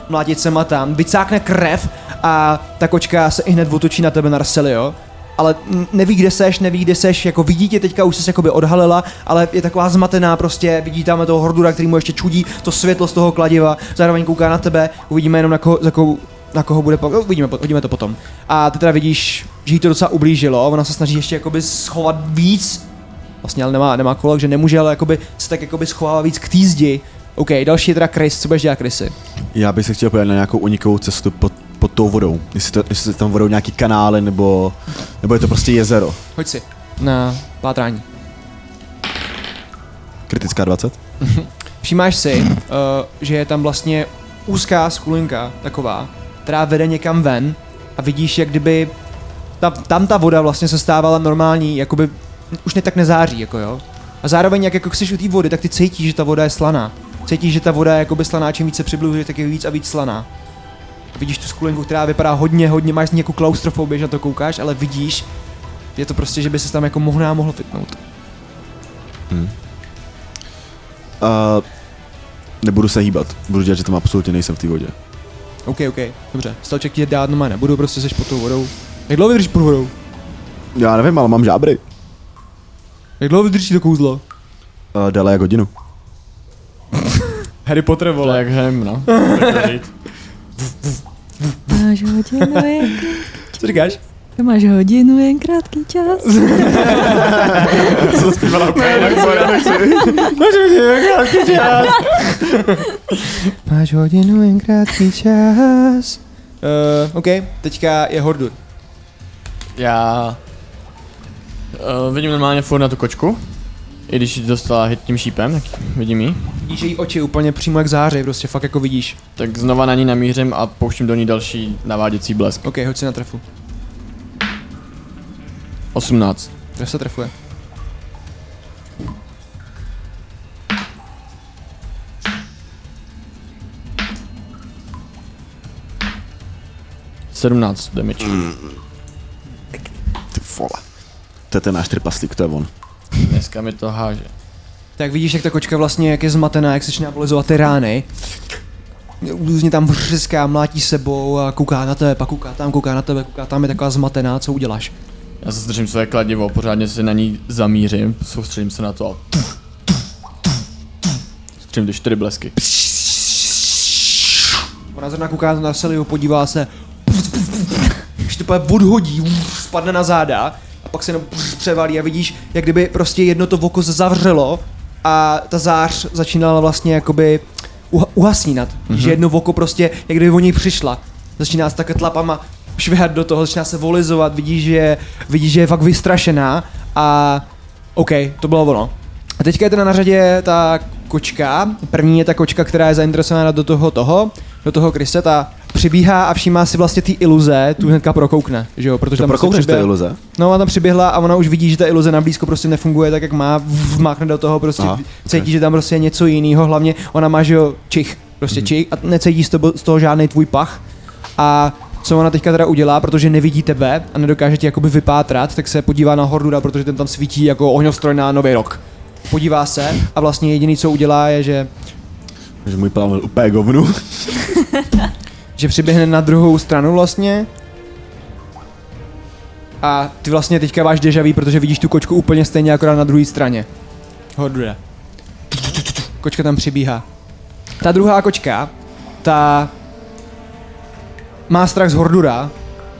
[SPEAKER 1] mlátit sem a tam, vycákne krev a ta kočka se i hned otočí na tebe, Narcelio. Ale mm, neví, kde seš, neví, kde seš, jako vidí tě teďka, už se jakoby odhalila, ale je taková zmatená prostě, vidí tam toho hordura, který mu ještě čudí, to světlo z toho kladiva, zároveň kouká no, na tebe, uvidíme jenom na koho, za koho, na koho bude, po, uvidíme, po- uvidíme to potom. A ty teda vidíš že jí to docela ublížilo, ona se snaží ještě jakoby schovat víc, vlastně ale nemá, nemá kolo, takže nemůže, ale jakoby se tak jakoby schovává víc k té zdi. OK, další je teda Chris, co budeš dělat Chrisy?
[SPEAKER 2] Já bych se chtěl podívat na nějakou unikovou cestu pod, pod tou vodou. Jestli, to, jestli tam vodou nějaký kanály, nebo, nebo je to prostě jezero.
[SPEAKER 1] Hoď si. Na pátrání.
[SPEAKER 2] Kritická 20.
[SPEAKER 1] Všímáš si, uh, že je tam vlastně úzká skulinka taková, která vede někam ven a vidíš, jak kdyby ta, tam ta voda vlastně se stávala normální, jakoby už ne tak nezáří, jako jo. A zároveň, jak jako jsi u té vody, tak ty cítíš, že ta voda je slaná. Cítíš, že ta voda je jakoby slaná, čím více přibližuje, tak je víc a víc slaná. A vidíš tu skulinku, která vypadá hodně, hodně, máš nějakou klaustrofobii, že na to koukáš, ale vidíš, je to prostě, že by se tam jako možná mohl fitnout.
[SPEAKER 2] A Eh, nebudu se hýbat. Budu dělat, že tam absolutně nejsem v té vodě.
[SPEAKER 1] OK, OK, dobře. Stalček ti dát, no má nebudu, prostě seš pod tou vodou. Jak dlouho vydržíš pod vodou?
[SPEAKER 2] Já nevím, ale mám žábry.
[SPEAKER 1] Jak dlouho vydrží to kouzlo?
[SPEAKER 2] A Eh, déle jak hodinu.
[SPEAKER 1] Harry Potter,
[SPEAKER 3] To je
[SPEAKER 1] vole.
[SPEAKER 3] jak hem, no. Tak to říct.
[SPEAKER 4] Máš hodinu, jen,
[SPEAKER 1] Co říkáš?
[SPEAKER 4] máš hodinu, jen krátký čas.
[SPEAKER 1] Máš hodinu, jen krátký čas. Uh, OK, teďka je Hordur.
[SPEAKER 3] Já uh, vidím normálně furt na tu kočku. I když ji dostala hit tím šípem, tak vidím ji.
[SPEAKER 1] Vidíš, že jí oči úplně přímo jak září, prostě fakt jako vidíš.
[SPEAKER 3] Tak znova na ní namířím a pouštím do ní další naváděcí blesk.
[SPEAKER 1] OK, hoď si na trefu.
[SPEAKER 3] 18.
[SPEAKER 1] Tref se trefuje.
[SPEAKER 3] Sedmnáct damage.
[SPEAKER 2] Ty vole. To je ten náš triplastik, to je on.
[SPEAKER 3] Dneska mi to háže.
[SPEAKER 1] Tak vidíš, jak ta kočka vlastně jak je zmatená, jak se začíná vylizovat ty rány. Různě tam vřeská, mlátí sebou a kouká na tebe, pak kouká tam, kouká na tebe, kouká tam, je taková zmatená, co uděláš?
[SPEAKER 3] Já se zdržím své kladivo, pořádně se na ní zamířím, soustředím se na to a... Střím ty čtyři blesky.
[SPEAKER 1] Ona zrovna kouká na Seliu, podívá se, když to pak odhodí, spadne na záda a pak se jenom převalí a vidíš, jak kdyby prostě jedno to oko se zavřelo a ta zář začínala vlastně jakoby uha- uhasínat, mm-hmm. že jedno oko prostě, jak kdyby o něj přišla. Začíná se takhle tlapama švihat do toho, začíná se volizovat, vidíš, že, vidíš, že je fakt vystrašená a OK, to bylo ono. A teďka je teda na řadě ta kočka. První je ta kočka, která je zainteresovaná do toho toho, do toho kryse, ta přibíhá a všímá si vlastně ty iluze, tu hnedka prokoukne, že jo, protože
[SPEAKER 2] To
[SPEAKER 1] tam prostě
[SPEAKER 2] prokoukneš té
[SPEAKER 1] přiběhla-
[SPEAKER 2] iluze?
[SPEAKER 1] No a tam přiběhla a ona už vidí, že ta iluze na blízko prostě nefunguje tak, jak má, vmákne do toho, prostě
[SPEAKER 2] Aha,
[SPEAKER 1] Aha, cítí,
[SPEAKER 2] ok.
[SPEAKER 1] že tam prostě je něco jiného, hlavně ona má, že jo, čich, prostě mm-hmm. čich a necítí z toho, z toho žádný tvůj pach a co ona teďka teda udělá, protože nevidí tebe a nedokáže tě jakoby vypátrat, tak se podívá na Hordura, protože ten tam svítí jako ohňostroj na Nový rok. Podívá se a vlastně jediný, co udělá, je, že
[SPEAKER 2] Že můj plán byl úplně govnu.
[SPEAKER 1] že přiběhne na druhou stranu vlastně. A ty vlastně teďka máš dejaví, protože vidíš tu kočku úplně stejně akorát na druhé straně. Hodře. Kočka tam přibíhá. Ta druhá kočka, ta má strach z Hordura,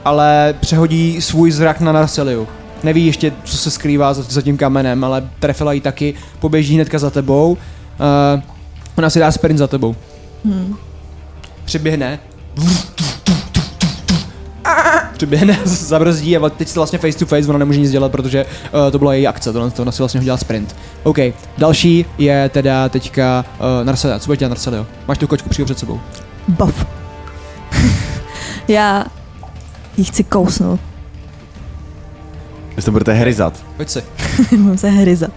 [SPEAKER 1] ale přehodí svůj zrak na Narseliu. Neví ještě, co se skrývá za, za tím kamenem, ale trefila ji taky, poběží hnedka za tebou. Uh, ona si dá sprint za tebou. Přiběhne. Přiběhne, zabrzdí a teď se vlastně face to face, ona nemůže nic dělat, protože uh, to byla její akce, tohle to ona si vlastně hodila sprint. OK, další je teda teďka uh, Narselia, co bude dělat Narselio? Máš tu kočku přímo před sebou.
[SPEAKER 4] Bav. Já ji chci kousnout.
[SPEAKER 2] Vy tam budete herizat.
[SPEAKER 1] Pojď si.
[SPEAKER 4] Mám se hryzat.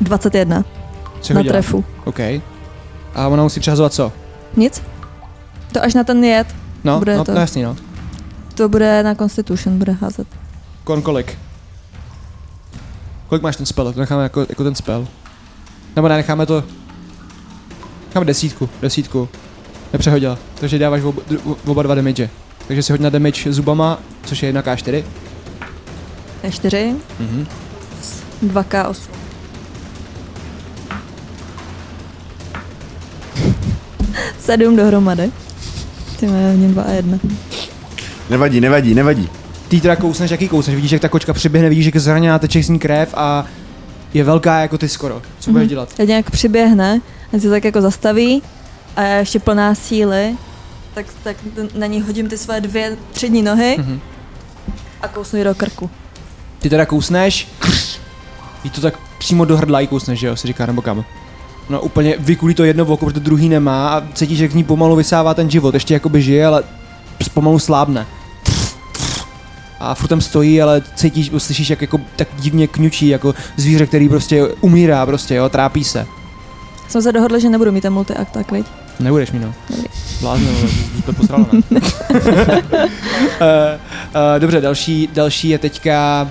[SPEAKER 4] 21
[SPEAKER 1] Jsi
[SPEAKER 4] na
[SPEAKER 1] hodila.
[SPEAKER 4] trefu.
[SPEAKER 1] OK. A ona musí přehazovat co?
[SPEAKER 4] Nic? To až na ten jed.
[SPEAKER 1] No,
[SPEAKER 4] Bude
[SPEAKER 1] no,
[SPEAKER 4] to.
[SPEAKER 1] no jasný, no.
[SPEAKER 4] To bude na Constitution, bude házet.
[SPEAKER 1] Kon kolik? Kolik máš ten spell? To necháme jako, jako ten spell. Nebo ne, necháme to... Necháme desítku, desítku. Nepřehodila. Takže dáváš oba, dru- oba dva damage. Takže si hoď na damage zubama, což je 1k4.
[SPEAKER 4] Je 4.
[SPEAKER 1] Mhm.
[SPEAKER 4] 2K8. Sedm dohromady. Ty vole, mě dva a jedna.
[SPEAKER 2] Nevadí, nevadí, nevadí.
[SPEAKER 1] Ty teda kousneš, jaký kousneš, vidíš, jak ta kočka přiběhne, vidíš, jak zraněná teče z ní krev a je velká jako ty skoro. Co budeš dělat?
[SPEAKER 4] Teď nějak přiběhne, a se tak jako zastaví a já ještě plná síly, tak, tak na ní hodím ty své dvě přední nohy
[SPEAKER 1] Mhm.
[SPEAKER 4] a kousnu ji do krku.
[SPEAKER 1] Ty teda kousneš, jí to tak přímo do hrdla jí kousneš, že jo, si říká, nebo kam. No úplně vykulí to jedno oko, protože druhý nemá a cítíš, jak z ní pomalu vysává ten život, ještě jakoby žije, ale pomalu slábne. A furt tam stojí, ale cítíš, slyšíš, jak jako tak divně kňučí, jako zvíře, který prostě umírá prostě, jo, trápí se.
[SPEAKER 4] Jsem se dohodla, že nebudu mít ten multi-act, tak viď?
[SPEAKER 1] Nebudeš mi, no.
[SPEAKER 4] Dobrý.
[SPEAKER 1] Blázně, ale to posralo, ne? uh, uh, dobře, další, další je teďka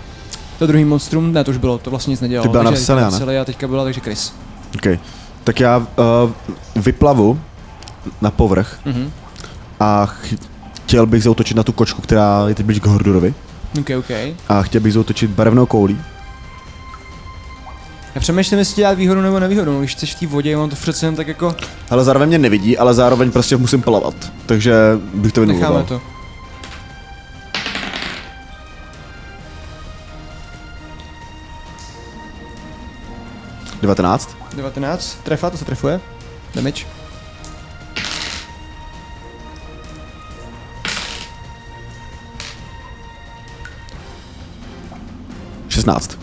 [SPEAKER 1] to druhý monstrum, ne, to už bylo, to vlastně nic nedělalo.
[SPEAKER 2] Ty byla
[SPEAKER 1] takže
[SPEAKER 2] napsaná, ne?
[SPEAKER 1] Celia a teďka byla, takže Chris.
[SPEAKER 2] OK. Tak já uh, vyplavu na povrch
[SPEAKER 1] Mhm.
[SPEAKER 2] a ch- chtěl bych zautočit na tu kočku, která je teď blíž k Hordurovi.
[SPEAKER 1] OK, OK.
[SPEAKER 2] A chtěl bych zautočit barevnou koulí.
[SPEAKER 1] Já přemýšlím, jestli dát výhodu nebo nevýhodu, no, když chceš v té vodě, mám to přece jen tak jako,
[SPEAKER 2] Ale zároveň mě nevidí, ale zároveň prostě musím plavat. Takže bych to
[SPEAKER 1] necháme
[SPEAKER 2] vynuloval.
[SPEAKER 1] to.
[SPEAKER 2] to. 19.
[SPEAKER 1] 19, trefa, to se trefuje. Damage.
[SPEAKER 2] šestnáct.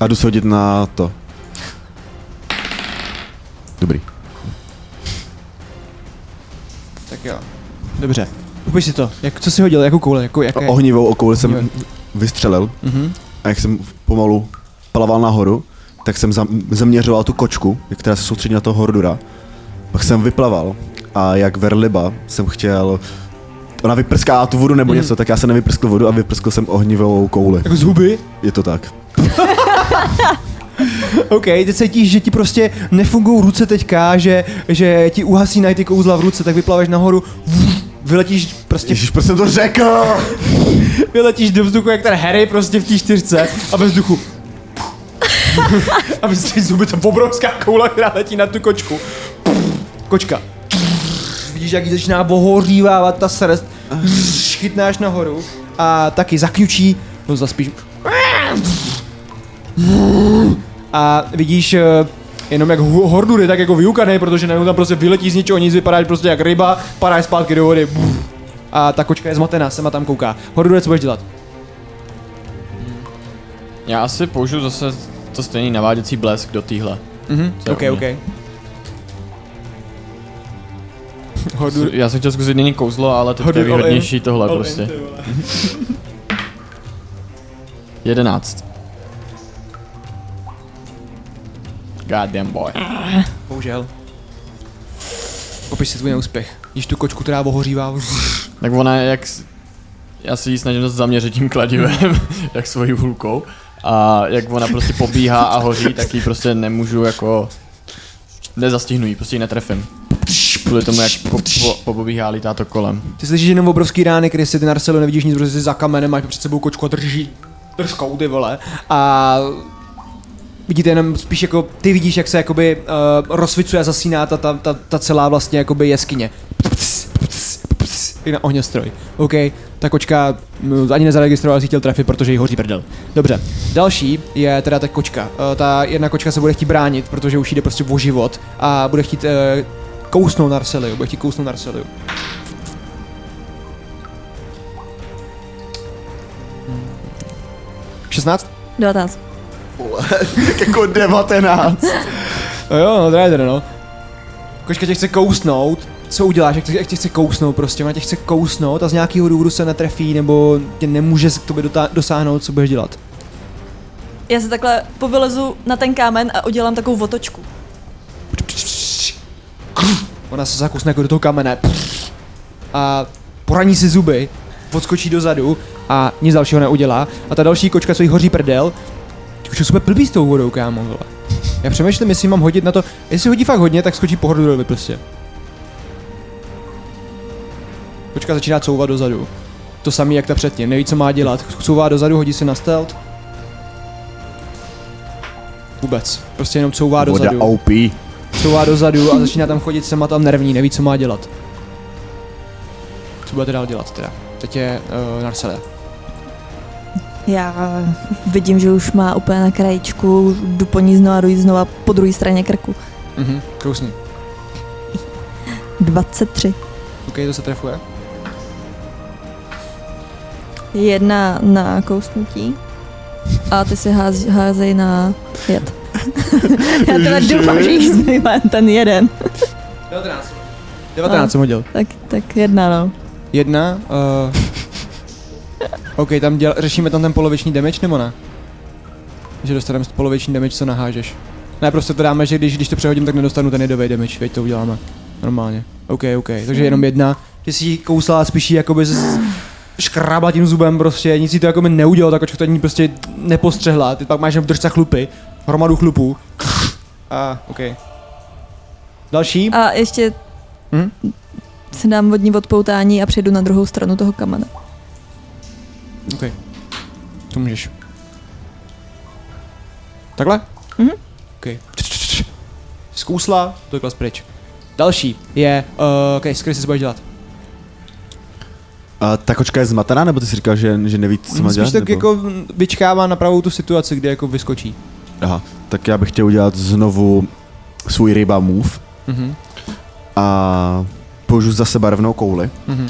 [SPEAKER 2] A jdu se hodit na to. Dobrý.
[SPEAKER 1] Tak jo. Dobře. Upiš si to. Jak, co jsi hodil? Jakou koule? Jako, jaké?
[SPEAKER 2] Okay. Ohnivou okouli jsem
[SPEAKER 1] Ohnivou.
[SPEAKER 2] vystřelil
[SPEAKER 1] Mhm.
[SPEAKER 2] a jak jsem pomalu plaval nahoru, tak jsem zam- zaměřoval tu kočku, která se soustředí na toho Hordura. Pak jsem vyplaval a jak Verliba jsem chtěl... Ona vyprská tu vodu nebo
[SPEAKER 1] Mm.
[SPEAKER 2] něco, tak já jsem nevyprskl vodu a vyprskl jsem ohnivou kouli.
[SPEAKER 1] Jako z huby?
[SPEAKER 2] Je to tak.
[SPEAKER 1] OK, ty cítíš, že ti prostě nefungují ruce teďka, že, že ti uhasínají ty kouzla v ruce, tak vyplaveš nahoru, vyletíš prostě,
[SPEAKER 2] Ježíš, proč jsem to řekl?
[SPEAKER 1] vyletíš do vzduchu jak ten Harry prostě v té čtyřce a ve vzduchu. a vystříš zuby, to obrovská koule, která letí na tu kočku. Kočka. Vidíš, jak ji začíná bohořívávat ta srst. Chytnáš nahoru a taky zakňučí, no zaspíš. A vidíš eh, jenom jak hu- hordury, tak jako vyukaný, protože najednou tam prostě vyletí z ničeho nic, vypadáš prostě jak ryba, padáš zpátky do vody. Buf. A ta kočka je zmatená, sama tam kouká. Hordury, co budeš dělat?
[SPEAKER 3] Já asi použiju zase to stejný naváděcí blesk do týhle.
[SPEAKER 1] Mhm,
[SPEAKER 3] Co je
[SPEAKER 1] ok,
[SPEAKER 3] u mě?
[SPEAKER 1] ok. Hordur,
[SPEAKER 3] Já jsem chtěl zkusit nyní kouzlo, ale teď je
[SPEAKER 1] Hodit all in.
[SPEAKER 3] výhodnější tohle
[SPEAKER 1] all in,
[SPEAKER 3] prostě.
[SPEAKER 1] ty vole.
[SPEAKER 3] Jedenáct. God damn boy.
[SPEAKER 1] Bohužel. Popiš si tvůj neúspěch. Již tu kočku, která ohořívá.
[SPEAKER 3] Tak ona je jak... s- Já se jí snažím dost zaměřit tím kladivem, jak svojí hulkou. A jak ona prostě pobíhá a hoří, tak ji prostě nemůžu jako... Nezastihnu jí, prostě ji netrefím. Kvůli tomu, jak po, po, popobíhá lítá to kolem.
[SPEAKER 1] Ty slyšíš jenom obrovský rány, když si ty Narcelo nevidíš nic, protože jsi za kamenem, máš před sebou kočku a drží držkou ty vole. A vidíte jenom spíš jako, ty vidíš, jak se jakoby uh, rozsvicuje a zasíná ta, ta, ta, ta celá vlastně jakoby jeskyně. Pts, pts, pts, I na ohňostroj. OK, ta kočka mm, ani nezaregistrovala, si chtěl trefit, protože jí hoří prdel. Dobře, další je teda ta kočka. Uh, ta jedna kočka se bude chtít bránit, protože už jde prostě o život a bude chtít uh, kousnout Narceliu, bude chtít kousnout Narceliu. Šestnáct?
[SPEAKER 4] 19.
[SPEAKER 2] jako 19.
[SPEAKER 1] No jo, no Rider, no. Kočka tě chce kousnout, co uděláš, jak tě, jak tě chce kousnout prostě, ona tě chce kousnout a z nějakého důvodu se netrefí nebo tě nemůže k tobě dotá- dosáhnout, co budeš dělat.
[SPEAKER 4] Já se takhle povylezu na ten kámen a udělám takovou otočku.
[SPEAKER 1] Ona se zakusne jako do toho kamene a poraní si zuby, odskočí dozadu a nic dalšího neudělá. A ta další kočka, co jí hoří prdel, ty už jsme blbý s tou vodou, kámo, vole. Já přemýšlím, jestli mám hodit na to, jestli hodí fakt hodně, tak skočí po hordu prostě. Kočka začíná couvat dozadu. To samý jak ta předtím, neví, co má dělat. Couvá dozadu, hodí se na stealth. Vůbec. Prostě jenom couvá
[SPEAKER 2] Voda
[SPEAKER 1] dozadu
[SPEAKER 2] OP.
[SPEAKER 1] couvá dozadu a začíná tam chodit sem a tam nervní, neví, co má dělat. budete dál dělat teda? Teď je uh, Narcele.
[SPEAKER 4] Já vidím, že už má úplně na krajičku, jdu po ní znova, jdu jí znova po druhé straně krku.
[SPEAKER 1] Mhm, kousni.
[SPEAKER 4] 23.
[SPEAKER 1] OK, to se trefuje.
[SPEAKER 4] Jedna na kousnutí. A ty si ház, házej na jet. Já teda doufám, že jich zbývá ten jeden.
[SPEAKER 1] 19. 19 jsem hodil.
[SPEAKER 4] Tak, tak jedna no.
[SPEAKER 1] Jedna. Uh, OK, tam děl, řešíme tam ten poloviční damage, nebo ne? Že dostaneme poloviční damage, co nahážeš. Ne, prostě to dáme, že když, když to přehodím, tak nedostanu ten jedový damage, veď to uděláme. Normálně. OK, OK, takže jenom jedna. Že si ji kousala spíš jí jakoby z, škrábla tím zubem prostě, nic jí to jako by neudělal, tak očko to ani prostě nepostřehla. Ty pak máš jenom v držce chlupy, hromadu chlupů. A, OK. Další?
[SPEAKER 4] A ještě
[SPEAKER 1] Hm?
[SPEAKER 4] si dám vodní odpoutání a přejdu na druhou stranu toho kamene.
[SPEAKER 1] To můžeš. Takhle?
[SPEAKER 4] Mhm.
[SPEAKER 1] OK. Zkousla, to je klas pryč. Další je, uh, OK, skry si budeš dělat.
[SPEAKER 2] A ta kočka je zmatená, nebo ty jsi říkal, že, že neví, co má
[SPEAKER 1] Spíš
[SPEAKER 2] dělat?
[SPEAKER 1] tak
[SPEAKER 2] nebo?
[SPEAKER 1] jako vyčkává na pravou tu situaci, kde jako vyskočí.
[SPEAKER 2] Aha, tak já bych chtěl udělat znovu svůj ryba move
[SPEAKER 1] Mhm.
[SPEAKER 2] a použiju zase barevnou kouli
[SPEAKER 1] Mhm.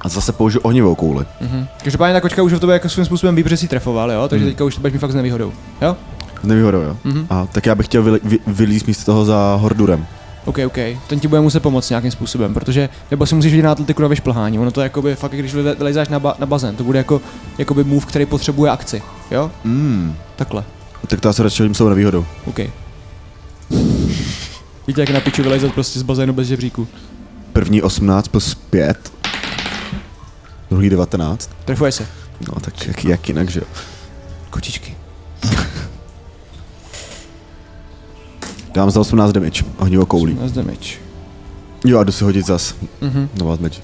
[SPEAKER 2] a zase použiju ohnivou kouli.
[SPEAKER 1] Mhm. Každopádně ta kočka už v tobě jako svým způsobem ví, protože si trefoval, jo? Takže
[SPEAKER 2] Mhm.
[SPEAKER 1] teďka už to budeš mít fakt s nevýhodou. Jo?
[SPEAKER 2] S nevýhodou, jo?
[SPEAKER 1] Mhm.
[SPEAKER 2] A tak já bych chtěl vyli- vy- vylíst místo toho za hordurem.
[SPEAKER 1] OK, OK. Ten ti bude muset pomoct nějakým způsobem, protože nebo si musíš vidět na atletiku na vyšplhání. Ono to je jakoby fakt, když vyle- vylezáš na, ba- na bazén, to bude jako jakoby move, který potřebuje akci. Jo?
[SPEAKER 2] Mm.
[SPEAKER 1] Takhle.
[SPEAKER 2] Tak to já se radši hodím s tou nevýhodou.
[SPEAKER 1] OK. Víte, jak na piču vylezat prostě z bazénu bez žebříku.
[SPEAKER 2] První 18 plus 5. Druhý 19.
[SPEAKER 1] Trefuje se.
[SPEAKER 2] No tak jak, jak jinak, že jo?
[SPEAKER 1] Kočičky.
[SPEAKER 2] Dám za 18 damage, ohnivou koulí.
[SPEAKER 1] 18 damage.
[SPEAKER 2] Jo a jdu si hodit zas.
[SPEAKER 1] Mhm.
[SPEAKER 2] Nová Magic.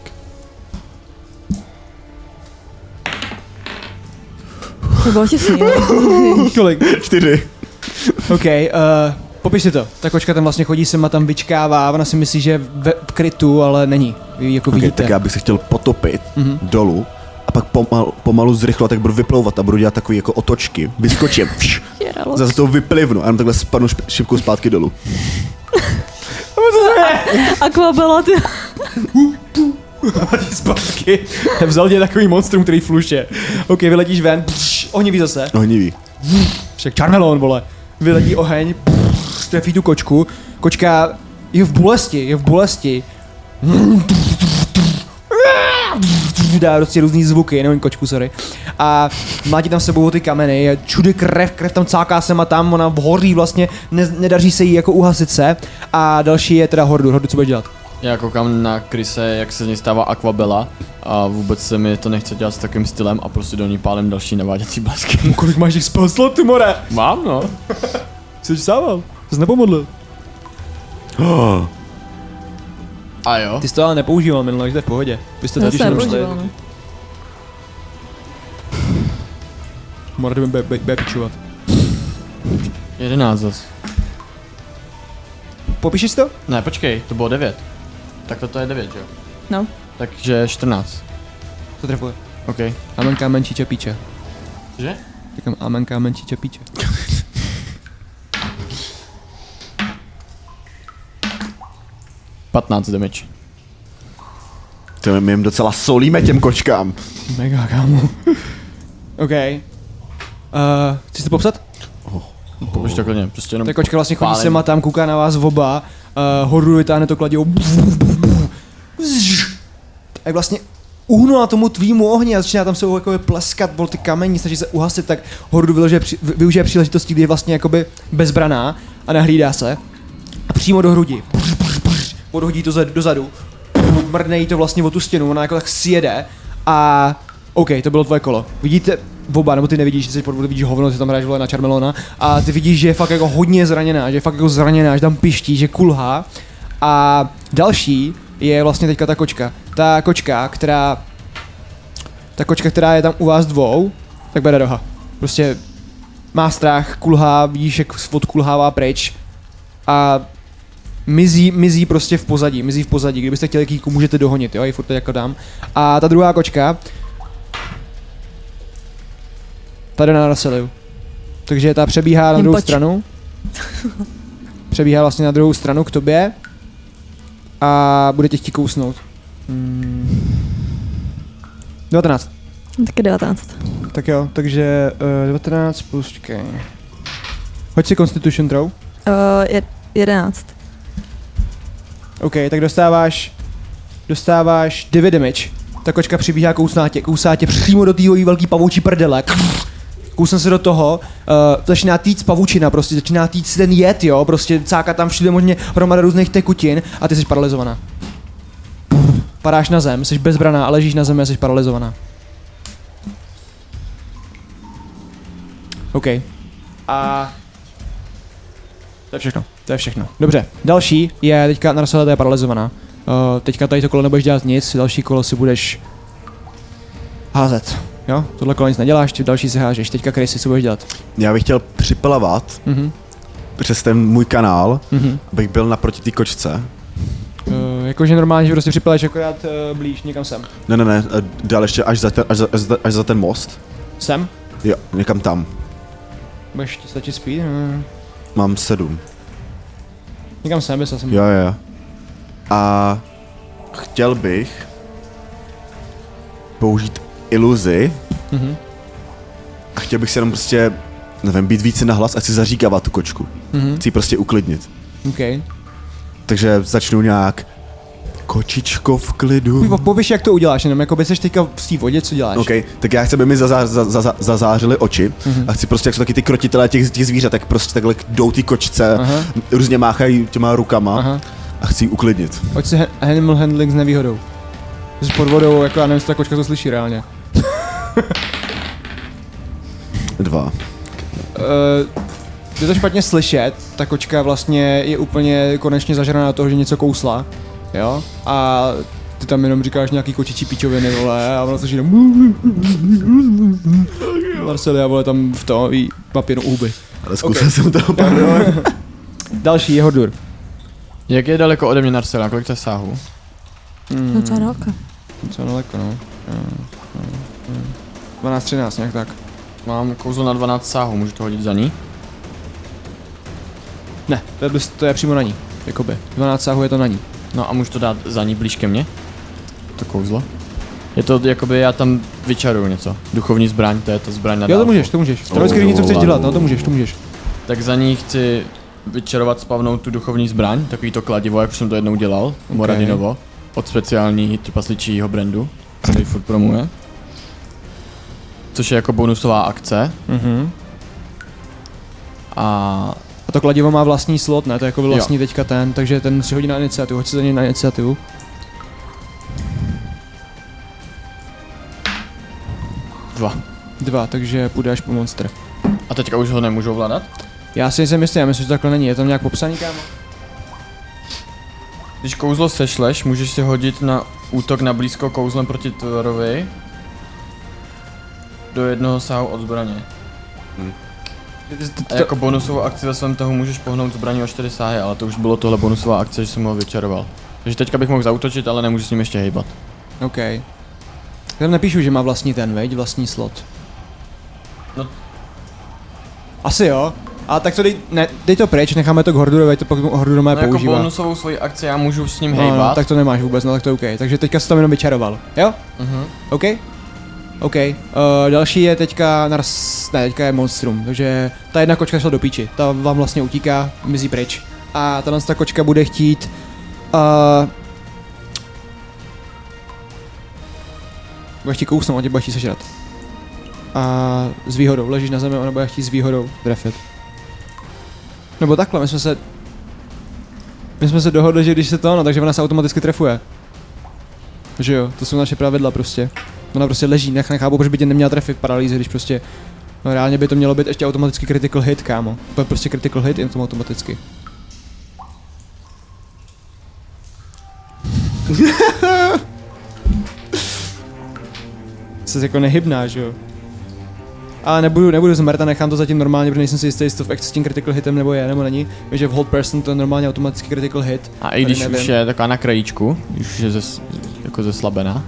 [SPEAKER 4] To bylo těsný. jo.
[SPEAKER 1] Kolik?
[SPEAKER 2] 4.
[SPEAKER 1] OK, uh, popiš si to. Ta kočka tam vlastně chodí sem a tam vyčkává, ona si myslí, že je ve v krytu, ale není. Vy jako
[SPEAKER 2] Okay,
[SPEAKER 1] vidíte.
[SPEAKER 2] tak já bych se chtěl potopit
[SPEAKER 1] Mhm.
[SPEAKER 2] dolů a pak pomal, pomalu zrychlo, tak budu vyplouvat a budu dělat takový jako otočky. Vyskočím, vš,
[SPEAKER 4] Žralo.
[SPEAKER 2] zase to vyplivnu a jenom takhle spadnu šp- šipkou zpátky dolů.
[SPEAKER 4] Akvabelot.
[SPEAKER 1] Hodí zpátky. Vzal tě takový monstrum, který fluše. OK, vyletíš ven. Pš, ohnivý zase.
[SPEAKER 2] Ohnivý.
[SPEAKER 1] Však Charmelon, vole. Vyletí oheň, pff, strefí tu kočku. Kočka je v bolesti, je v bolesti. Dá prostě různý zvuky, jenom kočku, sorry. A mlátí tam s sebou ty kameny, je čude krev, krev tam cáká sem a tam, ona hoří vlastně, ne, nedaří se jí jako uhasit se. A další je teda Hordur, Hordur, co bude dělat?
[SPEAKER 3] Já koukám na Krise, jak se z něj stává akvabela a vůbec se mi to nechce dělat s takovým stylem a prostě do ní pálem další naváděcí blesky.
[SPEAKER 1] Kolik máš těch spell slotů, more?
[SPEAKER 3] Mám no.
[SPEAKER 1] Jsi sával, jsi nepomodlil.
[SPEAKER 2] Oh,
[SPEAKER 3] A jo.
[SPEAKER 1] Ty jsi to ale nepoužíval minule, takže to je v pohodě. Vy jste
[SPEAKER 4] Já
[SPEAKER 1] totiž
[SPEAKER 4] se
[SPEAKER 1] jenom šli.
[SPEAKER 4] nepoužívala, no.
[SPEAKER 1] More, jdeme be, be, be, pičovat.
[SPEAKER 3] Jedenáct zas.
[SPEAKER 1] Popíšeš to?
[SPEAKER 3] Ne, počkej, to bylo devět. Tak to je devět, že jo?
[SPEAKER 4] No.
[SPEAKER 3] Takže 14.
[SPEAKER 1] To trefuje.
[SPEAKER 3] OK.
[SPEAKER 1] Amen kámen číče píče.
[SPEAKER 3] Že?
[SPEAKER 1] Říkám amen kámen číče píče.
[SPEAKER 3] Patnáct damage.
[SPEAKER 2] to my jim docela solíme těm kočkám.
[SPEAKER 1] Mega kámo. OK. Uh, chceš to popsat?
[SPEAKER 3] Už to klidně, prostě jenom...
[SPEAKER 1] Ta kočka vlastně chodí
[SPEAKER 3] Pálení.
[SPEAKER 1] sem a tam, kouká na vás oba. Uh, horu vytáhne to kladivo. A jak vlastně uhnula tomu tvýmu ohni a začíná tam se jakoby pleskat, bol ty kamení, snaží se uhasit, tak Hordu vyložuje, při- vy- využije příležitosti, kdy je vlastně jakoby bezbraná a nahlídá se. A přímo do hrudi. Odhodí to ze- dozadu. Mrne jí to vlastně o tu stěnu, ona jako tak sjede. A OK, to bylo tvoje kolo. Vidíte oba, nebo ty nevidíš, že jsi podvod, vidíš hovno, ty tam hraješ vole na Charmelona. A ty vidíš, že je fakt jako hodně zraněná, že je fakt jako zraněná, že tam piští, že kulhá. A další je vlastně teďka ta kočka. Ta kočka, která ta kočka, která je tam u vás dvou, tak bere roha. Prostě má strach, kulhá, vidíš, jak odkulhává pryč a mizí, mizí prostě v pozadí, mizí v pozadí. Kdybyste chtěli kýku, můžete dohonit, jo, i furt to jako dám. A ta druhá kočka, ta jde na Raseliu. Takže ta přebíhá na
[SPEAKER 4] Jen
[SPEAKER 1] druhou
[SPEAKER 4] pojď.
[SPEAKER 1] stranu. Přebíhá vlastně na druhou stranu k tobě. A bude tě chtít kousnout. Hmm. 19.
[SPEAKER 4] Taky 19.
[SPEAKER 1] Tak jo, takže uh, 19 plus, čekej. Hoď si Constitution throw.
[SPEAKER 4] Uh, je, 11.
[SPEAKER 1] OK, tak dostáváš, dostáváš 9 damage. Ta kočka přibíhá kousná tě, kousá tě přímo do týho velký pavoučí prdele. Kousne se do toho, uh, začíná týc pavučina, prostě začíná týc ten jed, jo, prostě cáka tam všude možně hromada různých tekutin a ty jsi paralizovaná. Padáš na zem, jsi bezbraná a ležíš na zemi a jsi paralizovaná. OK. A to je všechno. To je všechno. Dobře, další je teďka Narasela, ta je paralizovaná. Uh, teďka tady to kolo nebudeš dělat nic, další kolo si budeš házet. Jo, tohle kolo nic neděláš, ty další si hážeš, teďka Krysy, co budeš dělat?
[SPEAKER 2] Já bych chtěl připlavat
[SPEAKER 1] Mhm,
[SPEAKER 2] přes ten můj kanál,
[SPEAKER 1] mhm.
[SPEAKER 2] abych byl naproti té kočce.
[SPEAKER 1] Uh, jakože normálně, že prostě připeleš akorát uh, blíž, někam sem.
[SPEAKER 2] Ne, ne, ne, eh, dál ještě až za ten, až za, až za, až za ten most.
[SPEAKER 1] Sem?
[SPEAKER 2] Jo, někam tam.
[SPEAKER 1] Budeš ti stačit spít? Mm.
[SPEAKER 2] Mám sedm.
[SPEAKER 1] Někam sem, bys sem.
[SPEAKER 2] Jo, jo, jo. A chtěl bych použít iluzi
[SPEAKER 1] Mhm.
[SPEAKER 2] a chtěl bych se jenom prostě, nevím, být více nahlas a chci zaříkávat tu kočku.
[SPEAKER 1] Mhm.
[SPEAKER 2] Chci ji prostě uklidnit.
[SPEAKER 1] OK.
[SPEAKER 2] Takže začnu nějak kočičko v klidu.
[SPEAKER 1] Po, povíš, jak to uděláš, jenom jako by seš teďka v té vodě, co děláš?
[SPEAKER 2] OK, tak já chci, aby mi zazá, za, za, za, zazářily oči mm-hmm.
[SPEAKER 1] Mhm.
[SPEAKER 2] a chci prostě, jak jsou taky ty krotitelé těch, těch zvířat, tak prostě takhle jdou ty kočce,
[SPEAKER 1] Aha.
[SPEAKER 2] různě máchají těma rukama
[SPEAKER 1] Aha.
[SPEAKER 2] a chci ji uklidnit.
[SPEAKER 1] Hoď si he- animal handling s nevýhodou. S pod vodou, jako já nevím, jestli ta kočka to slyší reálně.
[SPEAKER 2] Dva.
[SPEAKER 1] Uh, je to špatně slyšet, ta kočka vlastně je úplně konečně zažraná toho, že něco kousla, jo? A ty tam jenom říkáš nějaký kočičí píčoviny, vole, a ona slyší jenom... Marcelia, vole, tam v tom jí papíru huby.
[SPEAKER 2] Ale zkusil jsem to opravdu.
[SPEAKER 1] Další je Hordur.
[SPEAKER 3] Jak je daleko ode mě Narcela, kolik to je sáhu?
[SPEAKER 4] No to roka.
[SPEAKER 1] Co Hmm, daleko, no. Mm, mm, mm. 12, 13, nějak tak.
[SPEAKER 3] Mám kouzlo na 12 sáhu, můžu to hodit za ní?
[SPEAKER 1] Ne, to je, to je přímo na ní, jakoby. 12 sáhů je to na ní.
[SPEAKER 3] No a můžu to dát za ní blíž ke mně? To kouzlo? Je to jakoby já tam vyčaruju něco. Duchovní zbraň, to je to zbraň na
[SPEAKER 1] Jo, to
[SPEAKER 3] dálku.
[SPEAKER 1] můžeš, to můžeš. Strojský něco chceš dělat, no to můžeš, to můžeš.
[SPEAKER 3] Tak za ní chci vyčarovat, spavnout tu duchovní zbraň, takový to kladivo, jak už jsem to jednou dělal, okay. Moradinovo, od speciální trpasličího brandu, který furt promuje. Což je jako bonusová akce
[SPEAKER 1] Mhm.
[SPEAKER 3] a
[SPEAKER 1] A to kladivo má vlastní slot, ne? To je jako vlastní teďka ten, takže ten si hodí na iniciativu, hoď si za něj na iniciativu.
[SPEAKER 3] dva.
[SPEAKER 1] Dva, takže půjde až po monster.
[SPEAKER 3] A teďka už ho nemůžu ovládat?
[SPEAKER 1] Já si nejsem jistý, já myslím, že takhle není, je tam nějak popsaný, kámo?
[SPEAKER 3] Když kouzlo sešleš, můžeš si hodit na útok na blízko kouzlem proti tvorovi do jednoho sáhu od zbraně. A jako bonusovou akci ve svém tahu můžeš pohnout zbraní o 4 sáhy, ale to už bylo tohle bonusová akce, že jsem ho vyčaroval. Takže teďka bych mohl zautočit, ale nemůžu s ním ještě hejbat.
[SPEAKER 1] OK. Já tam nepíšu, že má vlastní ten, veď, vlastní slot.
[SPEAKER 3] No.
[SPEAKER 1] Asi jo. A tak to dej, ne, dej to pryč, necháme to k Hordurovi, ať to pak Hordur má
[SPEAKER 3] No jako
[SPEAKER 1] používá.
[SPEAKER 3] bonusovou svoji akci já můžu s ním
[SPEAKER 1] no, no,
[SPEAKER 3] hejbat.
[SPEAKER 1] tak to nemáš vůbec, no tak to je OK. Takže teďka jsi tam jenom vyčaroval, jo?
[SPEAKER 3] Mhm.
[SPEAKER 1] OK? OK. Uh, další je teďka Nars... Ne, teďka je Monstrum, takže ta jedna kočka šla do píči. Ta vám vlastně utíká, mizí pryč. A tahle ta kočka bude chtít... Uh, bude chtít kousnout, a tě bude chtít sežrat. A s výhodou, ležíš na zemi, ona bude chtít s výhodou trefit. Nebo takhle, my jsme se... My jsme se dohodli, že když se to ono, takže ona se automaticky trefuje. Že jo, to jsou naše pravidla prostě. Ona prostě leží, nech, nechápu, proč by tě neměla trefit paralýzy, když prostě... No reálně by to mělo být ještě automaticky critical hit, kámo. To je prostě critical hit, jen tomu automaticky. Jsi jako nehybná, že jo? A nebudu, nebudu zmrt a nechám to zatím normálně, protože nejsem si jistý, jestli to v Act s tím critical hitem nebo je, nebo není. Vím, že v hold person to je normálně automaticky critical hit.
[SPEAKER 3] A i když
[SPEAKER 1] Tady
[SPEAKER 3] už
[SPEAKER 1] nevím.
[SPEAKER 3] je taková na krajíčku, když už je zes, jako zeslabená,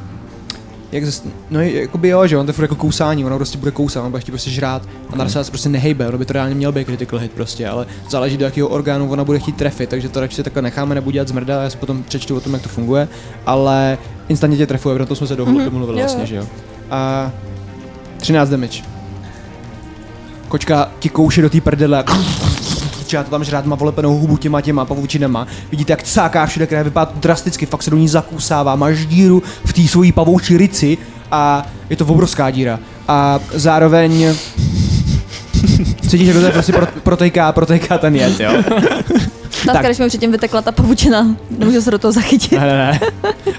[SPEAKER 1] Jak zas, no jakoby jo, že on to je furt jako kousání, ono prostě bude kousat, ono bude chtít prostě žrát a
[SPEAKER 4] Mhm.
[SPEAKER 1] na se prostě nehejbe, ono by to reálně měl být critical hit prostě, ale záleží do jakého orgánu ona bude chtít trefit, takže to radši takhle necháme, nebudu dělat zmrda, já si potom přečtu o tom, jak to funguje, ale instantně tě trefuje, protože to jsme se dohodli, mm-hmm. domluvili
[SPEAKER 4] Mhm. jo,
[SPEAKER 1] vlastně,
[SPEAKER 4] jo.
[SPEAKER 1] že jo. A 13 damage. Kočka ti kouše do té prdele a začíná to tam žrát, má volepenou hubu těma těma pavoučinama. Vidíte, jak cáká všude krev, vypadá to drasticky, fakt se do ní zakusává, má díru v té svojí pavoučí rici a je to obrovská díra. A zároveň cítíš, že do té prostě pro, proteká, proteká ten jed, jo?
[SPEAKER 4] Láska, když mi předtím vytekla ta pavučina, nemůžu se do toho zachytit.
[SPEAKER 1] Ne, ne, ne.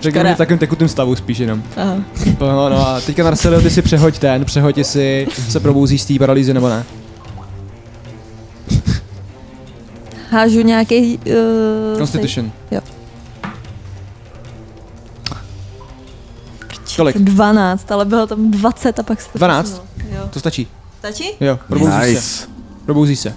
[SPEAKER 1] Řekl
[SPEAKER 4] Škoda.
[SPEAKER 1] mi v takovém tekutém stavu spíš jenom.
[SPEAKER 4] Aha.
[SPEAKER 1] No, no a teďka Marcelo, ty si přehoď ten, přehoď, jestli se probouzí z té paralýzy nebo ne.
[SPEAKER 4] Hážu nějaký... Uh,
[SPEAKER 1] Constitution.
[SPEAKER 4] Jo.
[SPEAKER 1] Kolik?
[SPEAKER 4] 12, ale bylo tam 20 a pak se to
[SPEAKER 1] 12?
[SPEAKER 4] posunulo. Jo.
[SPEAKER 1] To stačí.
[SPEAKER 4] Stačí?
[SPEAKER 1] Jo, probouzí se.
[SPEAKER 2] Nice.
[SPEAKER 1] Probouzí se.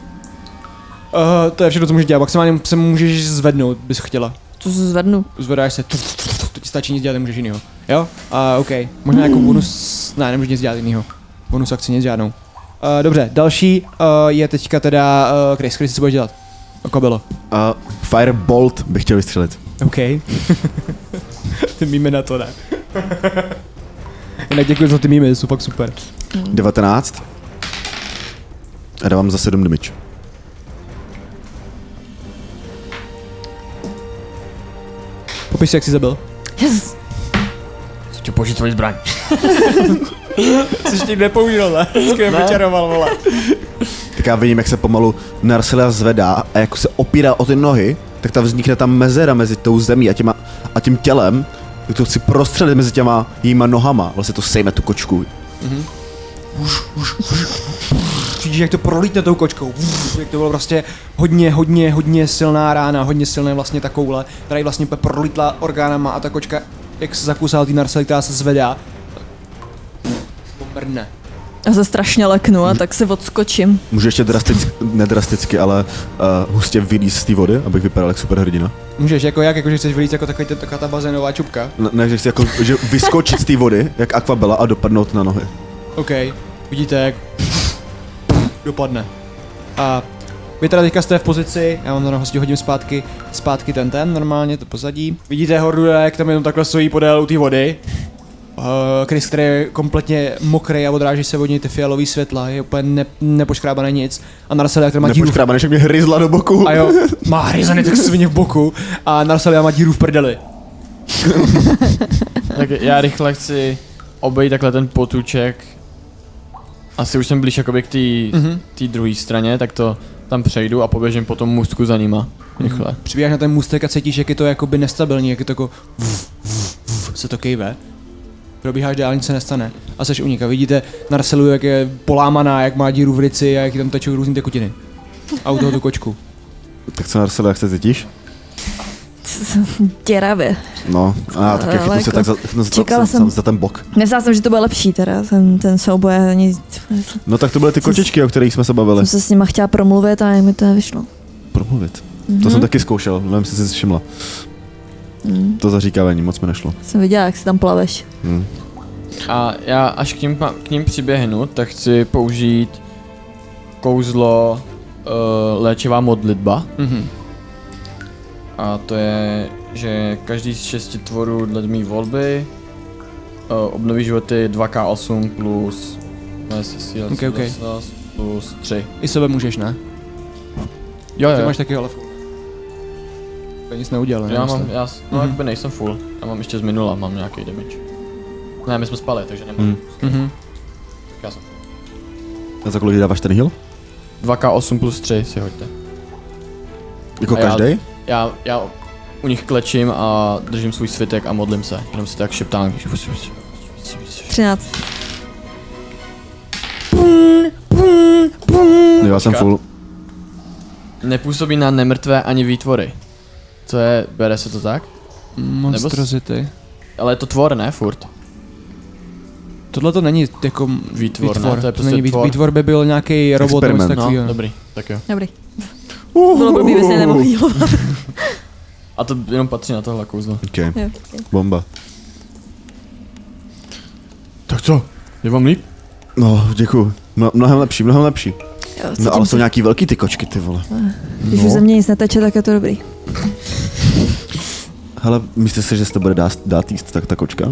[SPEAKER 1] Uh, to je všechno, co můžeš dělat. Maximálně se můžeš zvednout, bys chtěla.
[SPEAKER 4] To se zvednu.
[SPEAKER 1] Zvedáš se, tf, tf, tf, to ti stačí nic dělat, nemůžeš jinýho. Jo? A uh, OK. Možná jako bonus, ne, nemůžeš nic dělat jinýho. Bonus akci nic žádnou. Uh, dobře, další uh, je teďka teda uh, Chris. Chris, co budeš dělat? Oko bylo.
[SPEAKER 2] A Firebolt bych chtěl vystřelit.
[SPEAKER 1] OK. ty míme na to, ne? Jinak děkuji za ty mými, jsou fakt super.
[SPEAKER 2] 19. A dávám za 7 damage.
[SPEAKER 1] Popiš si, jak jsi zabil.
[SPEAKER 4] Yes.
[SPEAKER 3] chci tě použít tvoji zbraň.
[SPEAKER 1] Což ti nepoužil, ne? Vždycky je vyčaroval, vole.
[SPEAKER 2] Tak já vidím, jak se pomalu Narsela zvedá a jak se opírá o ty nohy, tak tam vznikne ta mezera mezi tou zemí a, těma, a tím tělem. Tak to chci prostřelit mezi těma jejíma nohama. Vlastně to sejme tu kočku.
[SPEAKER 1] Vidíš, jak to prolítne tou kočkou. Uf, Jak to bylo prostě hodně, hodně, hodně silná rána, hodně silné vlastně ta koule, která jí vlastně úplně prolítla orgánama a ta kočka, jak se zakusala tý narsely, která se zvedá, pomrne.
[SPEAKER 4] Já se strašně leknu a tak se odskočím.
[SPEAKER 2] Můžu ještě drasticky, ne drasticky, ale uh, hustě vylíz z té vody, abych vypadal jako superhrdina.
[SPEAKER 1] Můžeš, jako jak, jako že chceš vylít jako takový, ten- taková ta bazénová čupka.
[SPEAKER 2] Ne, ne, že chci jako, že vyskočit z té vody, jak akvabela a dopadnout na nohy.
[SPEAKER 1] OK, vidíte, jak dopadne. A vy teda teďka jste v pozici, já vám to na hosti hodím zpátky, zpátky ten ten, normálně to pozadí. Vidíte hordu, jak tam jenom takhle stojí podél u té vody. Uh, Chris, který je kompletně mokrý a odráží se od něj ty fialové světla, je úplně ne, nepoškrábané nic. A Narcel, který má díru v
[SPEAKER 2] Nepočkráme, než mě hryzla do boku.
[SPEAKER 1] a jo, má hryzany tak svině v boku a Narcel má díru v prdeli.
[SPEAKER 3] Tak já rychle chci obejít takhle ten potůček. Asi už jsem blíž jakoby k té
[SPEAKER 1] Mhm.
[SPEAKER 3] mm-hmm. druhé straně, tak to tam přejdu a poběžím po tom můstku za nima. Rychle.
[SPEAKER 1] Mm. Přibíháš na ten můstek a cítíš, jak je to jakoby nestabilní, jak je to jako vf, vf, vf, se to kejve. Probíháš dál, nic se nestane. A seš unika. Vidíte Narselu, jak je polámaná, jak má díru v rici a jak jí tam tečou různé tekutiny. A u toho tu kočku.
[SPEAKER 2] Tak co, Narsela, jak se cítíš?
[SPEAKER 4] Děravě.
[SPEAKER 2] No, a tak
[SPEAKER 4] Ale
[SPEAKER 2] jak chytnu se
[SPEAKER 4] jako-
[SPEAKER 2] tak za, chytnu se
[SPEAKER 4] čekala
[SPEAKER 2] za,
[SPEAKER 4] jsem-
[SPEAKER 2] jsem... za ten bok.
[SPEAKER 4] Myslela jsem, že to bude lepší teda, ten, ten souboj. Ani,
[SPEAKER 2] No tak to byly ty kočičky, o kterých jsme se bavili.
[SPEAKER 4] jsem se s nima chtěla promluvit a jak mi to nevyšlo.
[SPEAKER 2] Promluvit.
[SPEAKER 4] Mhm.
[SPEAKER 2] To jsem taky zkoušel, nevím, jestli jsi si všimla.
[SPEAKER 4] Mm.
[SPEAKER 2] To zaříkávání moc mi nešlo.
[SPEAKER 4] Jsem viděla, jak se tam plaveš.
[SPEAKER 2] Hm.
[SPEAKER 3] A já až k ním, pa- k ním přiběhnu, tak chci použít kouzlo uh, léčivá modlitba.
[SPEAKER 1] Mhm.
[SPEAKER 3] A to je, že každý z šesti tvorů dle mý volby eh, obnoví životy 2k8 plus moje síla
[SPEAKER 1] Ok, ok.
[SPEAKER 3] souvislost plus 3.
[SPEAKER 1] I sebe můžeš, ne?
[SPEAKER 3] Jo,
[SPEAKER 1] Ty
[SPEAKER 3] jo,
[SPEAKER 1] máš taky ale To nic neudělal, ne?
[SPEAKER 3] já mám, já, s- no
[SPEAKER 1] Mhm.
[SPEAKER 3] mm-hmm. jakoby nejsem full, já mám ještě z minula, mám nějaký damage. Ne, my jsme spali, takže nemám.
[SPEAKER 2] Mm.
[SPEAKER 3] Mm.
[SPEAKER 1] Mhm.
[SPEAKER 3] Já jsem.
[SPEAKER 2] A za kolik dáváš ten heal?
[SPEAKER 3] 2k8 plus 3 si hoďte.
[SPEAKER 2] Jako
[SPEAKER 3] A já-
[SPEAKER 2] každý?
[SPEAKER 3] Já, já u nich klečím a držím svůj svitek a modlím se, jenom si tak šeptám.
[SPEAKER 4] 13.
[SPEAKER 2] No, já jsem
[SPEAKER 3] Počkat.
[SPEAKER 2] full.
[SPEAKER 3] Nepůsobí na nemrtvé ani výtvory. Co je, bere se to tak?
[SPEAKER 1] Monstrozity.
[SPEAKER 3] Ale je to tvor, ne? Furt.
[SPEAKER 1] Tohle to není jako
[SPEAKER 3] Výtvor, ne?
[SPEAKER 1] výtvor.
[SPEAKER 3] To je
[SPEAKER 1] to
[SPEAKER 3] prostě
[SPEAKER 1] není výtvor.
[SPEAKER 3] tvor.
[SPEAKER 1] výtvor by byl nějaký robot nebo něco
[SPEAKER 2] Experiment,
[SPEAKER 3] No,
[SPEAKER 1] takového. No,
[SPEAKER 3] dobrý, tak jo.
[SPEAKER 4] Dobrý. Bylo blbý, bys nemohl healovat.
[SPEAKER 3] A to jenom patří na tohle kouzlo.
[SPEAKER 2] Okay.
[SPEAKER 4] Jo.
[SPEAKER 2] Bomba.
[SPEAKER 3] Tak co? Je vám líp?
[SPEAKER 2] No, děkuju. Mno, mnohem lepší, mnohem lepší.
[SPEAKER 4] Jo,
[SPEAKER 2] No
[SPEAKER 4] cítím
[SPEAKER 2] ale
[SPEAKER 4] se.
[SPEAKER 2] jsou nějaký velký ty kočky, ty vole.
[SPEAKER 4] Když
[SPEAKER 2] no.
[SPEAKER 4] už ze mě nic neteče, tak je to dobrý.
[SPEAKER 2] Hele, myslíte si, že se to bude dát, dát jíst tak ta kočka?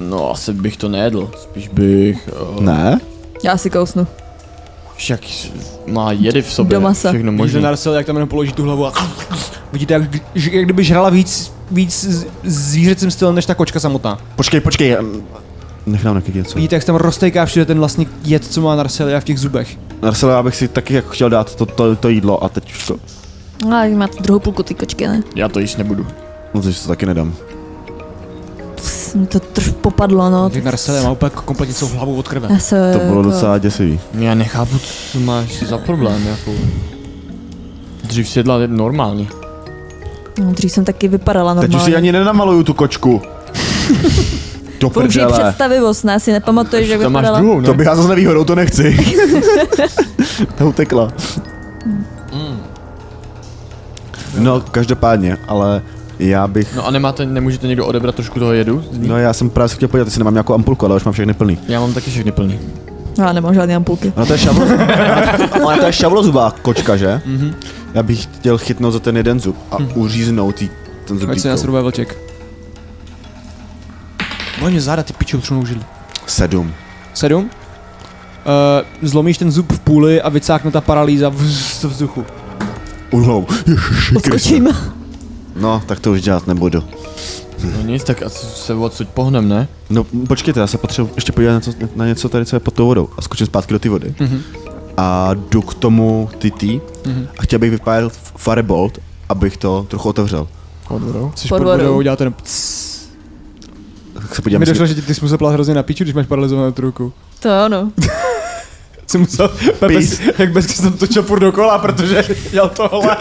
[SPEAKER 3] No, asi bych to nejedl. Spíš bych... Uh,
[SPEAKER 2] Ne?
[SPEAKER 4] Já si kousnu.
[SPEAKER 3] však má jedy v sobě.
[SPEAKER 4] Do masa.
[SPEAKER 3] Všechno
[SPEAKER 1] Možná
[SPEAKER 3] možné.
[SPEAKER 1] narazil, jak tam jenom položí tu hlavu a vidíte, jak, jak kdyby žrala víc, víc z- zvířecím stylem než ta kočka samotná.
[SPEAKER 2] Počkej, počkej. ehm, Nech nám taky něco.
[SPEAKER 1] Vidíte, jak tam roztejká všude ten vlastně jed, co má Narselia v těch zubech.
[SPEAKER 2] Narsela, já bych si taky jako chtěl dát to, to, to jídlo a teď už to...
[SPEAKER 4] No, ale máte druhou půlku ty kočky, ne?
[SPEAKER 3] Já to jíst nebudu.
[SPEAKER 2] No to si to taky nedám.
[SPEAKER 4] Pff, mi to trošku popadlo, no.
[SPEAKER 1] Tak Narselia má úplně kompletně celou hlavu od krve.
[SPEAKER 4] Já se...
[SPEAKER 2] To bylo
[SPEAKER 4] jako-
[SPEAKER 2] docela děsivý.
[SPEAKER 3] Já nechápu, co máš za problém, jako... Dřív si jedla normálně.
[SPEAKER 4] No, dřív jsem taky vypadala normálně.
[SPEAKER 2] Teď už si ani nenamaluju tu kočku. Do
[SPEAKER 4] Použij
[SPEAKER 2] prdele.
[SPEAKER 4] představivost, ne? Si nepamatuješ, jak
[SPEAKER 3] Tam máš
[SPEAKER 4] vypadala.
[SPEAKER 3] druhou, ne?
[SPEAKER 2] To by já zase nevýhodou, to nechci. Ta utekla. No, každopádně, ale já bych...
[SPEAKER 3] No a nemáte, nemůžete někdo odebrat trošku toho jedu?
[SPEAKER 2] No já jsem právě se chtěl podívat, jestli nemám nějakou ampulku, ale už mám všechny plný.
[SPEAKER 3] Já mám taky všechny plný.
[SPEAKER 4] No, já nemám žádný ampulky.
[SPEAKER 2] No to je šavlo... ale to je šavlozubá kočka, že?
[SPEAKER 1] Mhm.
[SPEAKER 2] Já bych chtěl chytnout za ten jeden zub a uříznout jí ten zub
[SPEAKER 1] Ať Mhm. se nás
[SPEAKER 2] dýkou.
[SPEAKER 1] rubá vlček. Bole mě záda, ty pičou třunou židli.
[SPEAKER 2] Sedm.
[SPEAKER 1] Sedm. Uh, zlomíš ten zub v půli a vycákne ta paralýza v z vzduchu.
[SPEAKER 2] Uhlou. Ježiši Kriste.
[SPEAKER 4] Odskočím.
[SPEAKER 2] No, tak to už dělat nebudu.
[SPEAKER 3] No nic, tak asi se odsud pohnem, ne?
[SPEAKER 2] No počkejte, já se potřebuji ještě podívat na, co, na něco tady, co je pod tou vodou a skočím zpátky do té vody.
[SPEAKER 1] Mhm.
[SPEAKER 2] A jdu k tomu tití
[SPEAKER 1] Mhm.
[SPEAKER 2] a chtěl bych vypálit f- Firebolt, abych to trochu otevřel.
[SPEAKER 3] Odvorou.
[SPEAKER 1] Jsi
[SPEAKER 4] Pod
[SPEAKER 1] pod
[SPEAKER 4] vodou.
[SPEAKER 1] vodou, dělá ten pc.
[SPEAKER 2] Tak se
[SPEAKER 1] Já
[SPEAKER 2] podívám,
[SPEAKER 1] mi
[SPEAKER 2] jestli-
[SPEAKER 1] došlo, že ty, ty jsi musel plát hrozně na piču, když máš paralizovanou tu ruku.
[SPEAKER 4] To jo, no.
[SPEAKER 1] Jsi musel, bez, jak bez jsem točil furt dokola, protože dělal tohle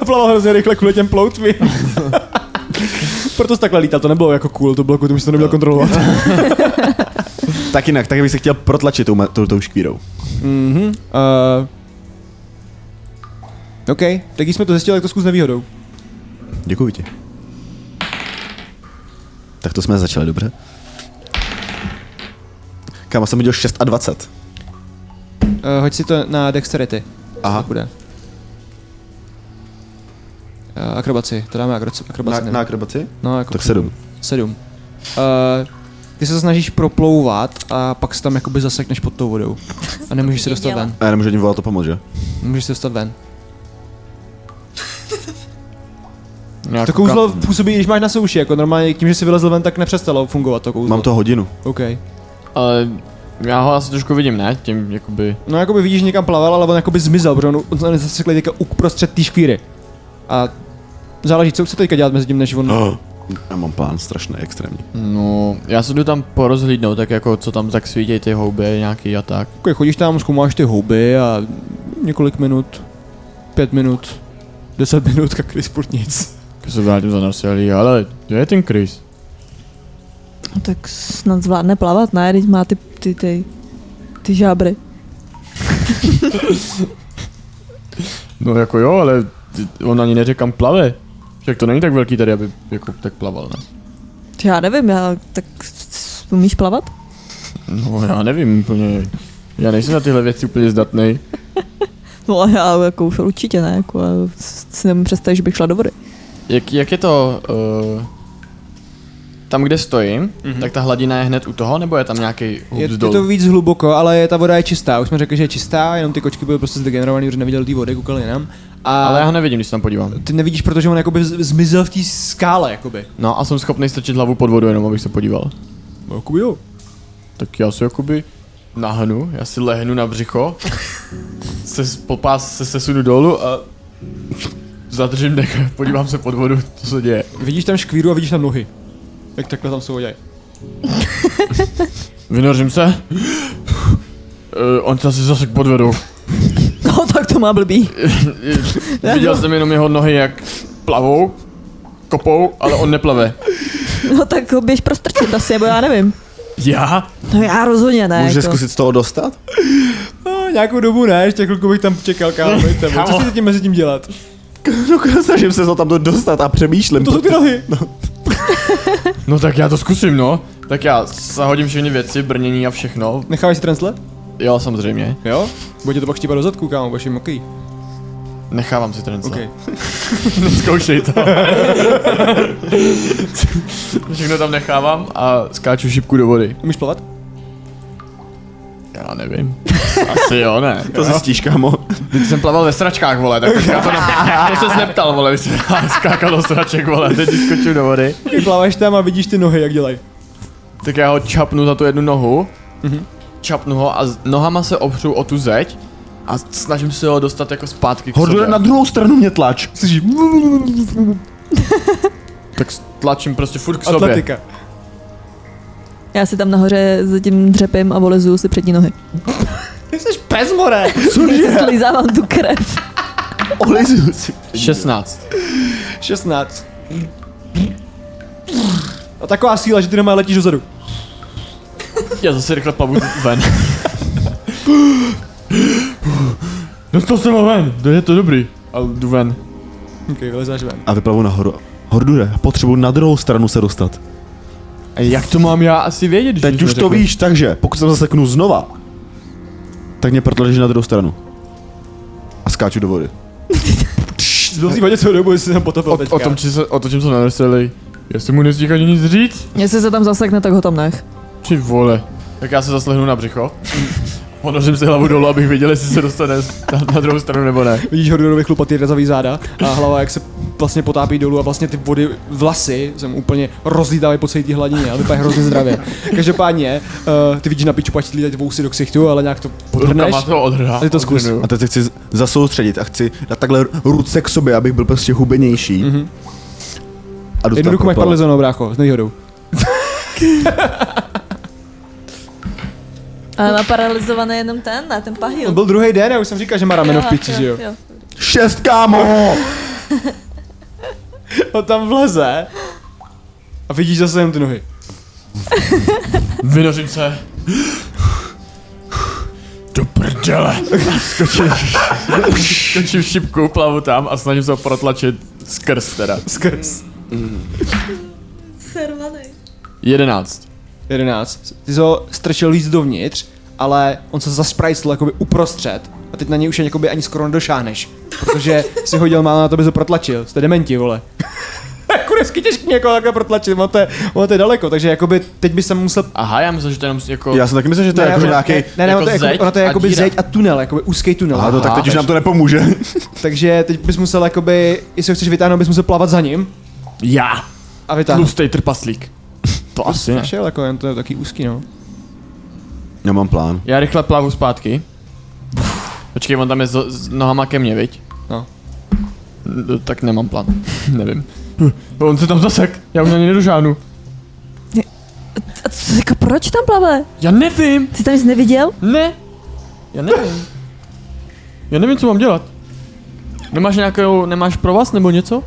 [SPEAKER 1] a plaval hrozně rychle kvůli těm ploutvím. Proto jsi takhle lítal, to nebylo jako cool, to bylo kvůli tomu, že jsi to nebyl kontrolovat.
[SPEAKER 2] tak jinak, tak bych se chtěl protlačit tou, me- tou, tou škvírou.
[SPEAKER 1] Mhm. Uh, OK, tak když jsme to zjistili, tak to zkus s nevýhodou.
[SPEAKER 2] Děkuji ti. Tak to jsme začali dobře. Kámo, jsem viděl 6 a 20.
[SPEAKER 1] Uh, hoď si to na dexterity.
[SPEAKER 2] Aha.
[SPEAKER 1] To bude. Uh, akrobaci, to dáme akrobaci.
[SPEAKER 2] Na,
[SPEAKER 1] akrobaci
[SPEAKER 2] na
[SPEAKER 1] nebo-
[SPEAKER 2] akrobaci?
[SPEAKER 1] no, jako
[SPEAKER 2] Tak 7.
[SPEAKER 1] sedm. Uh, ty se snažíš proplouvat a pak se tam jakoby zasekneš pod tou vodou. A nemůžeš se dostat
[SPEAKER 4] děla.
[SPEAKER 1] ven.
[SPEAKER 2] A já nemůžu ani volat to pomoct, že?
[SPEAKER 1] Nemůžeš se dostat ven.
[SPEAKER 3] Já
[SPEAKER 1] To kouzlo působí, když máš na souši, jako normálně tím, že jsi vylezl ven, tak nepřestalo fungovat to kouzlo.
[SPEAKER 2] Mám to hodinu.
[SPEAKER 1] OK.
[SPEAKER 3] Ale já ho asi trošku vidím, ne? Tím jakoby...
[SPEAKER 1] No jakoby vidíš, že někam plaval, ale on jakoby zmizel, protože on, on se zasekl teďka uprostřed té škvíry. A záleží, co chce teďka dělat mezi tím, než on...
[SPEAKER 2] Oh. Já mám plán strašně extrémní.
[SPEAKER 3] No, já se jdu tam porozhlídnout, tak jako co tam tak svítěj ty houby nějaký a tak.
[SPEAKER 1] Okay, chodíš tam, zkoumáš ty houby a několik minut, pět minut, deset minut, jak když furt nic.
[SPEAKER 3] Když se vrátím za Narsielí, ale kde je ten Chris?
[SPEAKER 4] No tak snad zvládne plavat, ne? Teď má ty, ty, ty, ty žábry.
[SPEAKER 3] No jako jo, ale ty- on ani neřekl, kam plave. Však to není tak velký tady, aby jako tak plaval, ne?
[SPEAKER 4] To Já nevím, já tak umíš plavat?
[SPEAKER 3] No já nevím úplně. Já nejsem na tyhle věci úplně zdatný.
[SPEAKER 4] No a já jako už určitě ne, jako já si nemůžu představit, že bych šla do vody.
[SPEAKER 3] Jak, jak je to... Uh, tam, kde stojím, mm-hmm. tak ta hladina je hned u toho, nebo je tam nějaký hub
[SPEAKER 1] Je, je
[SPEAKER 3] dolů?
[SPEAKER 1] to víc hluboko, ale je, ta voda je čistá. Už jsme řekli, že je čistá, jenom ty kočky byly prostě zdegenerovaný, protože neviděl ty vody, koukali nám. A
[SPEAKER 3] Ale já ho nevidím, když se tam podívám.
[SPEAKER 1] ty nevidíš, protože on jakoby z- zmizel v té skále, jakoby.
[SPEAKER 3] No a jsem schopný strčit hlavu pod vodu, jenom abych se podíval.
[SPEAKER 1] No, jakoby jo.
[SPEAKER 3] Tak já se jakoby nahnu, já si lehnu na břicho, se s- po pás se sesunu dolů a zadržím dech, podívám se pod vodu, co se děje.
[SPEAKER 1] Vidíš tam škvíru a vidíš tam nohy. Jak takhle tam jsou dělají.
[SPEAKER 3] Vynořím se. Eh, on se asi zase pod vodou.
[SPEAKER 4] No tak to má blbý.
[SPEAKER 3] Eh, Viděl jsem jenom jeho nohy, jak plavou, kopou, ale on neplave.
[SPEAKER 4] No tak ho běž prostrčit asi, nebo já nevím.
[SPEAKER 3] Já?
[SPEAKER 4] No já rozhodně ne.
[SPEAKER 2] Může
[SPEAKER 4] jako.
[SPEAKER 2] zkusit z toho dostat?
[SPEAKER 1] No, nějakou dobu ne, ještě chvilku bych tam čekal, kámo. pojďte, bo. Co chcete tím mezi tím dělat?
[SPEAKER 2] No, snažím se to tam dostat a přemýšlím.
[SPEAKER 1] To no. jsou ty nohy.
[SPEAKER 3] No tak já to zkusím, no. Tak já zahodím všechny věci, brnění a všechno.
[SPEAKER 1] Necháváš si transle?
[SPEAKER 3] Jo, samozřejmě.
[SPEAKER 1] Jo? Bude to pak štípat do zadku, kámo, vašim okej.
[SPEAKER 3] Nechávám si trence.
[SPEAKER 1] Okay.
[SPEAKER 3] Zkoušej to. všechno tam nechávám a skáču šipku do vody.
[SPEAKER 1] Umíš plavat?
[SPEAKER 3] Já nevím. Asi jo, ne.
[SPEAKER 2] To zjistíš, kámo.
[SPEAKER 3] Teď jsem plaval ve sračkách, vole, tak já to, na... to se neptal, vole, když jsem skákal do sraček, vole, teď skočím do vody.
[SPEAKER 1] Ty plaváš tam a vidíš ty nohy, jak dělají.
[SPEAKER 3] Tak já ho čapnu za tu jednu nohu, Mhm. čapnu ho a s nohama se opřu o tu zeď a snažím se ho dostat jako zpátky k
[SPEAKER 2] Hordure,
[SPEAKER 3] sobě.
[SPEAKER 2] na druhou stranu mě tlač.
[SPEAKER 3] Tak tlačím prostě furt k sobě.
[SPEAKER 1] Atletika.
[SPEAKER 4] Já si tam nahoře za tím dřepem a volezu si přední nohy.
[SPEAKER 1] Ty jsi pes, more.
[SPEAKER 4] Já si slízávám tu krev.
[SPEAKER 2] Olizu si.
[SPEAKER 3] 16.
[SPEAKER 1] 16. A taková síla, že ty doma letíš dozadu.
[SPEAKER 3] Já zase rychle plavu ven. Dostal jsem ho ven, to je to dobrý. A jdu ven.
[SPEAKER 1] Ok, vylezáš ven.
[SPEAKER 2] A vyplavu nahoru. Hordure, potřebuji na druhou stranu se dostat.
[SPEAKER 3] A jak to mám já asi vědět, když
[SPEAKER 2] Teď
[SPEAKER 3] nic
[SPEAKER 2] už to
[SPEAKER 3] neřeknu?
[SPEAKER 2] víš, takže pokud se zaseknu znova, tak mě protlačíš na druhou stranu. A skáču do vody.
[SPEAKER 1] Byl jsi vadě celou dobu, jsi tam potopil
[SPEAKER 3] O,
[SPEAKER 1] teďka.
[SPEAKER 3] o, tom, či se, o to, čím jsem navrselý. Jestli mu nestíhá ani nic říct?
[SPEAKER 4] Jestli se tam zasekne, tak ho tam nech.
[SPEAKER 3] Ty vole. Tak já se zaslehnu na břicho. Ponořím si hlavu dolů, abych viděl, jestli se dostane na, na druhou stranu nebo ne.
[SPEAKER 1] Vidíš hordorově chlupatý razavý záda a hlava, jak se vlastně potápí dolů a vlastně ty vody, vlasy jsem úplně rozlítávají po celé té hladině a vypadají hrozně zdravě. Každopádně, uh, ty vidíš na piču, pač lítají vousy do ksichtu, ale nějak to podhrneš.
[SPEAKER 3] Rukama to odhrá.
[SPEAKER 1] A ty to zkus.
[SPEAKER 3] odhrnu.
[SPEAKER 2] A teď se chci zasoustředit a chci dát takhle ruce k sobě, abych byl prostě hubenější. Mm-hmm. A dostat
[SPEAKER 1] Jednu ruku máš
[SPEAKER 2] propel.
[SPEAKER 1] paralizovanou, brácho, s nevýhodou.
[SPEAKER 4] Ale má paralizovaný jenom ten, ne, ten pahýl.
[SPEAKER 1] On byl druhý den, já už jsem říkal, že má rameno v piči, že jo.
[SPEAKER 2] Šest, kámo!
[SPEAKER 1] On tam vleze a vidíš zase jen ty nohy.
[SPEAKER 3] Vynořím se. Do prdele. Skočím, skočím šipkou, plavu tam a snažím se ho protlačit skrz teda.
[SPEAKER 1] Skrz.
[SPEAKER 4] Servaný.
[SPEAKER 3] Jedenáct.
[SPEAKER 1] 11. Ty jsi ho strčil víc dovnitř, ale on se zasprajcl jakoby uprostřed a teď na něj už ani, jakoby ani skoro nedošáneš, protože si hodil málo na to, aby se protlačil. Jste dementi, vole. Kurevsky Jako těžký někoho takhle protlačit, ono to, je, ono to je daleko, takže jakoby teď by jsem musel...
[SPEAKER 3] Aha, já myslím, že to jenom jako...
[SPEAKER 2] Já jsem taky myslel, že to je jako
[SPEAKER 1] ono-
[SPEAKER 2] nějaký...
[SPEAKER 1] ne, ne,
[SPEAKER 3] jako
[SPEAKER 1] ono to je,
[SPEAKER 3] zeď
[SPEAKER 1] jako, ono to je
[SPEAKER 3] a
[SPEAKER 1] jakoby
[SPEAKER 3] díra.
[SPEAKER 1] zeď a tunel, jakoby úzký tunel.
[SPEAKER 2] Aha, to tak teď už
[SPEAKER 3] takže-
[SPEAKER 2] nám to nepomůže.
[SPEAKER 1] Takže teď bys musel jakoby, jestli ho chceš vytáhnout, bys musel plavat za ním
[SPEAKER 3] Já.
[SPEAKER 1] a vytáhnout.
[SPEAKER 3] Tlustej trpaslík. To asi ne.
[SPEAKER 1] Našel, jako jen to je taky úzký, no.
[SPEAKER 2] Já mám plán.
[SPEAKER 3] Já rychle plavu zpátky. Počkej, on tam je s, s nohama ke mně, viď?
[SPEAKER 1] No.
[SPEAKER 3] No, Tak nemám plán. Nevím. On se tam zasek, já už na něj nedožánu.
[SPEAKER 4] A co, jako proč tam plave?
[SPEAKER 3] Já nevím,
[SPEAKER 4] Ty tam nic neviděl?
[SPEAKER 3] ne. Já nevím. Já nevím, co mám dělat. Nemáš nějakou, nemáš pro vás nebo něco?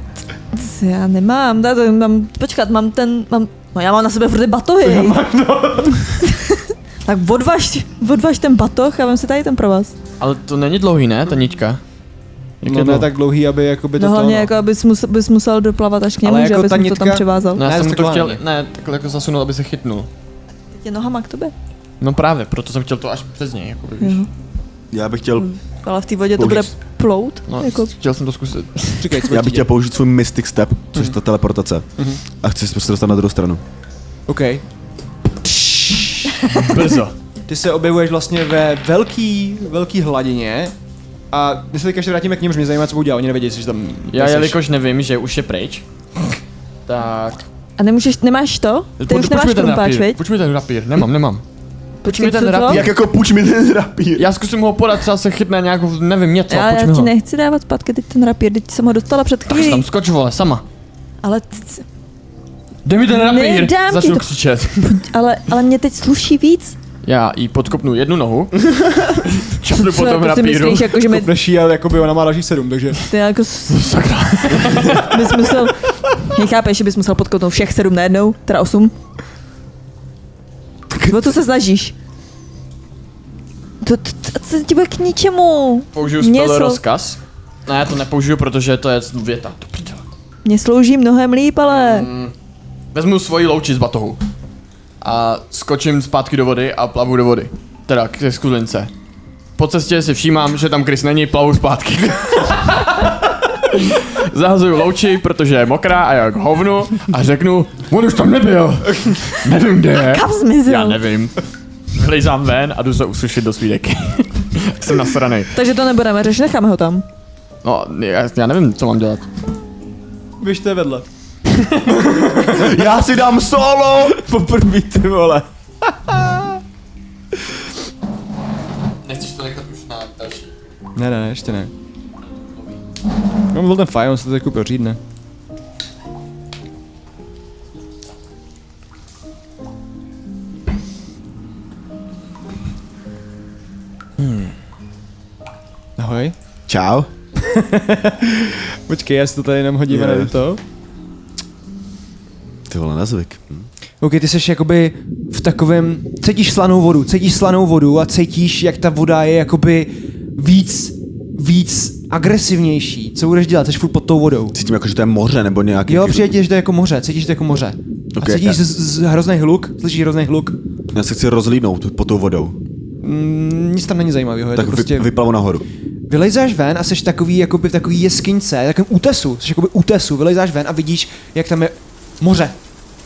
[SPEAKER 4] Co Já nemám, da, to mám, počkat, mám ten, mám, no já mám na sebe furt ty batohy. tak odvaž, odvaž ten batoh a vem si tady ten pro vás.
[SPEAKER 3] Ale to není dlouhý, ne, ta nička? Jak
[SPEAKER 1] No, to
[SPEAKER 3] je
[SPEAKER 1] je
[SPEAKER 3] dlouho?
[SPEAKER 1] tak dlouhý, aby jakoby to
[SPEAKER 4] No hlavně
[SPEAKER 1] to, no.
[SPEAKER 4] jako, abys musel, bys musel doplavat až k němu,
[SPEAKER 1] Ale
[SPEAKER 4] že
[SPEAKER 1] jako
[SPEAKER 4] abys
[SPEAKER 1] ta
[SPEAKER 4] mu to tam
[SPEAKER 1] nitka-
[SPEAKER 4] přivázal.
[SPEAKER 3] No, já
[SPEAKER 1] Ne,
[SPEAKER 3] jsem mu to
[SPEAKER 1] takhle
[SPEAKER 3] chtěl,
[SPEAKER 1] ani.
[SPEAKER 3] ne, takhle jako zasunul, aby se chytnul.
[SPEAKER 4] Teď je nohama k tobě.
[SPEAKER 3] No právě, proto jsem chtěl to až přes něj, jako víš.
[SPEAKER 4] Jo.
[SPEAKER 2] Já bych chtěl,
[SPEAKER 4] Ale v té vodě to
[SPEAKER 2] Použij
[SPEAKER 4] bude
[SPEAKER 2] si-
[SPEAKER 4] plout.
[SPEAKER 3] No,
[SPEAKER 4] jako,
[SPEAKER 3] chtěl jsem to zkusit.
[SPEAKER 1] Říkej, co
[SPEAKER 2] já bych
[SPEAKER 1] ti děje.
[SPEAKER 2] chtěl použít svůj Mystic Step, což je ta teleportace. A chci se prostě dostat na druhou stranu.
[SPEAKER 1] OK.
[SPEAKER 3] Brzo.
[SPEAKER 1] Ty se objevuješ vlastně ve velký, velký hladině a my se teďka ještě vrátíme k ním, že mě zajímá, co budou dělat, oni nevědí, že tam
[SPEAKER 3] Já
[SPEAKER 1] nejseš.
[SPEAKER 3] jelikož nevím, že už je pryč, tak...
[SPEAKER 4] a nemůžeš, nemáš to? Ty už nemáš krumpáč,
[SPEAKER 3] rapír,
[SPEAKER 4] viď?
[SPEAKER 3] půjč mi ten rapír, nemám, nemám.
[SPEAKER 4] Počkej,
[SPEAKER 3] ten
[SPEAKER 4] co to?
[SPEAKER 3] rapír.
[SPEAKER 2] Jak jako půjč mi ten rapír.
[SPEAKER 3] Já zkusím ho podat, třeba se chytne nějakou, nevím, něco,
[SPEAKER 4] Já,
[SPEAKER 3] půjč
[SPEAKER 4] já
[SPEAKER 3] mi
[SPEAKER 4] ti
[SPEAKER 3] ho.
[SPEAKER 4] nechci dávat zpátky teď ten rapír, teď jsem ho dostala před
[SPEAKER 3] Tak si tam
[SPEAKER 4] chvílí.
[SPEAKER 3] skoč, vole, sama.
[SPEAKER 4] Ale, c-
[SPEAKER 3] Dej mi ten rapír,
[SPEAKER 4] Nedám ti
[SPEAKER 3] začnu
[SPEAKER 4] to.
[SPEAKER 3] křičet.
[SPEAKER 4] ale, ale mě teď sluší víc.
[SPEAKER 3] Já jí podkopnu jednu nohu, čapnu po
[SPEAKER 4] Co,
[SPEAKER 3] tom
[SPEAKER 4] jako si
[SPEAKER 3] rapíru.
[SPEAKER 4] myslíš, jako, že mi
[SPEAKER 1] Kopneš jí, ale jakoby ona má další sedm, takže
[SPEAKER 4] Ty jako... Sakra. bys musel... Nechápeš, že bys musel podkotnout všech sedm najednou, teda osm? O co se snažíš? To, to, to, to ti bude k ničemu.
[SPEAKER 3] Použiju
[SPEAKER 4] Mě
[SPEAKER 3] spell
[SPEAKER 4] jsou-
[SPEAKER 3] rozkaz. Ne, já to nepoužiju, protože to je věta. To prdele.
[SPEAKER 4] Mně slouží mnohem líp, ale...
[SPEAKER 3] Mm. Vezmu svoji louči z batohu. A skočím zpátky do vody a plavu do vody. Teda k té skudlince. Po cestě si všímám, že tam Chris není, plavu zpátky. Zahazuju louči, protože je mokrá a já k hovnu a řeknu, on už tam nebyl. Nevím, kde je.
[SPEAKER 4] Kam zmizel?
[SPEAKER 3] Já nevím. Vylejzám ven a jdu se usušit do svý deky. Jsem nasranej.
[SPEAKER 4] Takže to nebudeme řešit, necháme ho tam.
[SPEAKER 3] No, já, já nevím, co mám dělat.
[SPEAKER 6] Běžte vedle.
[SPEAKER 2] Já si dám solo!
[SPEAKER 6] Poprvé ty vole.
[SPEAKER 3] Nechceš to nechat už na další.
[SPEAKER 1] Ne, ne, ještě ne. No, byl ten fajn, on se to jako prořídne. Hmm. Ahoj.
[SPEAKER 2] Čau.
[SPEAKER 1] Počkej, já si to tady jenom hodím
[SPEAKER 2] Je.
[SPEAKER 1] yes. do toho.
[SPEAKER 2] Ty vole, na zvyk. Hm.
[SPEAKER 1] OK, ty jsi jakoby v takovém, cítíš slanou vodu, cítíš slanou vodu a cítíš, jak ta voda je jakoby víc, víc agresivnější. Co budeš dělat? Jsi furt pod tou vodou.
[SPEAKER 2] Cítím jako, že to je moře nebo nějaký...
[SPEAKER 1] Jo, přijde ti, že to je jako moře, cítíš to jako moře.
[SPEAKER 2] Ok,
[SPEAKER 1] Okay, a cítíš
[SPEAKER 2] já-
[SPEAKER 1] z, z, hrozný hluk, slyšíš hrozný hluk.
[SPEAKER 2] Já se chci rozlínout pod tou vodou.
[SPEAKER 1] Mm, nic tam není zajímavého, je
[SPEAKER 2] tak
[SPEAKER 1] to
[SPEAKER 2] vy,
[SPEAKER 1] prostě... Vy,
[SPEAKER 2] vyplavu nahoru.
[SPEAKER 1] Vylejzáš ven a jsi takový, jakoby v takový jeskyňce, takovém útesu, jsi jakoby útesu, vylejzáš ven a vidíš, jak tam je moře.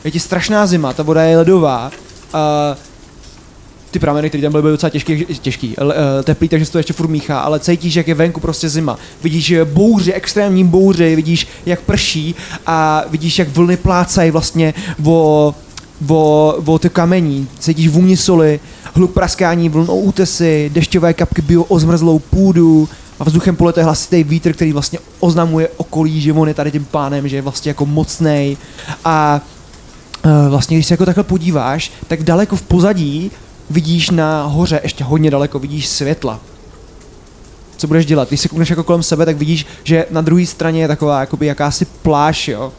[SPEAKER 1] Je ti strašná zima, ta voda je ledová. A ty prameny, které tam byly, byly docela těžký, těžký le- eh, teplý, takže se to ještě furt míchá, ale cítíš, jak je venku prostě zima. Vidíš eh, bouři, extrémní bouři, vidíš, jak prší a vidíš, jak vlny plácají vlastně o, o, o ty kamení. Cítíš vůni soli, hluk praskání vln o útesy, dešťové kapky bijou o zmrzlou půdu a vzduchem polete hlasitý vítr, který vlastně oznamuje okolí, že on je tady tím pánem, že je vlastně jako mocnej a Eh, vlastně, když se jako takhle podíváš, tak daleko v pozadí vidíš na hoře, ještě hodně daleko, vidíš světla. Co budeš dělat? Když se koukneš jako kolem sebe, tak vidíš, že na druhé straně je taková jakoby jakási pláž, jo?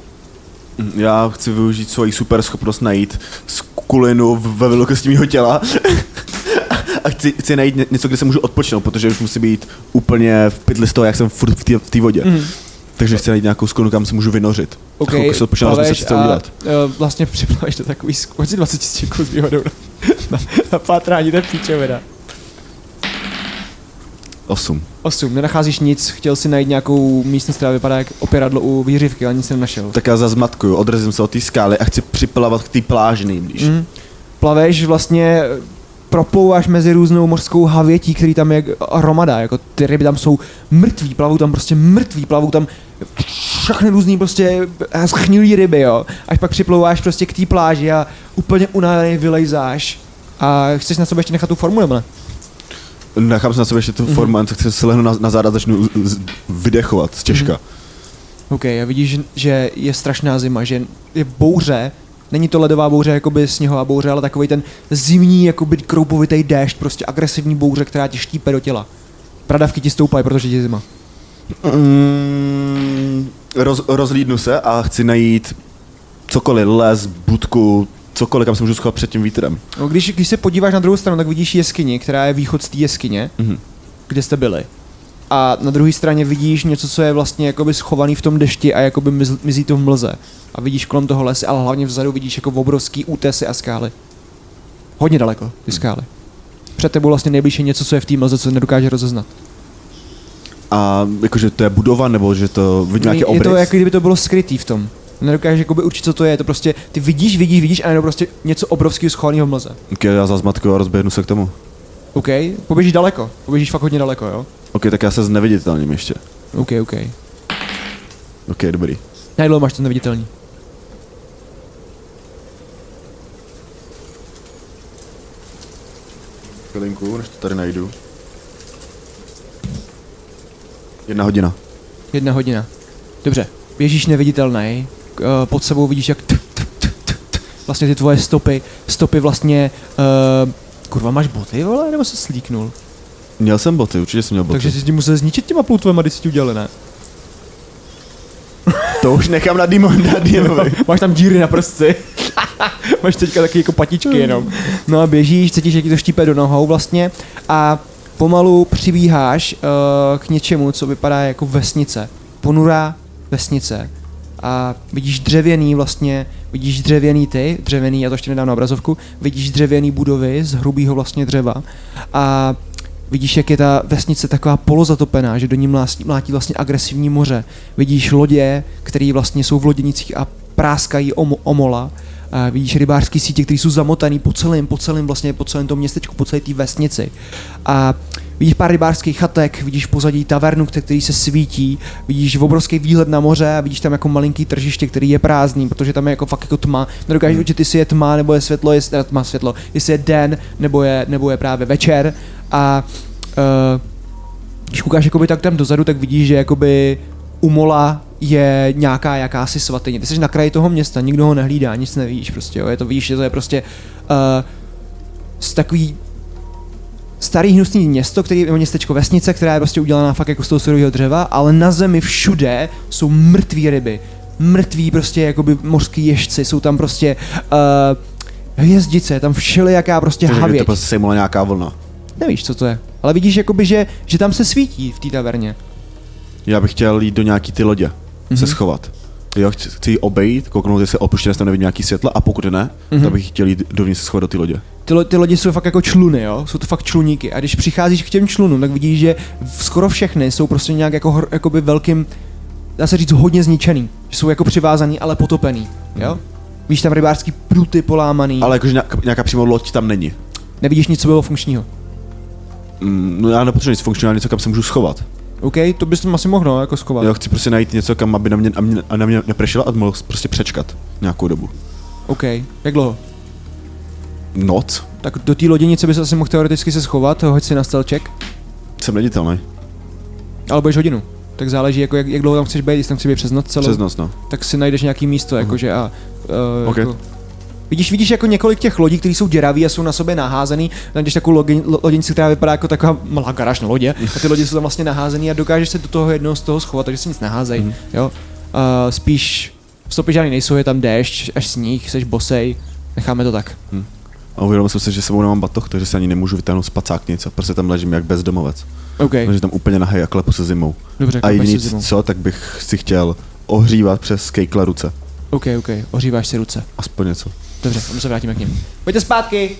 [SPEAKER 2] Mm, Já chci využít svoji super schopnost najít skulinu v- ve velikosti mého těla. A chci, chci najít ně- něco, kde se můžu odpočinout, protože už musí být úplně v pytli z toho, jak jsem furt v té- v té vodě. Mm. Takže chci najít nějakou skulinu, kam se můžu vynořit.
[SPEAKER 1] Mhm. OK,
[SPEAKER 2] Jako se odpočinout,
[SPEAKER 1] plaveš
[SPEAKER 2] rozmyslet, co
[SPEAKER 1] a,
[SPEAKER 2] udělat.
[SPEAKER 1] eh, vlastně připraveš to takový skočit 20 stěků s výhodou na, na, na pátrání, to je píčovina.
[SPEAKER 2] Osm.
[SPEAKER 1] 8. Nenacházíš nic, chtěl si najít nějakou místnost, která vypadá jak opěradlo u výřivky, ale nic jsi nenašel.
[SPEAKER 2] Tak já zazmatkuju, odrazím se od té skály a chci připlavat k té pláži nejblíž. Mm.
[SPEAKER 1] Mm. Plaveš vlastně, proplouváš mezi různou mořskou havětí, který tam je hromada, jako ty ryby tam jsou mrtví, plavou tam prostě mrtví, plavou tam všechny různý prostě schnilý ryby, jo. Až pak připlouváš prostě k té pláži a úplně unavený vylejzáš. A chceš na sebe ještě nechat tu formu, nebo ne?
[SPEAKER 2] Nechám se na sebe ještě tu
[SPEAKER 1] Mhm.
[SPEAKER 2] formu, mm. chci se lehnu na, na záda a začnu z- z- vydechovat z těžka.
[SPEAKER 1] OK, a vidíš, že je strašná zima, že je bouře, není to ledová bouře, jakoby sněhová bouře, ale takový ten zimní, jakoby kroupovitý déšť, prostě agresivní bouře, která tě štípe do těla. Pradavky ti stoupají, protože ti je zima.
[SPEAKER 2] Mm, roz, rozlídnu se a chci najít cokoliv, les, budku, cokoliv, kam se můžu schovat před tím vítrem.
[SPEAKER 1] No, když, když se podíváš na druhou stranu, tak vidíš jeskyni, která je východ z té jeskyně,
[SPEAKER 2] Mhm.
[SPEAKER 1] kde jste byli. A na druhé straně vidíš něco, co je vlastně jakoby schovaný v tom dešti a jakoby mizl- mizí to v mlze. A vidíš kolem toho lesy, ale hlavně vzadu vidíš jako obrovský útesy a skály. Hodně daleko
[SPEAKER 2] Mhm.
[SPEAKER 1] ty skály. Před tebou vlastně nejblíž je něco, co je v té mlze, co nedokáže rozeznat.
[SPEAKER 2] A jakože to je budova, nebo že to vidím nějaký
[SPEAKER 1] je
[SPEAKER 2] obrys.
[SPEAKER 1] to, jako kdyby to bylo skrytý v tom. Nedokážeš jakoby určit, co to je. Je To prostě, ty vidíš, vidíš, vidíš, a jenom prostě něco obrovského schovaného v mlze.
[SPEAKER 2] Ok, já zazmatku a rozběhnu se k tomu.
[SPEAKER 1] OK, poběžíš daleko. Poběžíš fakt hodně daleko, jo?
[SPEAKER 2] Ok, tak já se zneviditelním ještě.
[SPEAKER 1] OK, OK.
[SPEAKER 2] Ok, dobrý.
[SPEAKER 1] Najdlouho máš to neviditelný.
[SPEAKER 2] Chvilinku, než to tady najdu. Jedna hodina.
[SPEAKER 1] Jedna hodina. Dobře. Běžíš neviditelný. k- eh, Pod sebou vidíš, jak t- t- t- t- t- vlastně ty tvoje stopy, stopy vlastně... eh, Kurva, máš boty, vole, nebo se slíknul?
[SPEAKER 2] Měl jsem boty, určitě jsem měl boty.
[SPEAKER 1] Takže jsi ti musel zničit těma plutvema, když jsi ti udělali, ne?
[SPEAKER 2] To už nechám na Demon, na Demonovi.
[SPEAKER 1] Máš tam díry na prsty. Máš teďka taky jako patičky jenom. No a běžíš, cítíš, jak ti to štípe do nohou vlastně a pomalu přibíháš uh, k něčemu, co vypadá jako vesnice. Ponurá vesnice. A vidíš dřevěný vlastně, vidíš dřevěný ty, dřevěný, já to ještě nedám na obrazovku, vidíš dřevěný budovy z hrubého vlastně dřeva a Vidíš, jak je ta vesnice taková polozatopená, že do ní mlás- mlátí vlastně agresivní moře. Vidíš lodě, které vlastně jsou v loděnicích a práskají om- omola. A vidíš rybářské sítě, které jsou zamotané po celém, po celém vlastně, po celém tom městečku, po celé té vesnici. A vidíš pár rybářských chatek, vidíš pozadí tavernu, kte- který se svítí, vidíš obrovský výhled na moře a vidíš tam jako malinký tržiště, který je prázdný, protože tam je jako fakt jako tma. Nedokážeš určit, jestli je tma, nebo je světlo, jestli teda tma světlo, jestli je den, nebo je, nebo je právě večer. A eh, když koukáš jakoby tak tam dozadu, tak vidíš, že jakoby umola je nějaká jakási svatyně. Ty jsi na kraji toho města, nikdo ho nehlídá, nic nevíš prostě, jo. Je to, vidíš, že to je prostě uh, z takový starý hnusný město, který je městečko vesnice, která je prostě udělaná fakt jako z toho surového dřeva, ale na zemi všude jsou mrtví ryby. Mrtví prostě jakoby mořský ježci, jsou tam prostě uh, hvězdice, je tam všelijaká prostě
[SPEAKER 2] Takže kdyby to
[SPEAKER 1] havěť.
[SPEAKER 2] prostě sejmula nějaká vlna.
[SPEAKER 1] Nevíš, co to je. Ale vidíš, jakoby, že, že tam se svítí v té taverně.
[SPEAKER 2] Já bych chtěl jít do nějaký ty lodě, mm-hmm. se schovat. Jo, chci, chci ji obejít, kouknout, jestli opuštěné tam nevidím nějaký světla a pokud ne, mm-hmm. tak bych chtěl jít dovnitř se schovat do té lodě.
[SPEAKER 1] Ty, lo, ty lodi jsou fakt jako čluny, jo? Jsou to fakt čluníky. A když přicházíš k těm člunům, tak vidíš, že v- skoro všechny jsou prostě nějak jako, hor- jakoby velkým, dá se říct, hodně zničený. Že jsou jako přivázaný, ale potopený, jo? Víš, tam rybářský pruty polámaný, ale...
[SPEAKER 2] Ale jakože nějaká, nějaká přímo loď tam není.
[SPEAKER 1] nevidíš nic, co bylo funkčního.
[SPEAKER 2] Mm, no já nepotřebuji nic funkčního, ale něco, kam se můžu schovat.
[SPEAKER 1] OK, to bys tam asi mohl, no, jako schovat.
[SPEAKER 2] Jo, chci prostě najít něco, kam aby na mě, a mě, a na mě neprešila a mohl prostě přečkat nějakou dobu.
[SPEAKER 1] OK, jak dlouho?
[SPEAKER 2] Noc?
[SPEAKER 1] Tak do té loděnice bys asi mohl teoreticky se schovat, hoď si na stelček,
[SPEAKER 2] Jsem neditelný.
[SPEAKER 1] ale budeš hodinu. Tak záleží, jako jak, jak dlouho tam chceš být, jestli tam chceš být přes noc celou.
[SPEAKER 2] Přes noc, no.
[SPEAKER 1] tak si najdeš nějaký místo, jakože a... Uh,
[SPEAKER 2] Mhm. Ok.
[SPEAKER 1] jako, vidíš, vidíš jako několik těch lodí, které jsou děraví a jsou na sobě naházený, najdeš takovou logi, lo- loděnici, která vypadá jako taková malá garáž na lodě a ty lodě jsou tam vlastně naházený a dokážeš se do toho jednoho z toho schovat, takže se nic naházej,
[SPEAKER 2] Mhm.
[SPEAKER 1] mm. jo. Uh, spíš stopy žádný nejsou, je tam déšť, až sníh, seš bosej, necháme to tak.
[SPEAKER 2] A uvědomil jsem si, že s sebou nemám batoh, takže se ani nemůžu vytáhnout z pacáknice. Prostě tam ležím jak bezdomovec.
[SPEAKER 1] OK,
[SPEAKER 2] Takže tam úplně nahej a klepu se zimou.
[SPEAKER 1] dobře,
[SPEAKER 2] A
[SPEAKER 1] kopeš se
[SPEAKER 2] jediný
[SPEAKER 1] zimou.
[SPEAKER 2] co, tak bych si chtěl ohřívat přes kejkle ruce.
[SPEAKER 1] OK, OK, ohříváš si ruce.
[SPEAKER 2] Aspoň něco.
[SPEAKER 1] Dobře, tam se vrátíme k ním. Pojďte zpátky!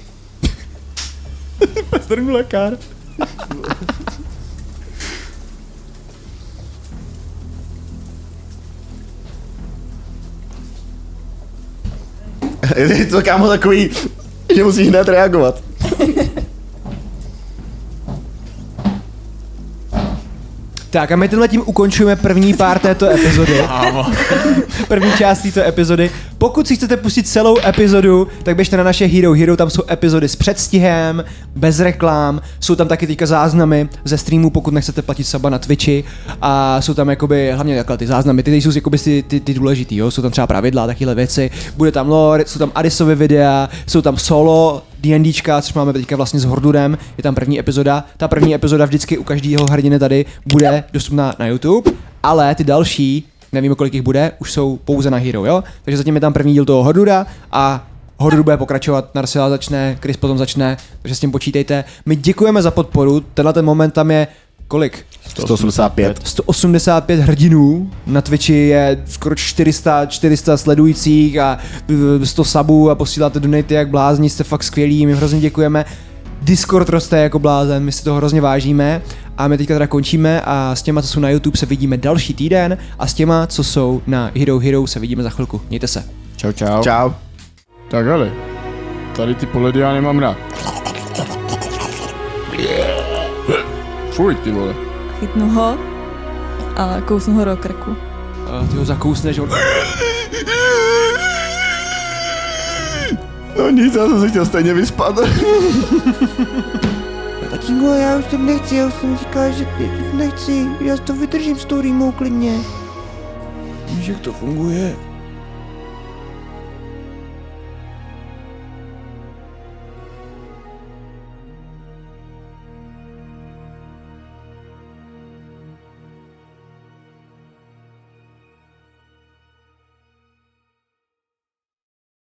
[SPEAKER 1] Pestrnu lékár.
[SPEAKER 2] Je to kámo takový, že musíš hned reagovat.
[SPEAKER 1] Tak a my tímhle tím ukončujeme první pár této epizody. první část této epizody. Pokud si chcete pustit celou epizodu, tak běžte na naše Hero Hero, tam jsou epizody s předstihem, bez reklám, jsou tam taky teďka záznamy ze streamu, pokud nechcete platit saba na Twitchi a jsou tam jakoby hlavně takhle ty záznamy, ty, ty jsou jakoby ty, ty, ty důležitý, jo? jsou tam třeba pravidla, takyhle věci, bude tam lore, jsou tam Adisovy videa, jsou tam solo, D&Dčka, což máme teďka vlastně s Hordurem, je tam první epizoda. Ta první epizoda vždycky u každého hrdiny tady bude dostupná na YouTube, ale ty další, nevíme kolik jich bude, už jsou pouze na Hero, jo? Takže zatím je tam první díl toho Hordura a Hordu bude pokračovat, Narsila začne, Chris potom začne, takže s tím počítejte. My děkujeme za podporu, tenhle ten moment tam je kolik?
[SPEAKER 2] 185.
[SPEAKER 1] 185 hrdinů, na Twitchi je skoro 400, 400 sledujících a eh, 100 subů a posíláte donaty jak blázni, jste fakt skvělí, my hrozně děkujeme. Discord roste jako blázen, my si toho hrozně vážíme a my teďka teda končíme a s těma, co jsou na YouTube, se vidíme další týden a s těma, co jsou na Hero Hero, se vidíme za chvilku. Mějte se.
[SPEAKER 3] Čau, čau.
[SPEAKER 2] Čau.
[SPEAKER 3] Tak ale, tady ty poledy já nemám rád. Fuj, ty vole.
[SPEAKER 4] Chytnu ho a kousnu ho do krku.
[SPEAKER 1] Uh, ty ho zakousneš, on...
[SPEAKER 2] No nic, já jsem se chtěl stejně vyspat.
[SPEAKER 7] Tatínku, já už to nechci, já už jsem říkal, že nechci, já to vydržím s tou rýmou klidně.
[SPEAKER 1] Víš, jak to funguje?